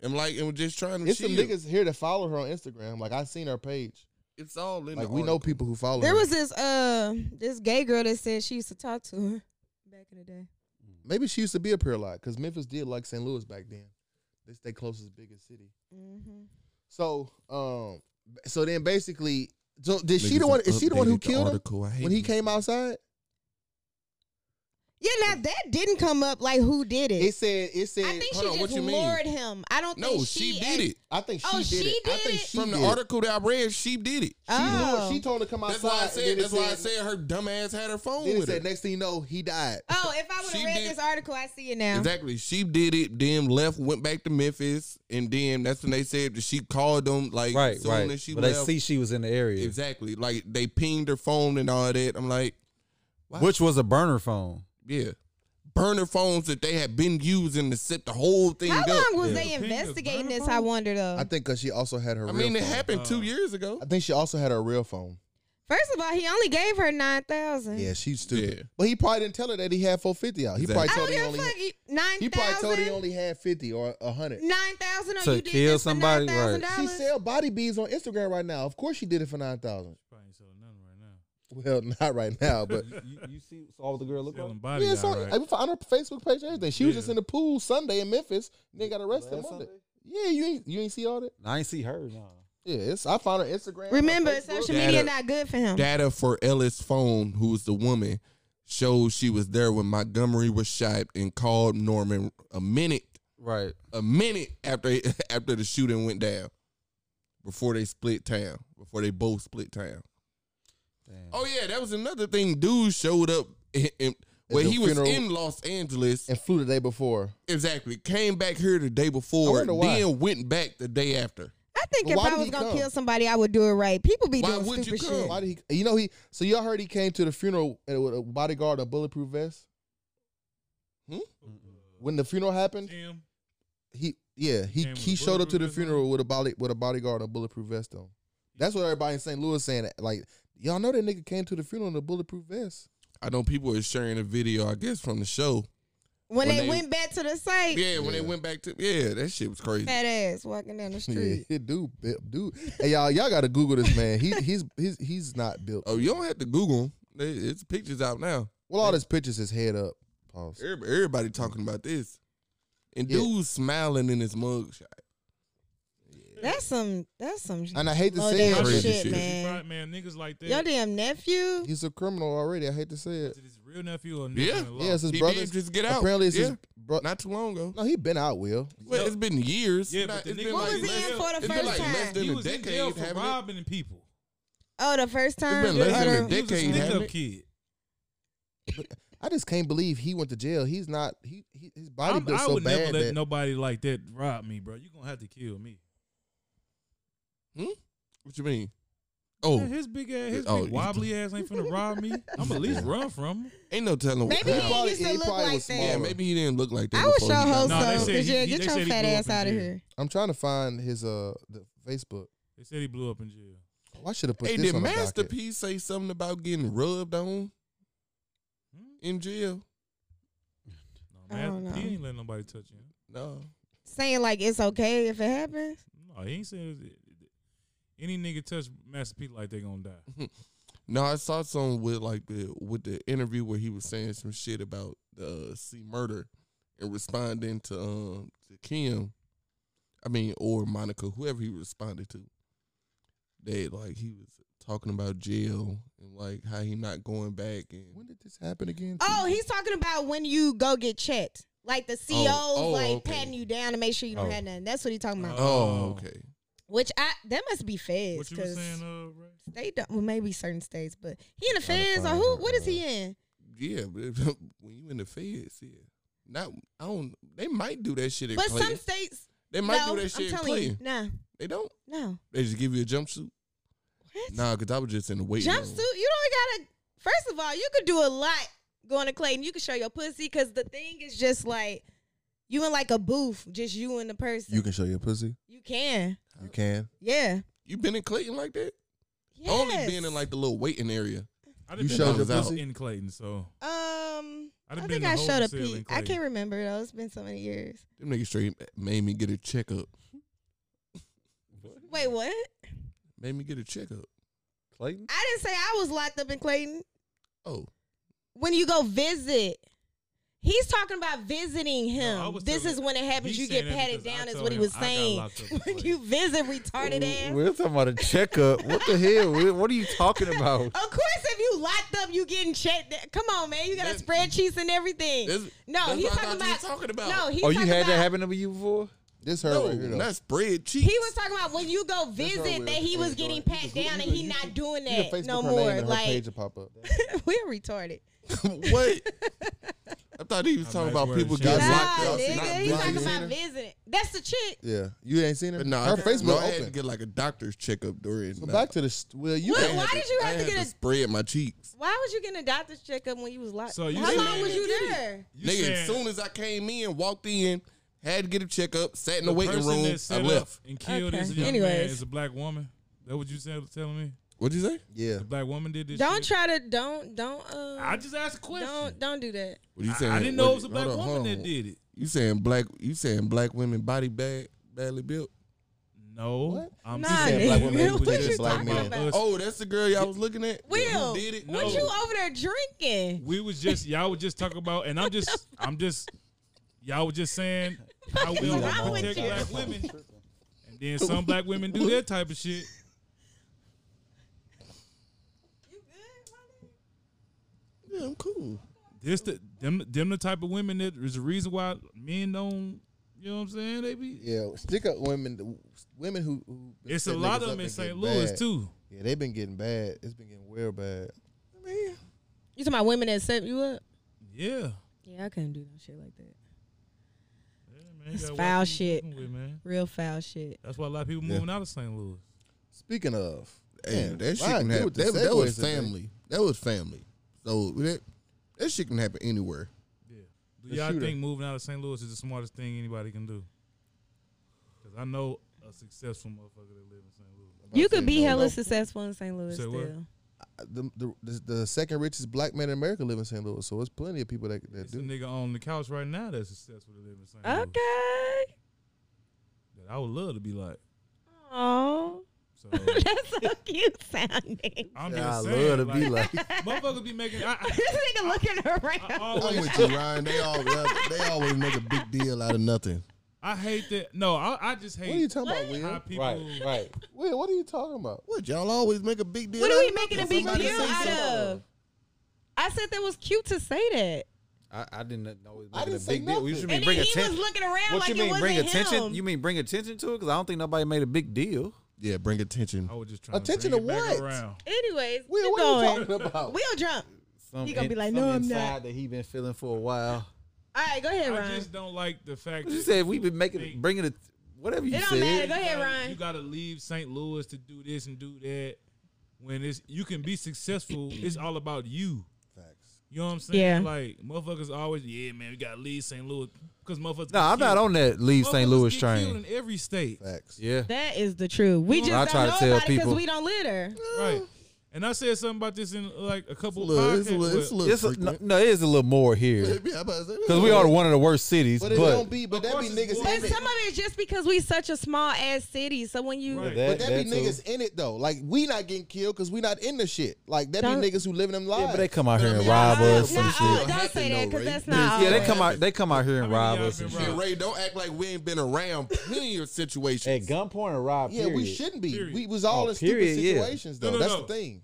and like and was just trying to.
It's some
chill.
niggas here that follow her on Instagram. Like I seen her page.
It's all in.
Like
the
we know
article.
people who follow.
There
her.
was this uh this gay girl that said she used to talk to her back in the day.
maybe she used to be up here a lot because Memphis did like St. Louis back then. This their closest biggest city.
hmm
So um, so then basically, so did she the
Niggas
one?
have
Is she the one who
updated the
killed him
article. I hate
when he
you.
came outside?
Yeah, now that didn't come up like who did it.
It said it said.
I think
hold
she
on, what
just
you mean?
lured him. I don't
No,
think
she,
she
did
act-
it.
I think she
Oh,
did
she
it. I think
did
she
From the
did it.
article that I read, she did it.
She, lured-
Oh.
she told him to come outside.
That's why I
and
said.
then it
That's why I
said-
said her dumb ass had her phone
Then it
with her.
said next thing you know, he died.
Oh, if I would
She
have read
did-
this article, I see it now.
Exactly. She did it, then left, went back to Memphis, and then that's when they said that she called them like
Right,
soon
right.
as she
but
left.
they see she was in the area,
exactly. Like they pinged her phone and all that. I'm like,
which was a burner phone.
yeah. Burner phones that they had been using to set the whole thing
How
up.
long was
Yeah.
they
Pink is
investigating
burner
this? I
phone?
wonder though.
I think because she also had her.
I
real
mean, it
phone.
happened
Uh,
two years ago.
I think she also had her real phone.
First of all, he only gave her nine thousand.
Yeah, she's stupid.
Yeah.
But he probably didn't tell her that he had 450 out. He
Exactly.
I don't
probably
give
told
a
her he
fuck.
only
You- Nine
he probably told her he
thousand.
only had 50 or 100.
Nine thousand.
To
or you did
kill
this for
somebody, right.
She
$9,000?
sell body beads on Instagram right now. Of course she did it for 9,000.
Probably ain't selling nothing right now.
Well, <laughs> not right now, but
You, you see, saw the girl look
Selling body
yeah,
yeah,
it's on, I found her Facebook page and everything. She was
Yeah.
just in the pool Sunday in Memphis. Then got arrested Monday. Yeah, you ain't you ain't see all that.
I ain't see her. No.
Yeah, it's, I found her Instagram. her
Remember,
Facebook.
social
Data-
media not good for him.
Data for Ellis phone, who was the woman, shows she was there when Montgomery was shot and called Norman a minute
Right.
a minute after <laughs> after the shooting went down, before they split town, before they both split town.
Damn.
Oh yeah, that was another thing. Dude showed up in, in, where
the
he was
funeral.
in Los Angeles.
and flew the day before.
Exactly, came back here the day before,
wonder why.
then went back the day after.
I think
But
if
why
I
did
was
he
gonna
come?
kill somebody, I would do it right. People be
Why
doing
would you
stupid
come?
shit.
Why did he? You know he. So y'all heard he came to the funeral uh, with a bodyguard, and a bulletproof vest.
Hmm?
When the funeral happened,
Damn.
he yeah he
Came with
he
a
showed up
bulletproof
to the
vest on?
funeral with a body with a bodyguard, and a bulletproof vest on. That's what everybody in St. Louis saying. Like y'all know that nigga came to the funeral in a bulletproof vest.
I know people are sharing a video, I guess, from the show.
When,
When
they,
they-
went back to the site,
Yeah, when they went back to yeah, that shit was crazy.
fat ass walking down the
Yeah,
street.
<laughs> dude, bi- dude. Hey y'all, y'all gotta Google this man. He <laughs> he's he's he's not built.
Oh, you don't have to Google. 'em. They- It's pictures out now.
Well, all his pictures, his head up. Pause.
Everybody, everybody talking about this, and
Yeah.
dude's smiling in his mug shot.
That's some. That's some.
And I hate to
low
say it,
down
but
shit,
Crazy shit.
man.
Right, man, niggas like that.
Your damn nephew.
he's a criminal already. I hate to say it.
Is it his real nephew or
Yeah.
nephew in law?
Yeah, it's his
He
brother.
did just get out.
Apparently, it's
Yeah.
his bro.
Not too long ago.
No, he been out. Will
Well, it's been years.
Yeah, but
Not-
the
it's
nigga
been
What
like
was he
less-
in for the
it's been
first
like less
time?
than
He
a
was in
decade,
jail for
haven't it?
robbing people.
Oh, the first time.
been less
Or
than a
the-
He was a
decade,
sneak
haven't
up
it?
kid.
I just can't believe he went to jail. He's not. He, he his body
I'm,
built
I
so
would never
bad
let
that
nobody like that rob me, bro. You gonna have to kill me.
What you mean?
Yeah,
Oh,
his big ass, his
Oh,
big
you-
wobbly ass ain't finna rob me. I'm at least run from him.
ain't no telling. what
Maybe he
happened.
ain't
probably-
used
he
to look
probably
like
was
yeah,
smaller.
that.
maybe he didn't look like that.
I would
before
show
he got
hope
No, they
so.
said
Cause
he-
yeah,
they
get
said
your
he
fat
blew up
ass
in
out of
jail.
here.
I'm trying to find his uh the Facebook.
They said he blew up in jail.
Oh, I should have put
Hey,
this
did
on the
Master
docket.
P say something about getting rubbed on in jail?
No,
I
man,
don't know.
he ain't let nobody touch him.
No.
Saying like it's okay if it happens.
No, he ain't saying it- it- any nigga touch Master P like they gonna die.
No, I saw something with like the with the interview where he was saying some shit about uh, C murder and responding to um to Kim, I mean or Monica, whoever he responded to. That like he was talking about jail and like how he not going back and
When did this happen again?
Oh, he's talking about when you go get checked. Like the CO's
oh,
like
okay.
patting you down to make sure you don't
Oh.
have nothing. That's what he's talking about.
oh okay
Which I that must be feds
What you was saying,
because
uh, Ray?
they don't. Well, maybe certain states, but he in the
Trying to
feds or
find
who?
out,
What is he
uh,
in?
yeah but <laughs> when you in the feds yeah not I don't they might do that shit at
But
Clayton.
some states,
they might
no,
do that
I'm
shit at
telling you,
Clayton.
no,
They don't.
no.
They just give you a jumpsuit.
What?
Nah, cause I was just in the waiting room.
Jumpsuit? You don't gotta. First of all, you could do a lot going to Clayton. You could show your pussy because the thing is just like you in like a booth, just you and the person.
You can show your pussy.
You can.
You can.
Yeah.
You been in Clayton like that?
Yes.
Only been in like the little waiting area.
I
You
didn't
showed
was
your
out
pussy?
in Clayton, so
Um,
I'd
I,
have been
think
the
I
whole
showed a
cell in
peek. I
Clayton.
can't remember though. It's been so many years.
Them niggas straight made me get a checkup.
Wait, what?
Made me get a checkup.
Clayton?
I didn't say I was locked up in Clayton.
Oh,
When you go visit, he's talking about visiting him.
I was
this
telling-
is when it happens.
he's
You get
saying that
patted
because I
down, is
told
what he
him
was
I got
saying.
locked up in
<laughs> When you visit retarded ass.
We're talking about a checkup. what the hell? Will? What are you
<laughs>
talking about?
Of course, if you locked up, you getting checked. Come on, man, you got
That-
spreadsheets and everything.
that's,
no,
that's
he's
what I
talking
thought you
about,
was talking about.
No, he's
oh, you
talking
had
about,
that happen to you before?
This her
no,
right here though.
not spread cheeks.
He
<laughs>
was talking about when you go visit
will.
that he was
Enjoy
getting
it.
pat
You can-
down
you
and he
can-
not doing
You can
that
Facebook
no
her
more.
name and her
Like
page will pop up.
we're retarded. <laughs>
what? I thought he was
Nice
talking about
word,
people
Shaq.
getting
Nah,
locked up. not
nigga, he
really.
talking
visiting.
about visiting. That's the chick.
Yeah, you ain't seen her.
But nah,
her
I- no, I
Facebook
had to
open.
get like a doctor's checkup during.
So
uh,
back to the st- well, you
What?
I
can-
Why
had
did you have
I
to
had
get a-
spread my cheeks?
Why was you getting a doctor's checkup when you was locked?
So you
How
said-
long was you there?
you
Nigga,
said
as soon as I came in, walked in, had to get a checkup, sat in the,
the
waiting
person
room,
that
I
set up
left.
and killed this
Okay.
young man
Anyways.
is a black woman. That what you said telling me?
What'd you say?
yeah.
The black woman did this.
Don't
shit?
try to don't don't uh
I just asked a question.
don't don't do that.
What you
I-
saying?
I, didn't know it
What-
was a
hold
black
on,
woman
hold
that
on.
did it.
You saying black? You saying black women body bad, badly built?
No, I'm
Nah,
saying
nigga.
black women.
What
we
you
just
talking
talking
about?
us.
Oh, that's the girl y'all was looking at.
Will,
Who did it?
what
No.
you over there drinking?
we was just y'all would just talk about, and I'm just I'm just y'all were just saying how we
wrong
don't
with
protect
you?
black women, and then some black women do that type of shit.
You good?
Yeah, I'm cool.
This the them them the type of women that is the reason why men don't. You know what I'm saying? They be.
Yeah, stick up women, women who. who been
It's a
setting
lot of
niggas up
them in
and
St.
getting
Louis
bad.
too.
Yeah, they've been getting bad. It's been getting real bad.
You talking about women that set you up?
Yeah.
Yeah, I couldn't do no shit like that.
Yeah, man, you
It's
gotta watch
foul
who you
shit.
fucking with, man.
Real foul shit.
That's why a lot of people
Yeah.
moving out of St. Louis.
Speaking of,
Hey,
man,
that shit
Ryan
can
good
happen.
with the
That, that was
segues today.
family. That was family. So that that shit can happen anywhere.
Do
The
y'all
shooter.
think moving out of St. Louis is the smartest thing anybody can do? Because I know a successful motherfucker that live in St. Louis.
You could be
No,
hella
no.
successful in St. Louis
Say
still.
what?
The, the, the the second richest black man in America live in St. Louis, so there's plenty of people that that
There's a
do.
nigga on the couch right now that's successful to live in St. Louis.
Okay.
That I would love to be like.
Oh,
<laughs>
So
<laughs> that's so cute sounding.
I'm
Yeah, I
just saying,
love to be like.
motherfuckers be making. I, I,
<laughs> this nigga looking
I
<laughs>
around.
always
you, Ryan. They all they always make a big deal out of nothing.
I hate that. No, I, I just hate
What are you talking about,
how
Will?
people.
Right, right.
Will, what are you talking about?
What y'all always make a big deal?
What are we
out of
making a
nothing.
big
Somebody
deal
say
out
something.
of? I said that was cute to say that.
I, I didn't know it was
I
making a
didn't say
big deal. You
nothing.
should mean
And then
bring
he
attention.
was looking around
What
like
you
it
mean
wasn't
bring attention?
him.
You mean bring attention to it? Because I don't think nobody made a big deal.
Yeah, bring attention.
I was just trying
Attention
to,
to
bring it back
what?
around.
Anyways,
Will,
keep
what are you
going.
talking about?
Will drunk.
Some
He gonna be like,
some
"No, I'm
inside
not."
that he been feeling for a while.
All right, go ahead,
I
Ryan.
just don't like the fact
<laughs> You
that
said we been making, bringing it, whatever you
It
said.
don't matter. Go ahead,
gotta-
Ryan.
You gotta leave St. Louis to do this and do that. When it's you can be successful, it's all about you. You know what I'm
Yeah.
saying? Like motherfuckers always, yeah, man, we gotta leave St. Louis because motherfuckers.
No,
get
I'm not
killed.
on that leave St.
Motherfuckers
Louis
get killed
train.
in every state,
Facts.
Yeah.
That is the truth. We just
I
don't
try to
know
tell
about it
people.
because we don't litter.
right? And I said something about this in like a couple
It's a little,
of
it's a little, it's
podcasts.
a little
It's a, no,
frequent.
no, it is a little more here.
Yeah, I'm about to say,
Because we are one of the worst cities.
But
But,
it don't be. But
Of
that be
course it's
niggas.
bull-
In
But
it.
some of it's just because we such a small ass city. So when you
Right.
But that, be
too.
niggas in it though. Like we not getting killed because we not in the shit. Like that be
Don't-
niggas who living them lives.
Yeah, but they come out here and
mean,
rob
Nah,
us
nah,
and
uh,
shit.
don't say that because that's not all.
Yeah, they come out. They come out here and
How many
rob
y'all
us
been
and
robbed?
shit.
Shit, Ray, don't act like we ain't been around plenty of situations.
At gunpoint and rob.
yeah, we
period.
shouldn't be.
Period.
We was all
Oh,
in
period,
stupid
yeah.
situations though.
No, no,
That's
no.
the thing.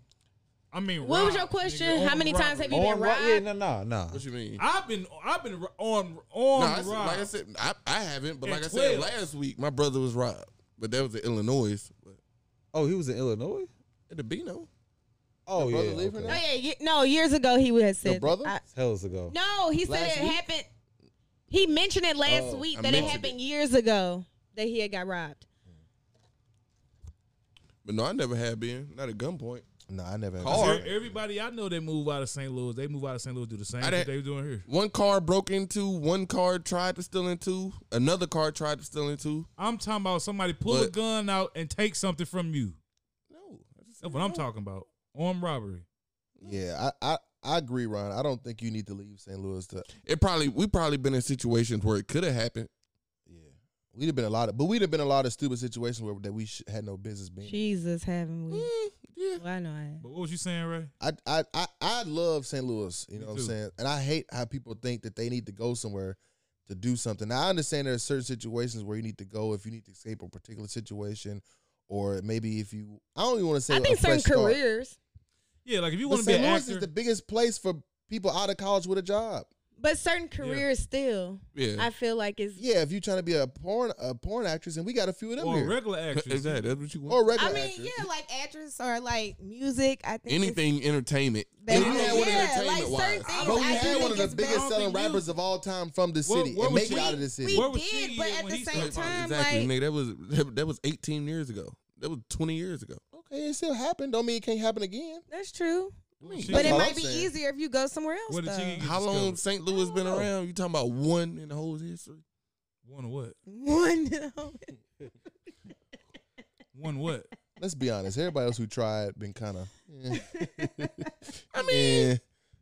I mean,
What was
robbed,
your question?
nigga,
How many
armed
times have you
robbery.
been
On rob? Yeah,
robbed?
no, no, no.
What you mean?
I've been, I've been on,
No,
on
I, said-
robbed.
like I said, I, I haven't, but
At
like I said
12.
last week, my brother was robbed, but that was in Illinois. But
Oh, he was in Illinois.
it'd be no.
Oh yeah,
brother leave her
okay.
now?
Oh yeah, ye- no. Years ago, he would have said.
Your brother?
I-
Hell ago.
no, he said
Last
it
week?
happened. He mentioned it last
Oh,
week
I
that it
mentioned
happened years ago that he had got robbed.
But no, I never have been. Not at gunpoint.
No, I never.
Call-
Every-
Or-
E- Everybody I know that move out of St. Louis, they move out of St. Louis do the same
I
shit
didn't-
they were doing here.
One car broke into, one car tried to steal into, another car tried to steal into.
I'm talking about somebody pull a
But-
gun out and take something from you.
No, I just
That's what I'm talking about. Armed robbery.
Yeah, I, I I agree, Ron. I don't think you need to leave St. Louis to.
It probably we probably been in situations where it could have happened.
Yeah, we'd have been a lot of, but we'd have been a lot of stupid situations where that we sh- had no business being.
Jesus, haven't we?
Yeah,
Well, I know. I
But what was you saying, Ray?
I I I, I love St. Louis. You know what I'm
too.
saying? And I hate how people think that they need to go somewhere to do something. Now I understand there are certain situations where you need to go if you need to escape a particular situation, or maybe if you I don't even want to say
I
a
think certain
fresh start.
careers,
Yeah, like if you
But
want to be
St.
an
Louis
actor,
is the biggest place for people out of college with a job.
but certain careers still,
yeah.
I feel like is.
Yeah, if you're trying to be a porn a porn actress, and we got a few of them
or a
here,
<laughs>
regular actor.
Is that that's what you want?
or
I
regular
mean,
actress.
yeah, like actress or like music. I think it's-
Anything entertainment.
They-
we had one
yeah,
entertainment
like certain
wise.
things
But we
I do
Oh, had
think
one of the
it's
biggest
better.
selling
Big-
rappers of all time from the
What-
city
what
and
was
make
she-
it out of the city.
We
Where was
did,
she
but
at
at
when
the
he
same
started?
time,
exactly,
like
nigga. That was that was 18 years ago. That was 20 years ago.
Okay, it still happened. Don't mean it can't happen again.
that's true.
She-
But it
all
might
I'm
be
saying.
easier if you go somewhere else.
What did she
<laughs> though.
get
How long
discovered?
St. Louis been around? You talking about one in the whole history?
One what?
One.
One what?
Let's be honest. Everybody else who tried been kind of.
I
Yeah.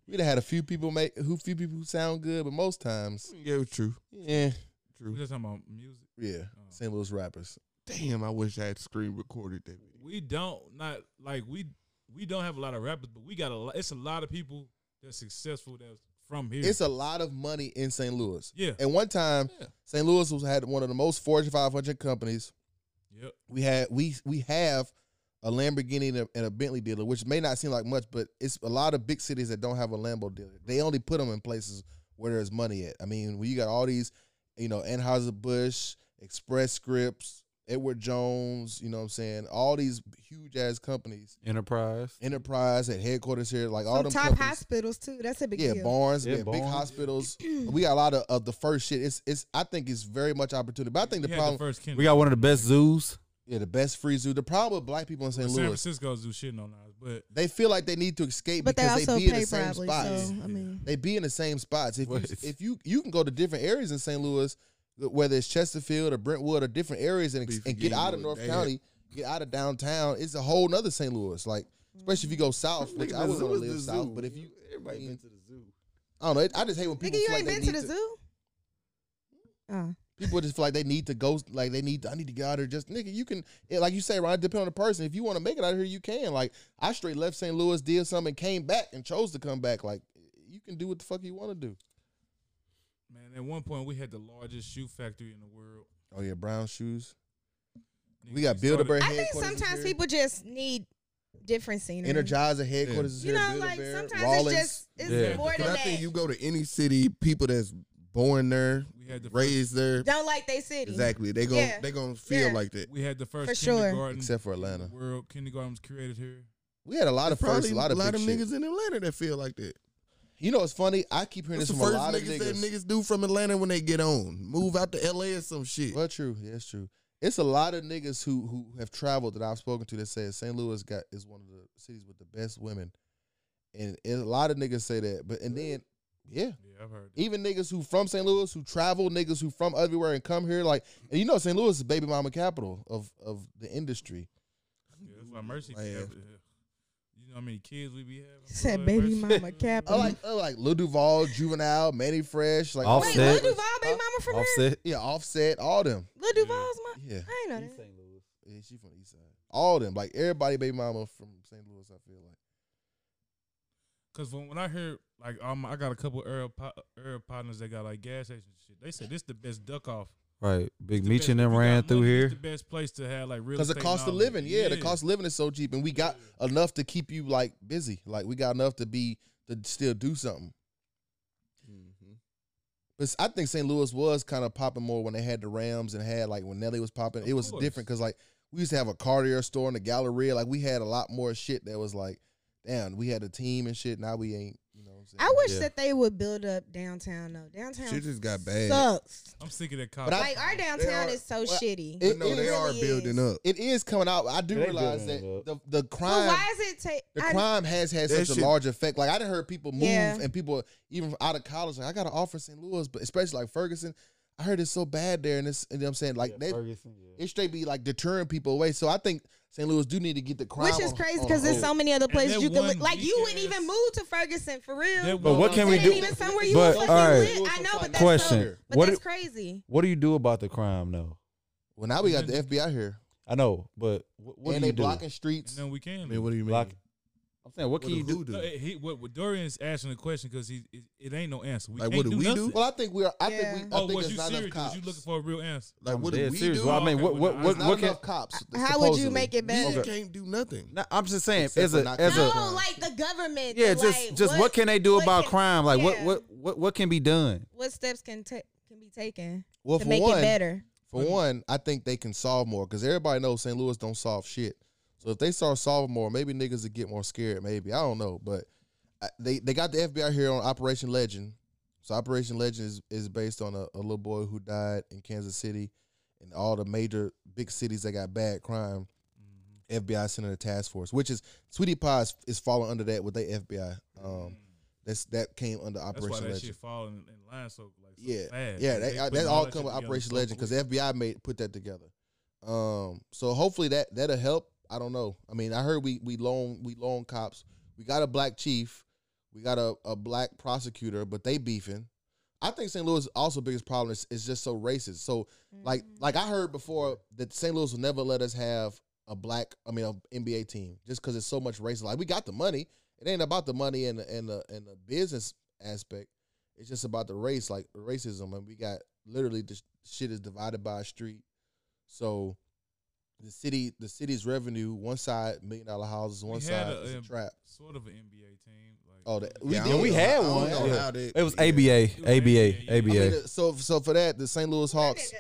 We'd have had a few people make who few people who sound good, but most times,
Yeah, true.
yeah,
We're
True.
just talking about music.
yeah. St. Louis rappers.
Damn, I wish I had screen recorded that.
We don't not like we we don't have a lot of rappers, but we got a. lot It's a lot of people that's successful that's from here.
It's a lot of money in St. Louis.
yeah.
And one time,
Yeah.
St. Louis was had one of the most Fortune 500 companies.
Yep.
We had we we have a Lamborghini and a, and a Bentley dealer, which may not seem like much, but it's a lot of big cities that don't have a Lambo dealer. They only put them in places where there's money at. I mean, when you got all these, you know, Anheuser Busch, Express Scripts, Edward Jones, you know what I'm saying? All these huge ass companies
Enterprise.
Enterprise at headquarters here, like all
Some
them
top
companies.
hospitals too. That's a big
yeah,
deal.
barns,
Yeah,
yeah, big
<clears throat>
barns.
hospitals. we got a lot of, of the first shit. It's it's. I think it's very much opportunity, but I think
We
the
had
problem,
the first Kendrick.
We got one of the best zoos.
yeah, the best free zoo. The problem with black people in St.
San
Louis,
Francisco's do shit on us, but
they feel like they need to escape
but they
because
also
they be in
pay
the same
probably.
spots.
So I mean,
They be in the same spots. If you,
What?
if you you can go to different areas in St. Louis, whether it's Chesterfield or Brentwood or different areas, and,
Be
and get out
forgetting
of
what
North
they
County, get out of downtown. It's a whole nother St. Louis, like. Especially if you go south,
Mm.
which I would want to live south, but if you,
everybody
been
to the zoo.
I don't know, it, I just hate when
nigga,
people
you
feel like
ain't
they
been to
need
the
to-
zoo. Oh.
People just feel like they need to go, like they need. To, I need to get out of here. Just nigga, you can, it, like you say, Ron. it Depend on the person. If you want to make it out of here, you can. Like I straight left St. Louis,
Mm-hmm.
did something, came back, and chose to come back. Like you can do what the fuck you want to do.
Man, at one point we had the largest shoe factory in the world.
Oh yeah, brown shoes.
Nigga,
We got
started-
Build-A-Bear
I think
headquarters. is
sometimes
here.
people just need different scenery.
Energizer headquarters is
You
here.
know, like
Build-A-Bear,
sometimes
Rollins.
it's just it's
Yeah.
more than
But I
that.
think you go to any city, people that's born there,
We had the first,
raised there,
Don't like they city.
exactly. They gon'
Yeah.
they gonna feel
Yeah.
like that.
we had the first
For sure.
kindergarten
except for
in the
Atlanta.
world. Kindergarten was created here.
We had a lot of firsts,
Probably
a lot of, big shit.
niggas in Atlanta that feel like that.
You know, it's funny. I keep hearing
That's
this
the
from a
first
lot of
niggas, that
niggas.
niggas do from Atlanta when they get on. Move out to LA or some shit.
Well, true. Yeah, it's true. It's a lot of niggas who who have traveled that I've spoken to that say St. Louis got is one of the cities with the best women, and, and a lot of niggas say that. But and then, yeah,
Yeah, I've heard. That.
even niggas who from St. Louis who travel, niggas who from everywhere and come here, like and you know, St. Louis is baby mama capital of of the industry.
Yeah, that's why Mercy.
Man.
kept- yeah. You know how many kids we be having?
Said
Boy,
baby
Mercy. <laughs>
mama cap.
I Oh, like I like Lil Duval, Juvenile, Manny Fresh, like
Off-
Wait,
Offset.
Lil Duval, baby mama from here.
Offset.
yeah, Offset, all them.
Lil Duval's my.
Yeah,
I ain't know that.
yeah, she from the East Side. All them, like everybody, baby mama from St. Louis. I feel like.
Cause when, when I hear like um, I got a couple Arab po- Arab partners that got like gas stations and shit. They said this the best duck off.
Right. Big
The
Meech
best-
and them
if you
ran
got
through
money, it's
here.
The best place to have like real
Because the
estate
cost of
knowledge.
living, yeah, the cost of living is so cheap, and we got enough to keep you like busy. Like we got enough to be to still do something. But s- I think St. Louis was kind of popping more when they had the Rams and had like when Nelly was popping.
Of
it was
course.
different because like we used to have a Cartier store and a Galleria. Like we had a lot more shit that was like, damn, we had a team and shit. Now we ain't. You know, what I'm saying?
I wish
Yeah.
that they would build up downtown though. Downtown
Shit just got bad.
sucks.
I'm sick of that cop.
But I-
Like our downtown
are-
is so
well,
shitty.
it-
But no,
it
they are
really
building
is.
up.
It is coming out. I do
They
realize
building
that
it up.
the the
But
crime.
why is it take?
the
I-
crime has had
That
such a
shit-
large effect. Like I done heard people move
Yeah.
and people even out of college. Like I got an offer in St. Louis, but especially like Ferguson, I heard it's so bad there, and it's you know what I'm saying like they it straight be like deterring people away. So I think St. Louis do need to get the crime,
Which is
on-
crazy
on
because there's
hold.
so many other places
that
you could
one
li- like. You wouldn't
weak-ass-
even move to Ferguson for real.
That
But
one-
what can we
It
do?
ain't even somewhere you
But,
would fucking
all right.
live. I know, but that's
Question.
So, but
What
that's
do-
crazy.
What do you do about the crime though?
Well, now we got the FBI here,
I know, but what, what
and
do
they
you do?
blocking streets.
No, we can.
Man, what do you mean?
Block- I'm saying, what,
What
can you
do
do?
who do?
No, it- he, what, what Dorian's asking the question because he it, it ain't no answer. We
Like,
can't
what do we do?
nothing.
Well, I think we are. I
Yeah.
think we. I
Oh,
think
was
there's
you
not
serious?
enough
Was
cops.
you looking for a real answer?
Like,
I'm
what do
dead
we
serious.
do?
Well, I mean,
Okay,
what
well,
what
now,
what,
There's not
what can?
enough cops.
How would you
supposedly.
make it
We
better?
can't do nothing.
No, I'm just saying,
Except
as
for
a
not
as
counting
a
crime.
No, like the government.
yeah,
the,
just
like,
just what, can they do
what
about
can-
crime? Like what
yeah.
what what what can be done?
What steps can ta- can be taken
Well,
to
for
make
one,
it better?
For one, I think they can solve more because everybody knows St. Louis don't solve shit. So if they start solving more, maybe niggas would get more scared. Maybe I don't know, but I, they they got the FBI here on Operation Legend. So Operation Legend is, is based on a, a little boy who died in Kansas City, and all the major big cities that got bad crime.
Mm-hmm.
FBI sent in a task force, which is Sweetie Pie is, is falling under that with their FBI. Um, that's that came under
Mm. That's why
Operation
that
Legend.
shit fall in, in line so like so
Yeah,
fast.
yeah,
Like,
that,
they
uh, that
putting
all
that
come
shit
with
together
Operation
so
Legend because
quick.
FBI made put that together. Um, so hopefully that that'll help. I don't know. I mean, I heard we we loan we loan cops. We got a black chief, we got a, a black prosecutor, but they beefing. I think St. Louis also biggest problem is, is just so racist. So like
Mm-hmm.
like I heard before that St. Louis will never let us have a black I mean a NBA team just because it's so much racism. Like we got the money. It ain't about the money and the, and the and the business aspect. It's just about the race, like racism, and we got literally the shit is divided by a street. So the city, the city's revenue, one side million dollar houses, one
We had
side
a,
is a
um,
trap.
Sort of an NBA team. Like,
Oh, the,
Yeah, I
did.
don't
we
know-
had
I don't
one.
know
Yeah.
how that-
It was
yeah.
ABA, ABA,
I mean,
I
ABA.
mean, uh, so so for that, the St. Louis Hawks,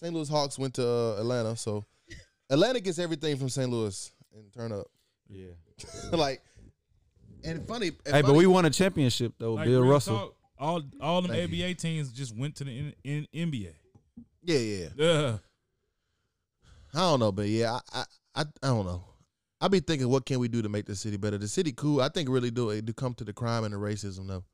St. Louis Hawks went to uh, Atlanta. So Atlanta gets everything from St. Louis and turn up.
Yeah.
like, and funny. and
Hey, but
funny-
we won a championship though,
like,
Bill
real
Russell.
talk, all all them
Thank
ABA teams just went to the N, N, NBA.
yeah, yeah.
Yeah.
I don't know, but yeah, I, I, I, I don't know. I be thinking, what can we do to make the city better? The city cool. I think really do it do come to the crime and the racism though.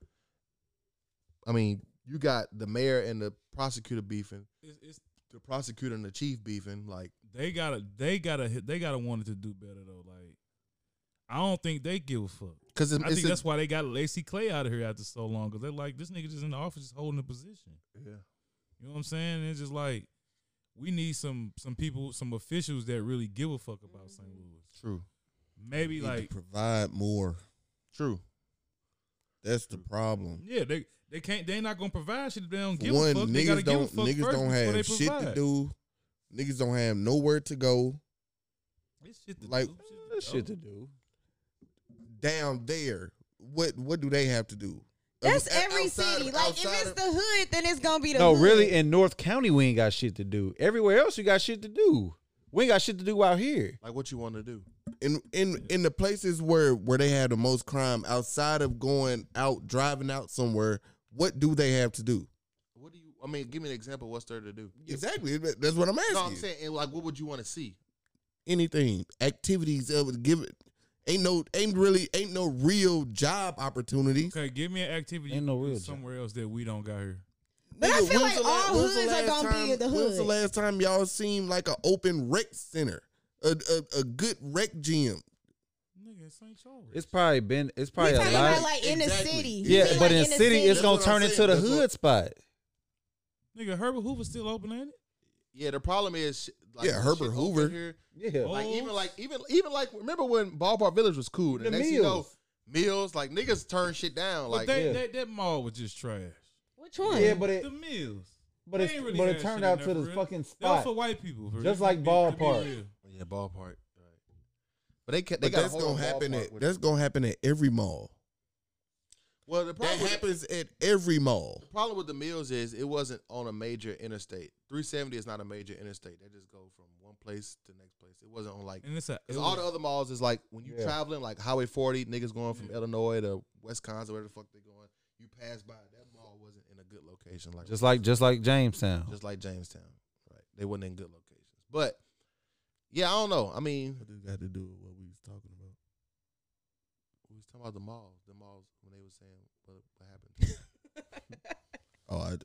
I mean, you got the mayor and the prosecutor beefing,
<laughs> It's, it's,
the prosecutor and the chief beefing. Like,
they gotta they gotta hit- they gotta wanted to do better though. Like I don't think they give a fuck.
cause it's,
I
it's
think
a-
that's why they got Lacey Clay out of here after so long because they're like, this nigga just in the office just holding a position.
Yeah.
You know what I'm saying? it's just like we need some some people, some officials that really give a fuck about St. Louis.
true,
Maybe
Need to
like
provide more.
true.
That's the problem.
Yeah, they they can't. They not gonna provide shit. if They don't give
One
a fuck. They gotta
niggas don't
give a fuck
niggas
first
don't
before
have
they
shit to
provide.
do. Niggas don't have nowhere to go
It's shit to
Like-
do.
shit to do.
down there. What what do they have to do?
That's
Outside
every
of-
city. like if
outside
it's
of-
the hood, then it's gonna be the
No,
hood.
really, in North County, we ain't got shit to do. Everywhere else, you got shit to do. We ain't got shit to do out here.
Like what you want to do?
in in in the places where where they have the most crime outside of going out driving out somewhere what do they have to do
What do you? I mean, give me an example. What's there to do?
exactly that- that's what i'm asking
No, I'm
you.
saying, and like, what would you want to see?
anything activities that would give it ain't no ain't really ain't no real job opportunities
Okay, give me an activity
Ain't no real job.
somewhere else that we don't got here.
But I
Nigga,
feel
when's
like
the la-
all
when's
hoods
the
are
last
gonna be
time-
the
when's the
hood.
last time y'all seen like an open rec center a, a, a good rec gym
Nigga, it's St. Charles.
It's probably been. It's
We
probably a
talking about
lot.
like in the
Exactly.
city. You
Yeah,
mean,
but
like,
in
the
city, it's
That's
gonna
what
turn
I'm
into
saying.
the
That's what-
hood spot.
Nigga, Herbert Hoover's still open, ain't it?
Yeah, the problem is, like,
Yeah,
the
Herbert
shit over
Hoover.
Here,
Yeah,
Oh.
like even like even even like remember when Ballpark Village was cool? The,
The
next you know,
Mills.
meals like niggas turn shit down.
But
Like
that,
yeah.
that that mall was just trash.
Which one?
yeah, but it,
the mills.
but
They
it's,
ain't really
but
had
it
shit
turned out
in
to
there
the
for real.
fucking
That was
spot.
for white people. for real.
Just like
To be- to be
ballpark.
real.
yeah, Ballpark. Right. But they ca- they
but
got
that's
a whole
gonna happen
ballpark
at
with-
that's gonna happen at every mall
well the problem
that
with-
happens at every mall
the problem with the meals is it wasn't on a major interstate. 370 is not a major interstate. They just go from one place to next place. It wasn't on like
And it's a it
Because all
was-
the other malls is like when you
Yeah.
traveling, like Highway 40, niggas going from Illinois to Wisconsin, where the fuck they going, you pass by. That mall wasn't in a good location, like
just like just like Jamestown.
just like Jamestown, right? They wasn't in good locations. But yeah, I don't know. I mean,
what does that got to do with what we was talking about
we was talking about the malls, the malls when they were saying what, what happened.
oh I,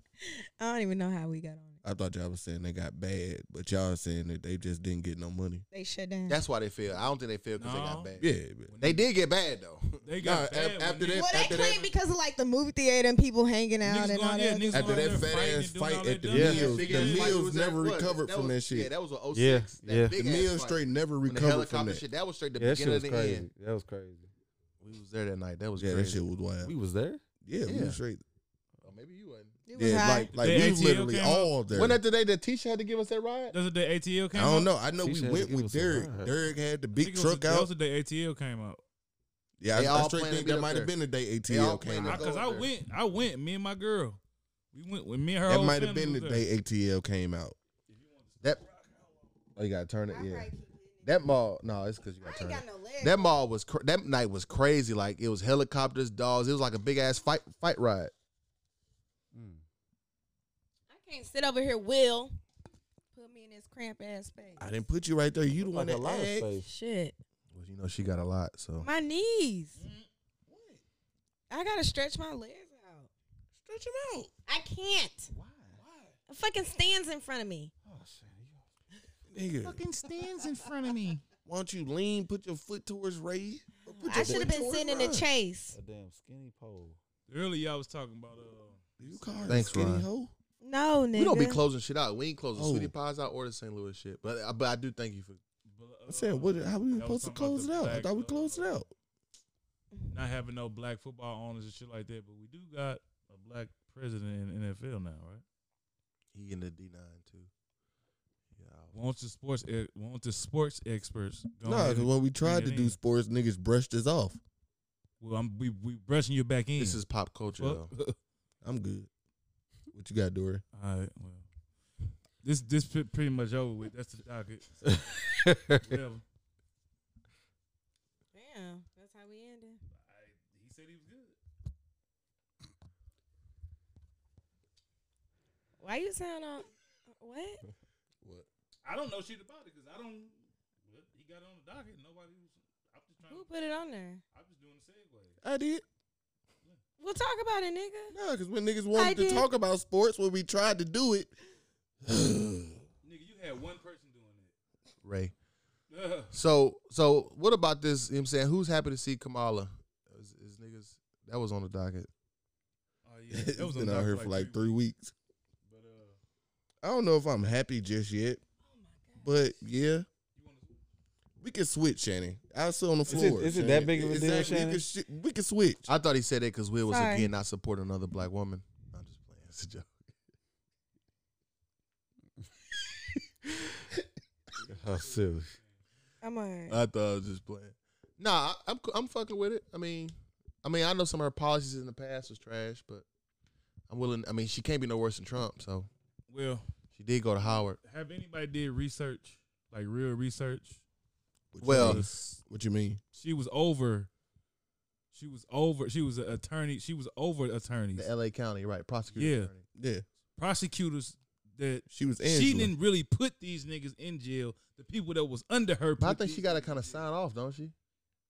I don't even know how we got on it.
I thought y'all was saying they got bad, but y'all saying that they just didn't get no money.
They shut down.
That's why they failed. I don't think they failed because they
No.
got bad.
Yeah, but
They did get bad though. <laughs>
they got
Nah,
bad
af-
when
after
niggas-
that-
well, they
after that-
claim because of like the movie theater and people hanging out
Niggas
and all
going, yeah,
that.
niggas
after
going out
that
there
fat
fighting
ass
and doing all
fight
that
at the
dumb shit.
Mills,
Big
the
ass fight
Mills
was at-
never
what?
recovered
was-
from that shit.
Yeah, that was an 06.
Yeah, yeah.
That
the
big ass
Mills
fight.
straight never
When the
recovered from
helicopter
that.
Shit, that was straight the
Yeah, that shit
beginning
was
of the
crazy.
end.
That was crazy.
We was there that night. That was
yeah, that
crazy.
shit was wild.
We was there.
yeah, we
Yeah.
was straight.
Or Oh, maybe you wasn't.
It was
Yeah,
high.
like like
The
we
ATL
was literally
came
all there.
Wasn't that the day that Tisha had to give us that ride?
That's the day ATL
I
came out.
don't know. I know
She
we
said
went
it
with
was a
Derek.
ride.
Derek had the
I
big
think it was
truck
the- That was
out.
the day ATL came out.
Yeah,
They
I, I
all
straight
planned to
think
get
that
up
might
there.
have been the day
They all
ATL
planned
came
to
out.
go
Because I,
there.
went, I went. Me and my girl, we went with me and her.
That
whole
might have been
family
the
was there.
day ATL came out.
That oh, you gotta turn it.
I
Yeah,
probably keep
that mall. No, it's because you
I
gotta
ain't
turn it.
got no legs.
That mall was cr- that night was crazy. Like it was helicopters, dogs. It was like a big ass fight fight ride.
I can't sit over here, Will. Put me in this cramp ass space.
I didn't put you right there. You the one
Like a
that
lot of
asked.
space.
Shit.
Well, you know she got a lot. So
My knees. I gotta stretch my legs out. Stretch them out. I can't. Why? A fucking stands in front of me.
Nigga,
Fucking stands in front of me.
why don't you lean? Put your foot towards Ray. Or put
I
your
should have
foot
been
towards
sitting in the
Ron.
chase.
A damn skinny pole.
Earlier, I was talking about uh,
You call her
Thanks,
a skinny
Ron.
hoe?
No, nigga.
we don't be closing shit out. We ain't closing
Oh.
Sweetie Pies out or the St. Louis shit. But I- but I do thank you for
I said, what? How we
uh, was
supposed to
talking about
close it
the
out? I
black,
thought we
uh,
closed it out.
not having no black football owners and shit like that. But we do got a black president in NFL now, right?
he in the D nine too. Yeah, I-
Won't the sports e- won't the sports experts? go
No,
ahead
because
and-
when we tried
it
to do
in.
sports, niggas brushed us off.
well, I'm, we we brushing you back in.
this
Mm.
is pop culture
Fuck.
uh,
though.
I'm good. What you got, Dory?
All right, well, this this pre- pretty much over with. That's the
<laughs>
docket. Whatever.
Damn, that's how we ended.
He said he was good.
Why you sound on what?
I don't know shit about it because I don't. Well, he got it on the docket. Nobody was. I'm just trying.
Who put it on there?
I'm just doing the segue.
I did.
We'll talk about it, nigga.
No, because when niggas
I
wanted to
did.
talk about sports, when we tried to do it,
Nigga, you had one person doing it.
Ray.
Ugh.
So so what about this? You know what I'm saying who's happy to see Kamala? Is, is niggas that was on the docket.
Oh yeah, <laughs>
it's
that was on
been
the
out
docket
here for like three
weeks.
weeks.
But uh,
I don't know if I'm happy just yet, but yeah, We can switch, Shannon. I'll sit on the
it-
floor.
is it that big of a deal,
Exactly.
Shannon?
You can shi- we can switch.
I thought he said that because Will was
Sorry.
again not supporting another black woman. I'm just playing. It's a joke.
How silly.
I'm alright.
I thought I was just playing. Nah, I, I'm I'm fucking with it. I mean, I mean, I know some of her policies in the past was trash, but I'm willing. I mean, she can't be no worse than Trump. So
Well,
she did go to Howard.
have anybody did research, like real research?
What you
Well,
mean? what you mean?
She was over. She was over. She was an attorney. She was over attorneys,
the L.A. County, right? Prosecutor.
Yeah.
attorney.
Yeah,
prosecutors that
she was. Angela.
she didn't really put these niggas in jail. The people that was under her.
But I
put
think
these-
she got to kind of sign off, don't she?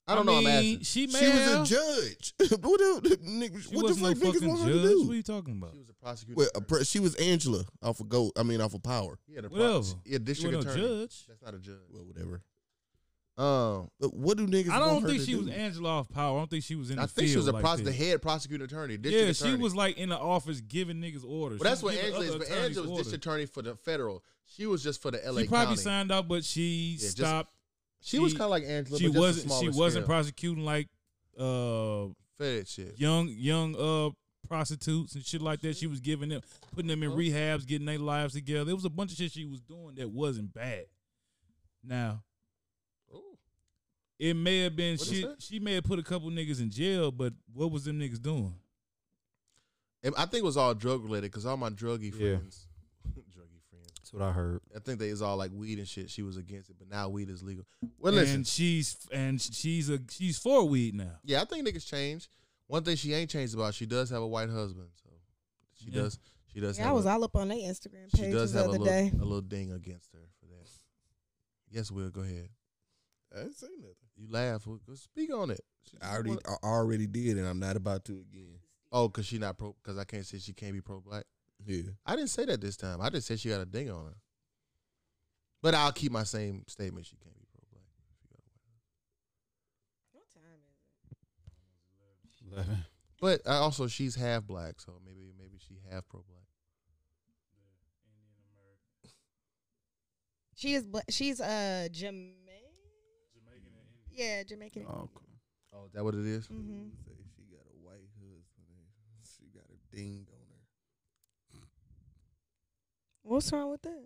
I don't know. I'm
mean,
asking.
She may
She was
have.
a judge. <laughs> what the, nigga,
She
what the
wasn't
fuck
no
niggas
fucking
want
judge.
her to
What are
do?
you talking about?
She was a prosecutor.
Well, a
attorney.
pre- she was Angela off of gold. I mean, off of power.
yeah, the
Whatever.
yeah,
She
district
wasn't
attorney.
no judge.
That's not a judge.
Well, whatever.
Um,
But what do niggas?
I
want
don't
her
think
to
she
do?
was Angela off power. I don't think she was in.
I
the
think she was a
field like
pros- the
that.
head prosecutor attorney. District
Yeah,
attorney.
she was like in the office giving niggas orders.
Well,
She was
that's what
giving
Angela is.
other
But
attorneys
Angela's
orders.
district attorney for the federal. She was just for the L.A.
She probably
County.
signed out, but she
just-
stopped.
she, was
she-
kind of like Angela.
She
but just a
wasn't. She
smaller
wasn't
scale.
prosecuting like uh
fed shit.
young young uh prostitutes and shit like that. She was giving them, putting them in rehabs, getting their lives together. There was a bunch of shit she was doing that wasn't bad. Now, it may have been
What'd it
shit. She may have put a couple niggas in jail, but what was them niggas doing?
And I think it was all drug related because all my druggy
Yeah.
friends, <laughs> druggy friends.
That's what I heard.
I think they was all like weed and shit. She was against it, but now weed is legal. Well, listen.
and she's and she's a she's for weed now.
yeah, I think niggas change. One thing she ain't changed about, she does have a white husband. So she
Yeah.
does. She does.
Yeah, I
have
was
a,
all up on their Instagram
She
page
does
the
have a
other
little
day.
a little ding against her for that. Yes, Will, go ahead.
I didn't say nothing.
You laugh. Will. Go Speak on it. She
I
just
already,
wanna-
I already did, and I'm not about to again.
Oh, cause she not pro. Cause I can't say she can't be pro black.
Yeah.
I didn't say that this time. I just said she got a ding on her. But I'll keep my same statement. She can't be pro black. But I also she's half black, so maybe maybe she half pro black.
She is. Bla- she's uh Jamaican. Yeah, Jamaican.
Oh, is that what it is?
hmm
Say she got a white husband. and She got a dinged on her.
What's wrong with that?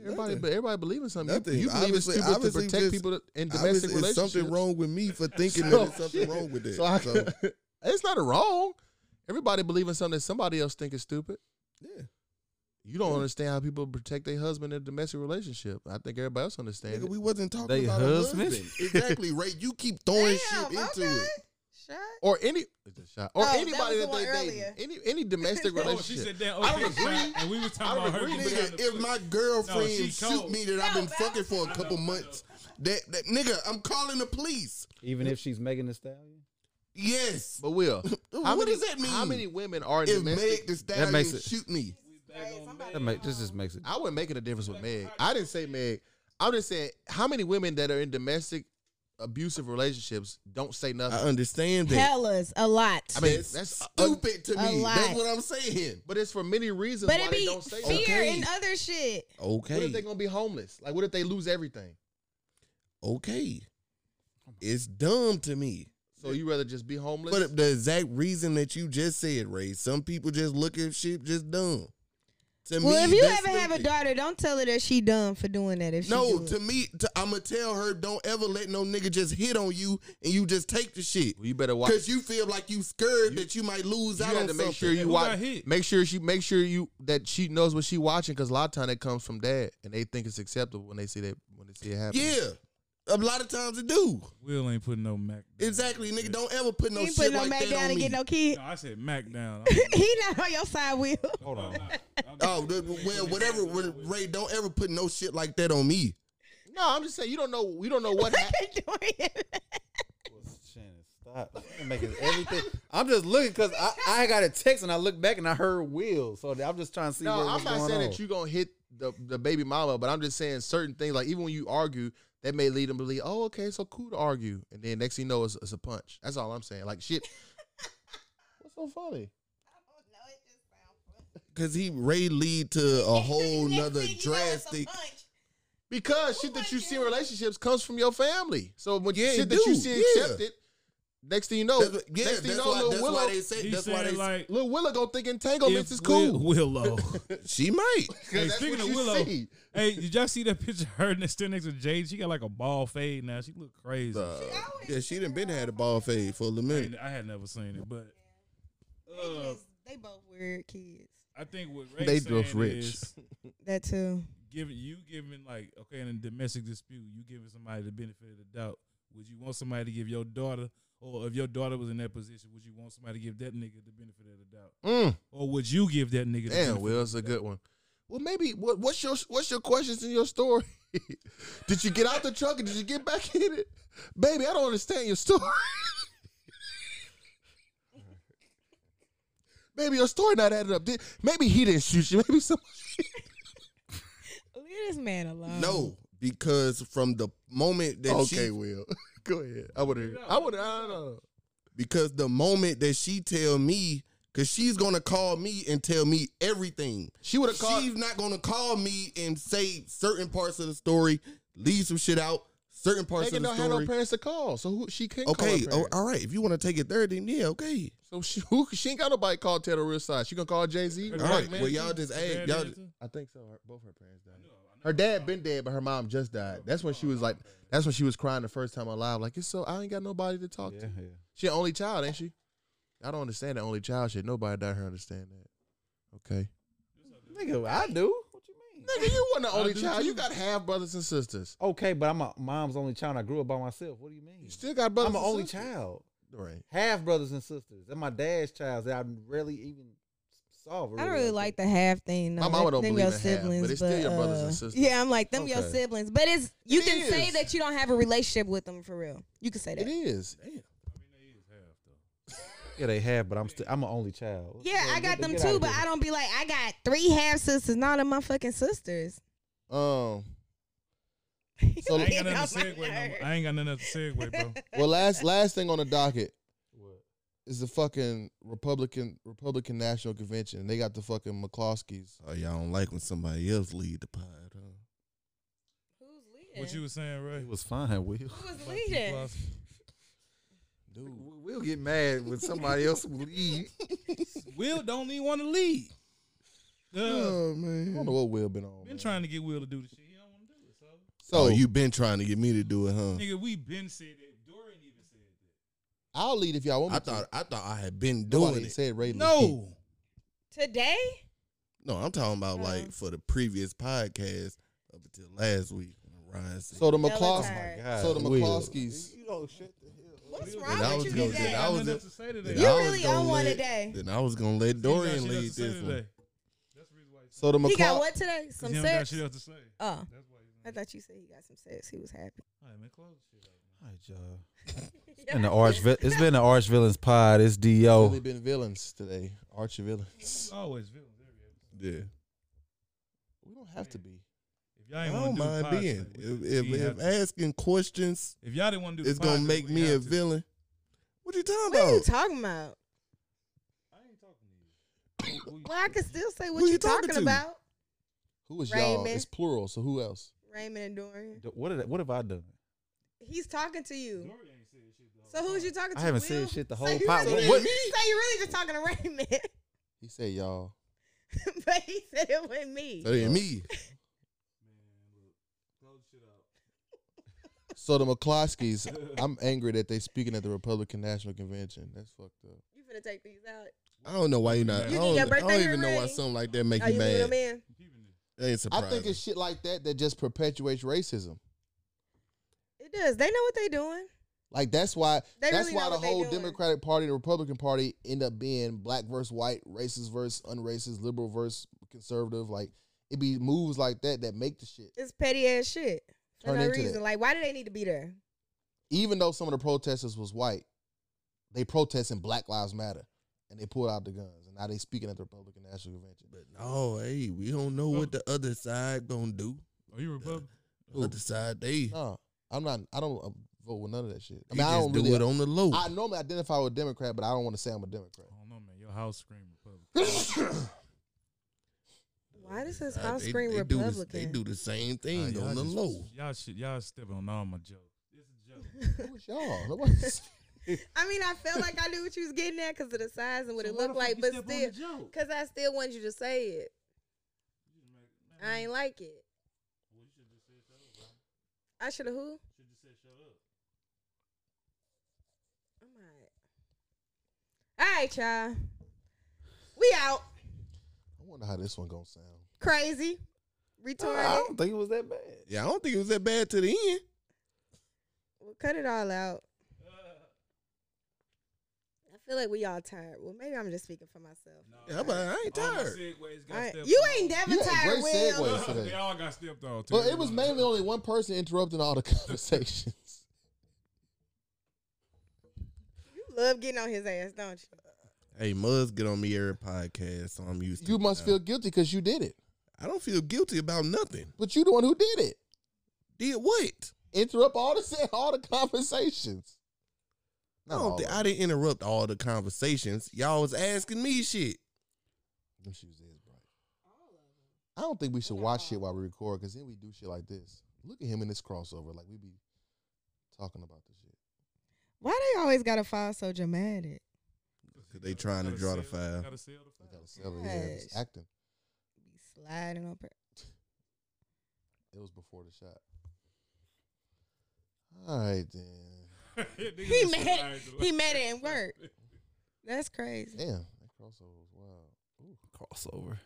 Everybody,
Nothing.
but everybody believe in something. You-
Nothing.
You, believe in
Obviously-
stupid to
obviously
protect
just-
people that- in
Obviously,
domestic
it's
relationships.
something wrong with
<laughs>
me for thinking
So,
that there's something
shit.
wrong with that.
So I-
So,
<laughs>
it's not a wrong. Everybody believe in something that somebody else think is stupid.
yeah.
You don't understand how people protect their husband in a domestic relationship. I think everybody else understands.
Nigga, we wasn't talking
They
about
husband?
a husband. exactly, Ray. You keep throwing shit into
okay.
it.
Shut.
or any it's a shot. or
Oh, that
anybody
was the
that,
one
they dating.
earlier.
any any domestic
<laughs> Oh, she
Oh, she
relationship.
said that.
I
Okay,
don't agree.
shot, and we was
I
talking
don't
about her.
agree,
being
Nigga,
on the
if
foot.
my girlfriend
No, she
shoot
cold.
me that I've
No,
been
but
fucking for
I
a couple
know, I
months, that, that nigga, I'm calling the police.
Even if she's Megan Thee Stallion?
Yes.
But Will, how
<laughs> What
many,
does that mean?
How many women are in
If
domestic?
Meg the
That makes
Stallion
it-
shoot me,
That make, this just makes it.
I wouldn't make it a difference with Meg. I didn't say Meg. I'm just saying how many women that are in domestic abusive relationships don't say
I
nothing.
understand that.
Hellas a lot.
I mean,
that's,
that's
stupid to
a
me.
lot.
That's what I'm saying.
But it's for many reasons
but
why
it
they
be
don't say
fear
nothing.
Okay.
and other shit.
What if
Okay.
they're gonna be homeless? Like, what if they lose everything?
okay. It's dumb to me.
So you rather just be homeless?
But the exact reason that you just said, Ray, some people just look at shit just dumb. To
Well, if
me,
you
that's
ever have a
stupid.
daughter, don't tell her that she dumb for doing that. If she
No,
do it.
to me, to, I'ma tell her don't ever let no nigga just hit on you and you just take the shit
well, you better watch.
because you feel like you scared that you might lose
You
out
have to
on something.
make sure
Hey,
you
who
watch.
got hit?
Make sure she make sure you that she knows what she watching because a lot of time that comes from dad and they think it's acceptable when they see that when they see it happen.
yeah, a lot of times it do.
Will ain't putting no Mac. down.
Exactly, nigga. Don't ever put no
he ain't putting
shit
no
like
Mac
that
down
on
and
me.
get no kid.
No, I said Mac down.
<laughs> he not on your side, Will. <laughs>
Hold on.
Oh, the- well, whatever, Ray. Don't ever put no shit like that on me.
No, I'm just saying you don't know. You don't know
<laughs>
what. hap-
Shannon, stop. You're making everything. I'm just looking because I, I got a text and I looked back and I heard Will. So I'm just trying to see
no,
what
I'm
was
not
going
saying
on.
that you gonna hit the the baby mama, but I'm just saying certain things like even when you argue, that may lead them to believe, oh, okay, so cool to argue, and then next thing you know, it's, it's a punch. That's all I'm saying. Like shit. What's so funny?
<laughs>
Cause he Ray lead to a whole nother drastic.
Because shit that you see in relationships comes from your family. So when
Yeah,
shit
it
that
do.
you see
Yeah.
accepted, next thing you know,
That's what- yeah,
next
that's,
thing you know,
why,
Lil
that's why
Willow,
they say.
He's
That's why
saying
they
like,
Lil Willow gonna think entanglements
if
is cool.
Will- Willow.
she might.
hey,
that's
speaking
what
of
you
Willow,
see.
hey, did y'all see that picture of her next to next to Jade? She got like a ball fade now. She look crazy.
yeah, she done been had a ball fade for a little
I,
minute.
ain't- I had never seen it, but
They,
uh,
just, they both weird kids.
I think what Ray
They
saying
both rich.
is
That too.
giving you giving like okay in a domestic dispute, you giving somebody the benefit of the doubt. Would you want somebody to give your daughter, or if your daughter was in that position, would you want somebody to give that nigga the benefit of the doubt,
Mm.
or would you give that nigga? The
Damn,
benefit?
Will, that's a good one.
Well, maybe what, what's your what's your questions in your story? <laughs> did you get out the truck and did you get back <laughs> in it, baby? I don't understand your story. <laughs> Maybe your story not added up. Did, maybe he didn't shoot you. Maybe some. <laughs>
Leave this man alone.
No, because from the moment that
Okay,
she, <laughs>
Will. Go ahead. I would have. I would. I don't know.
because the moment that she tell me, because she's gonna call me and tell me everything.
She would have called.
She's not gonna call me and say certain parts of the story, leave some shit out, certain parts
Megan don't
of the
have no
story.
parents to call, so who, she can't call.
okay,
her
oh,
parents.
all right. If you want to take it there, then yeah, okay.
So she who, she ain't got nobody called Taylor real side. She gonna call Jay Z.
Her
All right.
dad
Well, y'all
answer?
just
Her
hey,
dad
y'all.
answer?
I think so. Her, both her parents died. Her dad been dead, but her mom just died. That's when she was like, that's when she was crying the first time alive. Like it's so I ain't got nobody to talk to. She an only child, ain't she? I don't understand that only child shit. Nobody died her understand that. Okay.
Nigga, I do. What you mean?
Nigga, you wasn't the only
do
child.
too.
You got half brothers and sisters.
Okay, but I'm a mom's only child. I grew up by myself. What do you mean?
You still got brothers.
I'm an
and
only
sisters.
child.
Right.
Half brothers and sisters. And my dad's child that I rarely even saw.
I don't really like the half thing. No.
My mama don't
them
believe
your
in half,
siblings,
but it's still your brothers and
uh,
sisters.
Yeah, I'm like them your
Okay.
siblings, but it's you
It
can say
is.
that you don't have a relationship with them for real. You can say
It
that.
is.
Yeah, they have, but I'm still. I'm an only child.
Yeah, I got
get-
them
get
too,
outta
but
here.
I don't be like I got three half sisters. Not of my fucking sisters. <laughs>
Um.
I ain't
Get
got
off
<laughs>
nothing
my
to segue.
nerves.
No, I ain't got nothing else to segue, bro.
Well, last last thing on the docket is the fucking Republican Republican National Convention. They got the fucking McCloskeys.
Oh, y'all don't like when somebody else lead the pod, huh?
Who's
What you
leading?
was saying, Ray?
It was fine. Will
Who was
About Keith
leading?
Lawson?
We'll get mad when somebody else leave.
Will don't even want to lead. Uh,
<laughs> Oh
I
man.
don't know what Will been on.
been
man.
trying to get Will to do the shit. He don't want to do it. So,
So
oh, you been trying to get me to do it, huh?
nigga, we been said that. Dorian even said that.
I'll lead if y'all want me
I thought I thought I had been
to. Nobody
doing it.
said Ray. Lee.
No,
Today?
No, I'm talking about like for the previous podcast up until last week. when Ryan said,
So the
Y'all are
McCloskeys.
tired.
So the McCloskeys.
What's
And I
wrong with
was
you
gonna
nigga,
say,
today?
I was
nothing
in-
else to say today.
then
You
I was
really
gonna
on one
let-
today.
Then I was gonna let Dorian
He got shit
lead
else to say
this one.
today. That's the reason why he said
So the
He got
McCloskeys.
what today?
it. 'Cause
Some
he don't got
sex?
shit else to say.
Oh,
That's why. He's
I thought you said he got some sex. He
<laughs>
was happy.
All right, man, close the shit out.
All right, y'all. It's been the arch. vi- It's been the arch villains pod. It's
Really
Do.
been villains today. Archie villains.
It's always villains every episode.
Yeah.
We don't have to be.
If y'all
I
ain't
don't mind
want to do the
being.
podcast,
If,
we-
if,
we have
if
to.
asking questions
If y'all didn't want to do, the
is gonna
podcast,
make
we
me a
have to.
villain. What you talking
What are you
about?
talking about?
I ain't talking to you. Who- who you-
Well, I can still say what
Who
you
you
talking,
talking to?
about.
Who is y'all?
Raymond.
It's plural. So who else?
Raymond and Dorian.
What did I- What have I done?
He's talking to you.
Dorian ain't said shit the whole
So who's
time.
you talking to?
I haven't
Will?
said shit the
So
whole
you
pod.
Really,
What-
So you really just talking to Raymond. <laughs>
He said y'all.
but he said it was me.
That ain't me.
So the McCloskeys. I'm angry that they speaking at the Republican National Convention. That's fucked up.
You finna take these out.
I don't know why you're not.
You
I
did
don't,
your
I don't
birthday
even know why
already?
something like that make
Are
you
you moving
mad.
them in?
That ain't
I
surprising.
think it's shit like that that just perpetuates racism.
It does. They know what they doing.
Like that's why
They
that's
really
why
know
the
what they
whole
doing.
Democratic Party, the Republican Party, end up being black versus white, racist versus unracist, liberal versus conservative. Like it be moves like that that make the shit.
It's petty ass shit. For
Turn
no
into
reason.
that.
Like, why do they need to be there?
Even though some of the protesters was white, they protesting Black Lives Matter, and they pulled out the guns, and now they speaking at the Republican National Convention.
But no, hey, we don't know what the other side gonna do.
Are you Republican?
The other side, they,
No, I'm not. I don't uh, vote with none of that shit. I
they
mean, I
just
don't
do
really.
it on the low.
I normally identify with Democrat, but I don't want to say I'm a Democrat.
I don't know, man. Your house scream Republican.
Why does his
Uh,
house
they,
scream
they do
Republican?
this, they do the same thing
Nah, y'all
on the
just-
low.
Y'all shit, y'all stepping on all my jokes. It's a joke.
Who's y'all? <laughs> Nobody's-
I mean, I felt like I knew what you was getting at because of the size and what it looked like, but still, because I still wanted you to say it. I ain't like it. I should have who? All right, y'all. We out.
I wonder how this one gonna sound.
Crazy.
I
Retarded.
don't think it was that bad.
Yeah, I don't think it was that bad to the end.
We'll cut it all out. I feel like we all tired. Well, maybe I'm just speaking for myself.
Yeah, but I ain't tired.
All right. You ain't never
You had
tired,
great
<laughs>
Will.
segues
They
today.
all got stepped on. too.
But it was mainly only one person interrupting all the <laughs> conversations.
You love getting on his ass, don't you?
Hey, Muzz get on me every podcast, so I'm used to
You
it
must
now.
feel guilty because you did it.
I don't feel guilty about nothing.
But you the one who did it.
Did what?
Interrupt all the <laughs> all the conversations.
I
No,
don't think I didn't interrupt all the conversations. Y'all was asking me shit.
Them shoes is bright. I don't think we should watch shit while we record because then we do shit like this. Look at him in this crossover, like we be talking about this shit.
Why they always gotta fall so dramatic?
They trying to
Gotta
draw the
sell-
file.
gotta sell
<laughs>
the
They
file.
gotta sell it. Yeah, just
Yes.
acting.
Be sliding on. pur-
It was before the shot. All right then.
<laughs> Niggas
He
just
made
lied
it.
to
He
us.
made it
<laughs>
and work. That's crazy.
Damn, that crossover was wild. Ooh.
Crossover.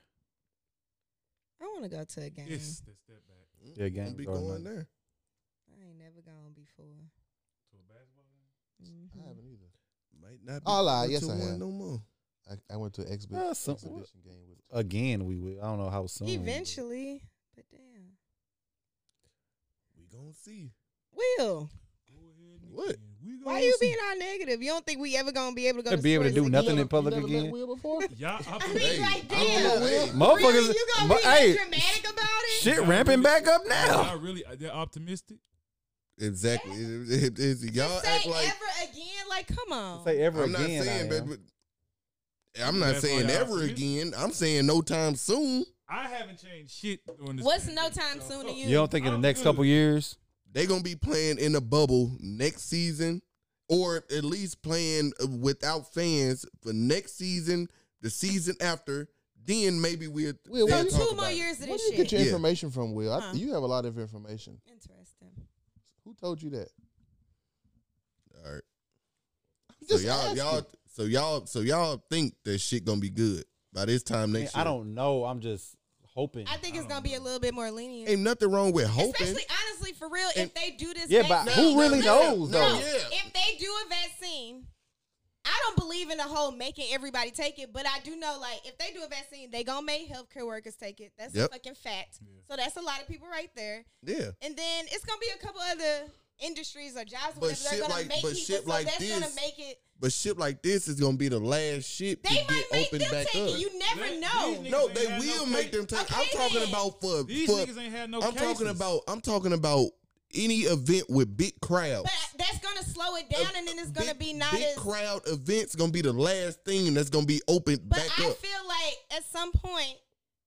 I want to go to a game.
It's the step back
Yeah,
Don't
games
be
are
going
nice.
there.
I ain't never gone before.
to a basketball game.
Mhm.
I haven't either.
Might not be
I lied.
going
Yes,
to
I
one
have.
no more.
I, I went to an exhibit,
Ah, some-
exhibition game with.
Again, we will. I don't know how soon.
Eventually, but damn.
We gonna see.
Go
Will,
ahead and
What?
again. We
why
gonna
you
see.
being all negative? You don't think we ever gonna be able to go?
They'll
to
be able to
sports
do
again?
nothing in
You
public
never
again.
Met
<laughs>
Will before?
Y'all, I
I mean, right there.
Hey,
Motherfuckers,
Really? You gonna
but
be that
hey,
dramatic about it?
shit ramping back up now.
Y'all really? uh, They're optimistic.
exactly. It- it- it- it- y'all act
Say
like
ever again? Like, come on.
Say ever
I'm not
again.
saying,
I
but,
am.
but- I'm not
That's
saying
why y'all
ever
forget.
again. I'm saying no time soon.
I haven't changed shit during this.
What's no time soon to
you?
you don't think in the
I'm
next
good.
couple years?
They gonna be playing in a bubble next season, or at least playing uh, without fans for next season, the season after. Then maybe we'll.
Will,
they'll
So
why you
talk
two
about
more
it.
years of
Where
this
do you
shit.
get your
Yeah.
information from, Will? I,
Huh.
You have a lot of information.
Interesting.
Who told you that?
All right.
I'm
So
just
y'all,
asking.
y'all, so y'all, so y'all think that shit gonna be good by this time
I, mean,
next
I
year.
don't know. I'm just hoping.
I think it's gonna be a little bit more lenient.
Ain't nothing wrong with hoping.
Especially honestly, for real,
And-
if they do this,
Yeah, but
vaccine-
who really
Listen,
knows
no,
though?
yeah.
If they do a vaccine, I don't believe in the whole making everybody take it, but I do know like if they do a vaccine, they gonna make healthcare workers take it. That's
Yep.
a fucking fact. So that's a lot of people right there.
Yeah.
And then it's gonna be a couple other industries or jobs,
But
whatever.
shit
They're gonna
like-
make
but
people,
shit
so
like
that's
this,
gonna make it.
But shit like this is gonna be the last shit
They
to
might
get
make
opened
them
back
take
up.
it. You never
These
know.
niggas
no,
ain't
they
had no
will make
case.
them take. I'm
Okay,
talking
then.
about for.
These
for
niggas ain't had no.
I'm talking
cases.
about. I'm talking about any event with big crowds.
But that's gonna slow it down, and then it's gonna
Big-
be not
big
as.
crowd events. Gonna be the last thing that's gonna be opened
But
back
I
up.
feel like at some point,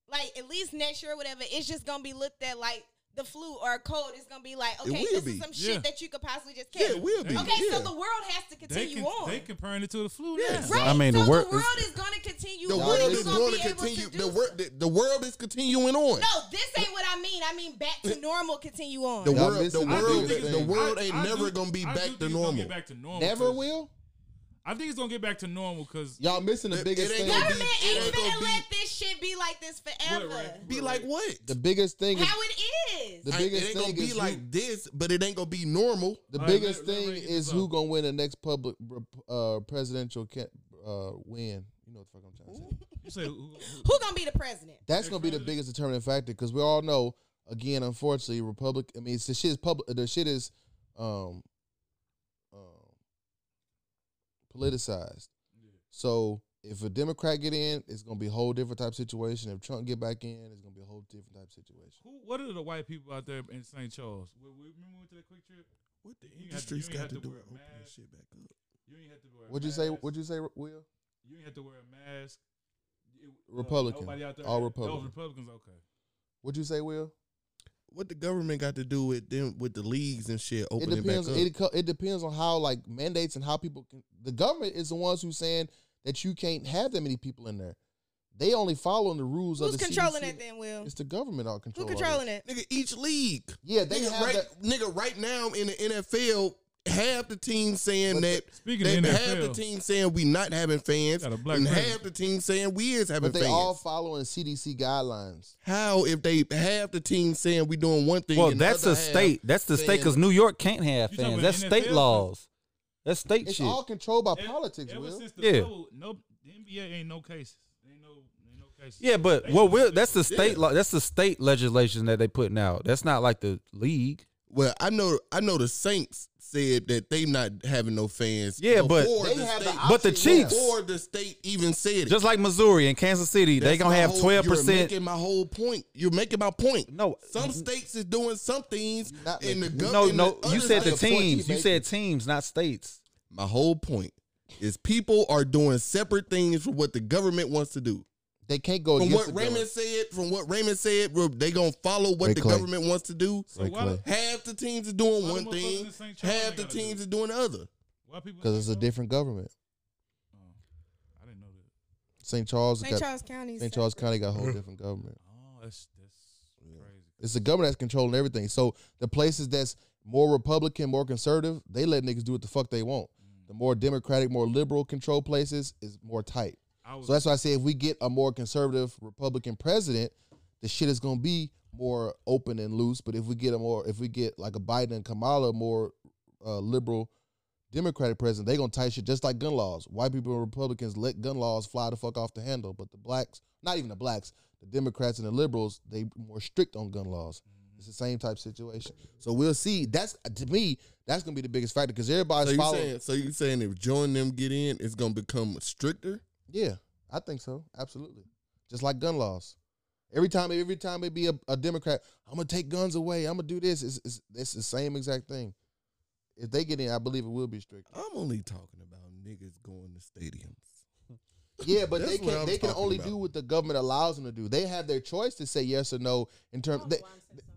like at least next year or whatever, it's just gonna be looked at like the flu or a cold. It's gonna be like, okay,
will
this
be.
is some
Yeah.
shit that you could possibly just catch.
yeah, it will be.
Okay,
yeah.
so the world has to
They
continue
can,
on.
they comparing it to the flu
Yeah.
now.
Right,
I mean, the
so
wor-
the world is gonna continue.
The
on,
world
and you
is
gonna
going
be
to
able
continue.
do
The world, the, the world is continuing on.
No, this ain't what I mean. I mean back to normal. Continue on.
The
Y'all
world, the
missing the
world,
biggest
the
thing.
world
I-
ain't
I
never
do-
gonna
I
be
do
back
think
to
it's gonna
normal.
Get back to normal.
Never
'cause-
will.
I think it's gonna get back to normal because
Y'all missing the
It-
biggest
it ain't
thing.
gonna
Government
It ain't
ain't
gonna
finna
be-
let this shit be like this forever.
Be like what?
The biggest thing. Is,
How it is.
the
I-
biggest
it ain't
thing
gonna be
is
like
who,
this, but it ain't gonna be normal.
the
All right,
biggest
let- let
thing
Ray get
is
this
who
up.
gonna win the next public uh, presidential ca- uh, win. You know what the fuck I'm trying to say.
you say who- who-
Who gonna be the president?
That's gonna be the biggest determining factor because we all know, again, unfortunately, Republic. I mean, it's the shit is public. The shit is, um, um, politicized. So if a Democrat get in, it's gonna be a whole different type of situation. If Trump get back in, it's gonna be a whole different type of situation.
who- what are the white people out there in St. Charles? We, we remember we went to that quick trip.
What the
ain't have to- you ain't have to wear a
opening
mask.
shit back up?
You ain't have to wear. a
What'd you say?
mask.
What'd you say, Will?
You ain't have to wear a mask. It- uh,
Republican.
nobody out there-
All
those
Republican.
Republicans, okay.
What'd you say, Will?
What the government got to do with them with the leagues and shit
It
opening
depends.
back up?
It, co- it depends on how like mandates and how people. Can, the government is the ones who saying that you can't have that many people in there. They only following the rules
Who's
of the
controlling
CDC.
it then, Will?
It's the government all
Who's
control.
controlling it?
nigga, each league.
Yeah, they
nigga,
have
right,
that-
nigga, right now in the NFL, half the team saying that.
Speaking
that
of
half the
NFL,
team saying we not having fans,
Got a black
and
president.
half the team saying we is having
But they
fans.
all following CDC guidelines.
How if they half the team saying we doing one thing?
Well,
and the
that's
other
the
half
state. That's the state
saying-
because New York can't have
You talking
fans.
about
That's state
NFL?
laws. That's state
It's
shit.
all controlled by
Ever-
politics,
ever
Will.
since the
Yeah.
bubble, no, the NBA ain't no cases. Ain't no, ain't no cases.
yeah, but
They-
well, we're, that's the state. law That's the state legislation that they putting out. That's not like the league.
Well, I know, I know the Saints said that they not having no fans.
Yeah, but-
before
They
the
have the
state,
But the
option, yeah.
Chiefs-
before the state even said it.
Just like Missouri and Kansas City, they
That's
gonna
my
have
whole-
twelve
You're
percent.
making my whole point. You're making my point.
No.
some states is doing some things
not
in the
making-
gov-
No,
in
no,
the
you
other
said the
states.
point he
teams. You
making.
said teams, not states.
My whole point is people are doing separate things from what the government wants to do.
They can't go
From
against
what
the
Raymond
government.
said, from what Raymond said, bro, they gonna follow what
Ray
the
Clay.
government wants to do.
So why
Clay.
the-
Half the teams is doing
Why the
one
motherfuckers
thing,
in St. Charles
half
they
the
gotta do
teams
it?
is doing the other.
Why people?
because it's a
think so?
different government.
I didn't know that.
St. Charles
St.
got
Charles County.
St. Charles County got a whole different government.
Oh, that's that's crazy.
It's the government that's controlling everything. So the places that's more Republican, more conservative, they let niggas do what the fuck they want. The more Democratic, more liberal control places is more tight.
I was
So that's why I say if we get a more conservative Republican president, the shit is gonna be more open and loose. But if we get a more, if we get like a Biden and Kamala, more uh, liberal Democratic president, they gonna tighten shit just like gun laws. White people and Republicans let gun laws fly the fuck off the handle, but the blacks, not even the blacks, the Democrats and the liberals, they more strict on gun laws. It's the same type situation. So we'll see. That's to me, that's gonna be the biggest factor because everybody's
So you
following.
saying, so you saying if join them get in, it's gonna become stricter?
Yeah, I think so. Absolutely. Just like gun laws. Every time, every time it be a, a Democrat, I'm gonna take guns away. I'm gonna do this. It's, it's, it's the same exact thing. If they get in, I believe it will be strict.
I'm only talking about niggas going to stadiums.
Yeah, but
That's
they
what
can
I'm
they can
talking
only
about.
do what the government allows them to do. They have their choice to say yes or no in terms. They,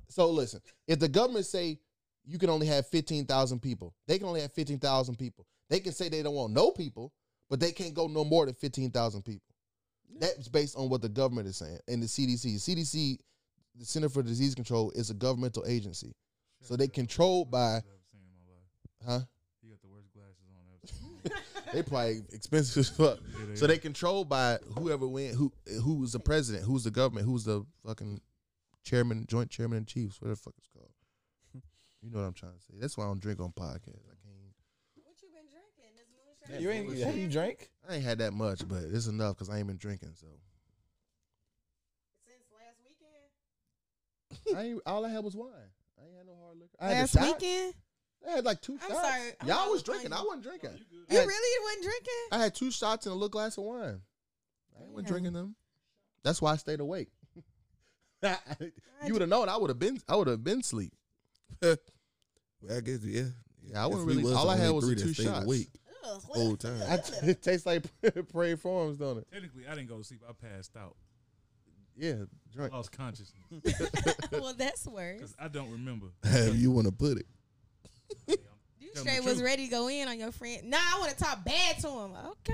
so listen, if the government say you can only have fifteen thousand people, they can only have fifteen thousand people. They can say they don't want no people, but they can't go no more than fifteen thousand people. That's based on what the government is saying and the CDC. CDC, the Center for Disease Control, is a governmental agency, so they controlled by
I've seen in my life.
huh?
He got the worst glasses on ever.
They probably expensive as fuck. So they controlled by whoever win who Eh, who was the president, who's the government, who's the fucking chairman, joint chairman and chiefs, whatever the fuck it's called.
<laughs>
You know what I'm trying to say. That's why I don't drink on podcasts. I can't.
What you been drinking? This moonshine?
you drink?
I ain't had that much, but it's enough because I ain't been drinking.
<laughs>
So
Since last weekend.
I ain't, all I had was wine. I ain't had no hard liquor. I had a
Last
shot.
weekend?
I had like 2
I'm
shots.
sorry. I'm
Y'all was
always
drinking. I
funny.
wasn't drinking. I
You
had,
really wasn't drinking?
I had two shots and a little glass of wine. I ain't been drinking them. That's why I stayed awake. <laughs> you would have known. I would have been. I would have been sleep.
Well, I guess yeah.
Yeah, I wouldn't
If we
really- all
the
I had
only
was
three
the
that
two
stayed
shots.
awake
Ugh,
the whole time.
I t- <laughs> it tastes like <laughs> prayed forms, don't it?
Technically, I didn't go to sleep. I passed out.
Yeah,
<laughs>
drink.
Lost consciousness
<laughs> well, that's worse.
because I don't remember.
However you want to put it.
You
Tell 'em
straight
the
was
truth.
ready to go in on your friend. Nah, I want to talk bad to him. Okay.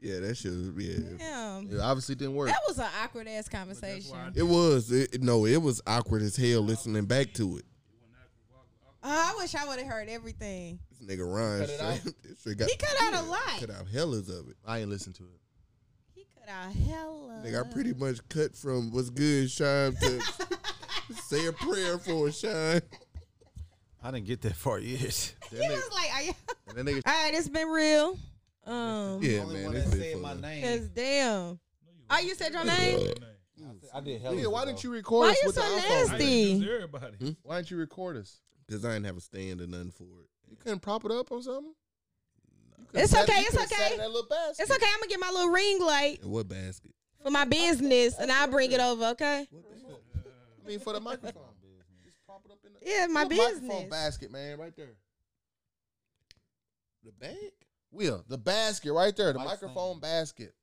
Yeah, that should yeah.
Damn.
It obviously didn't work.
That was an awkward ass conversation.
I
It was it, no, it was awkward as hell listening back to it.
Oh, I wish I would have heard everything.
This nigga Ryan,
Cut it out?
straight- <laughs> this shit got,
He cut out a
yeah,
lot.
Cut out hellas of it.
I ain't listen to it.
He cut out hella.
Nigga, I pretty much cut from what's good, Shine,
<laughs>
to say a prayer for Shine.
I didn't get that far yet.
He was like, "Are you- <laughs>
And then nigga,
all right, it's been real. Um,
Yeah, man, this been fun.
Cause damn. Oh, you said your name?
I did
nigga, why didn't you record
Why
us
you
with
so
the iPhone?
I didn't
nasty?
use everybody.
Why didn't you record us?
Cause I didn't have a stand or nothing for it.
You couldn't prop it up or something. You could've
It's
sat-
okay,
you
it's
could've sat
okay.
in That little basket.
It's okay. I'm gonna get my little ring light
And what basket?
for my business, and I'll bring it over. Okay?
I mean, for the microphone. Just prop it up in the
Yeah, my
Your
business.
microphone basket, man, right there.
The bag?
Will the basket right there, the
Mic
microphone basket.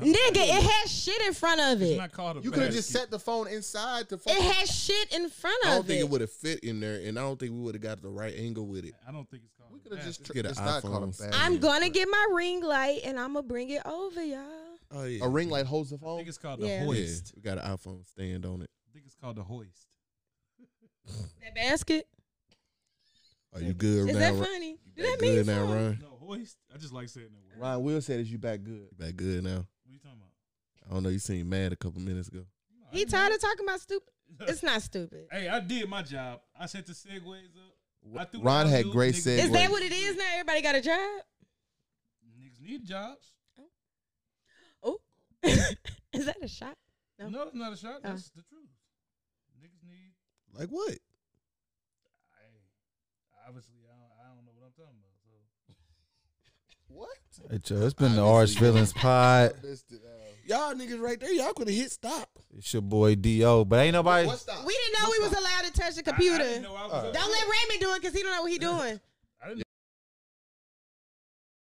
This
Nigga, it had shit in front of
It's
it.
not called a
You could have just
basket.
set the phone inside to.
It had shit in front
I
of
don't think
it.
it would have fit in there, and I don't think we would have got the right angle with it.
I don't think it's called.
We
a
could have
basket.
just. Tr-
Get an
it's not called
iPhone.
a basket.
I'm gonna get my ring light and I'm gonna bring it over, y'all.
Oh yeah,
A ring light holds the
I
phone.
think it's called the
Yeah.
Yeah,
hoist.
we got an iPhone stand on it.
I think it's called the hoist.
That basket.
Are you good
Is
now?
that
Ron?
funny?
You
Did
back
that mean
good now,
something?
Ron?
No hoist. I just like saying that word.
Ryan Will said, "Is you back good?"
You back good now?
What are you talking about?
I don't know. You seemed mad a couple minutes ago.
He tired of talking about stupid.
<laughs>
It's not stupid.
Hey, I did my job. I set the segways up. I threw
Ron
the
had
audio.
great
Niggas-
Is
segue.
that what it is now? Everybody got a job?
Niggas need jobs.
Oh, <laughs> is that a shot? No. Oh.
No, it's not a shot. That's the truth. Niggas need.
Like what?
I, obviously, I don't, I don't know what I'm talking about. So
What?
Hey, Joe, it's been the Arch Villains Pod.
uh,
Y'all niggas right there. Y'all could have hit stop.
It's your boy Do, but ain't nobody.
What's that?
We didn't know we was allowed to touch the
I- I
computer.
didn't know I was up
Don't
there. <laughs>
let Raymond do it because he don't know what he doing.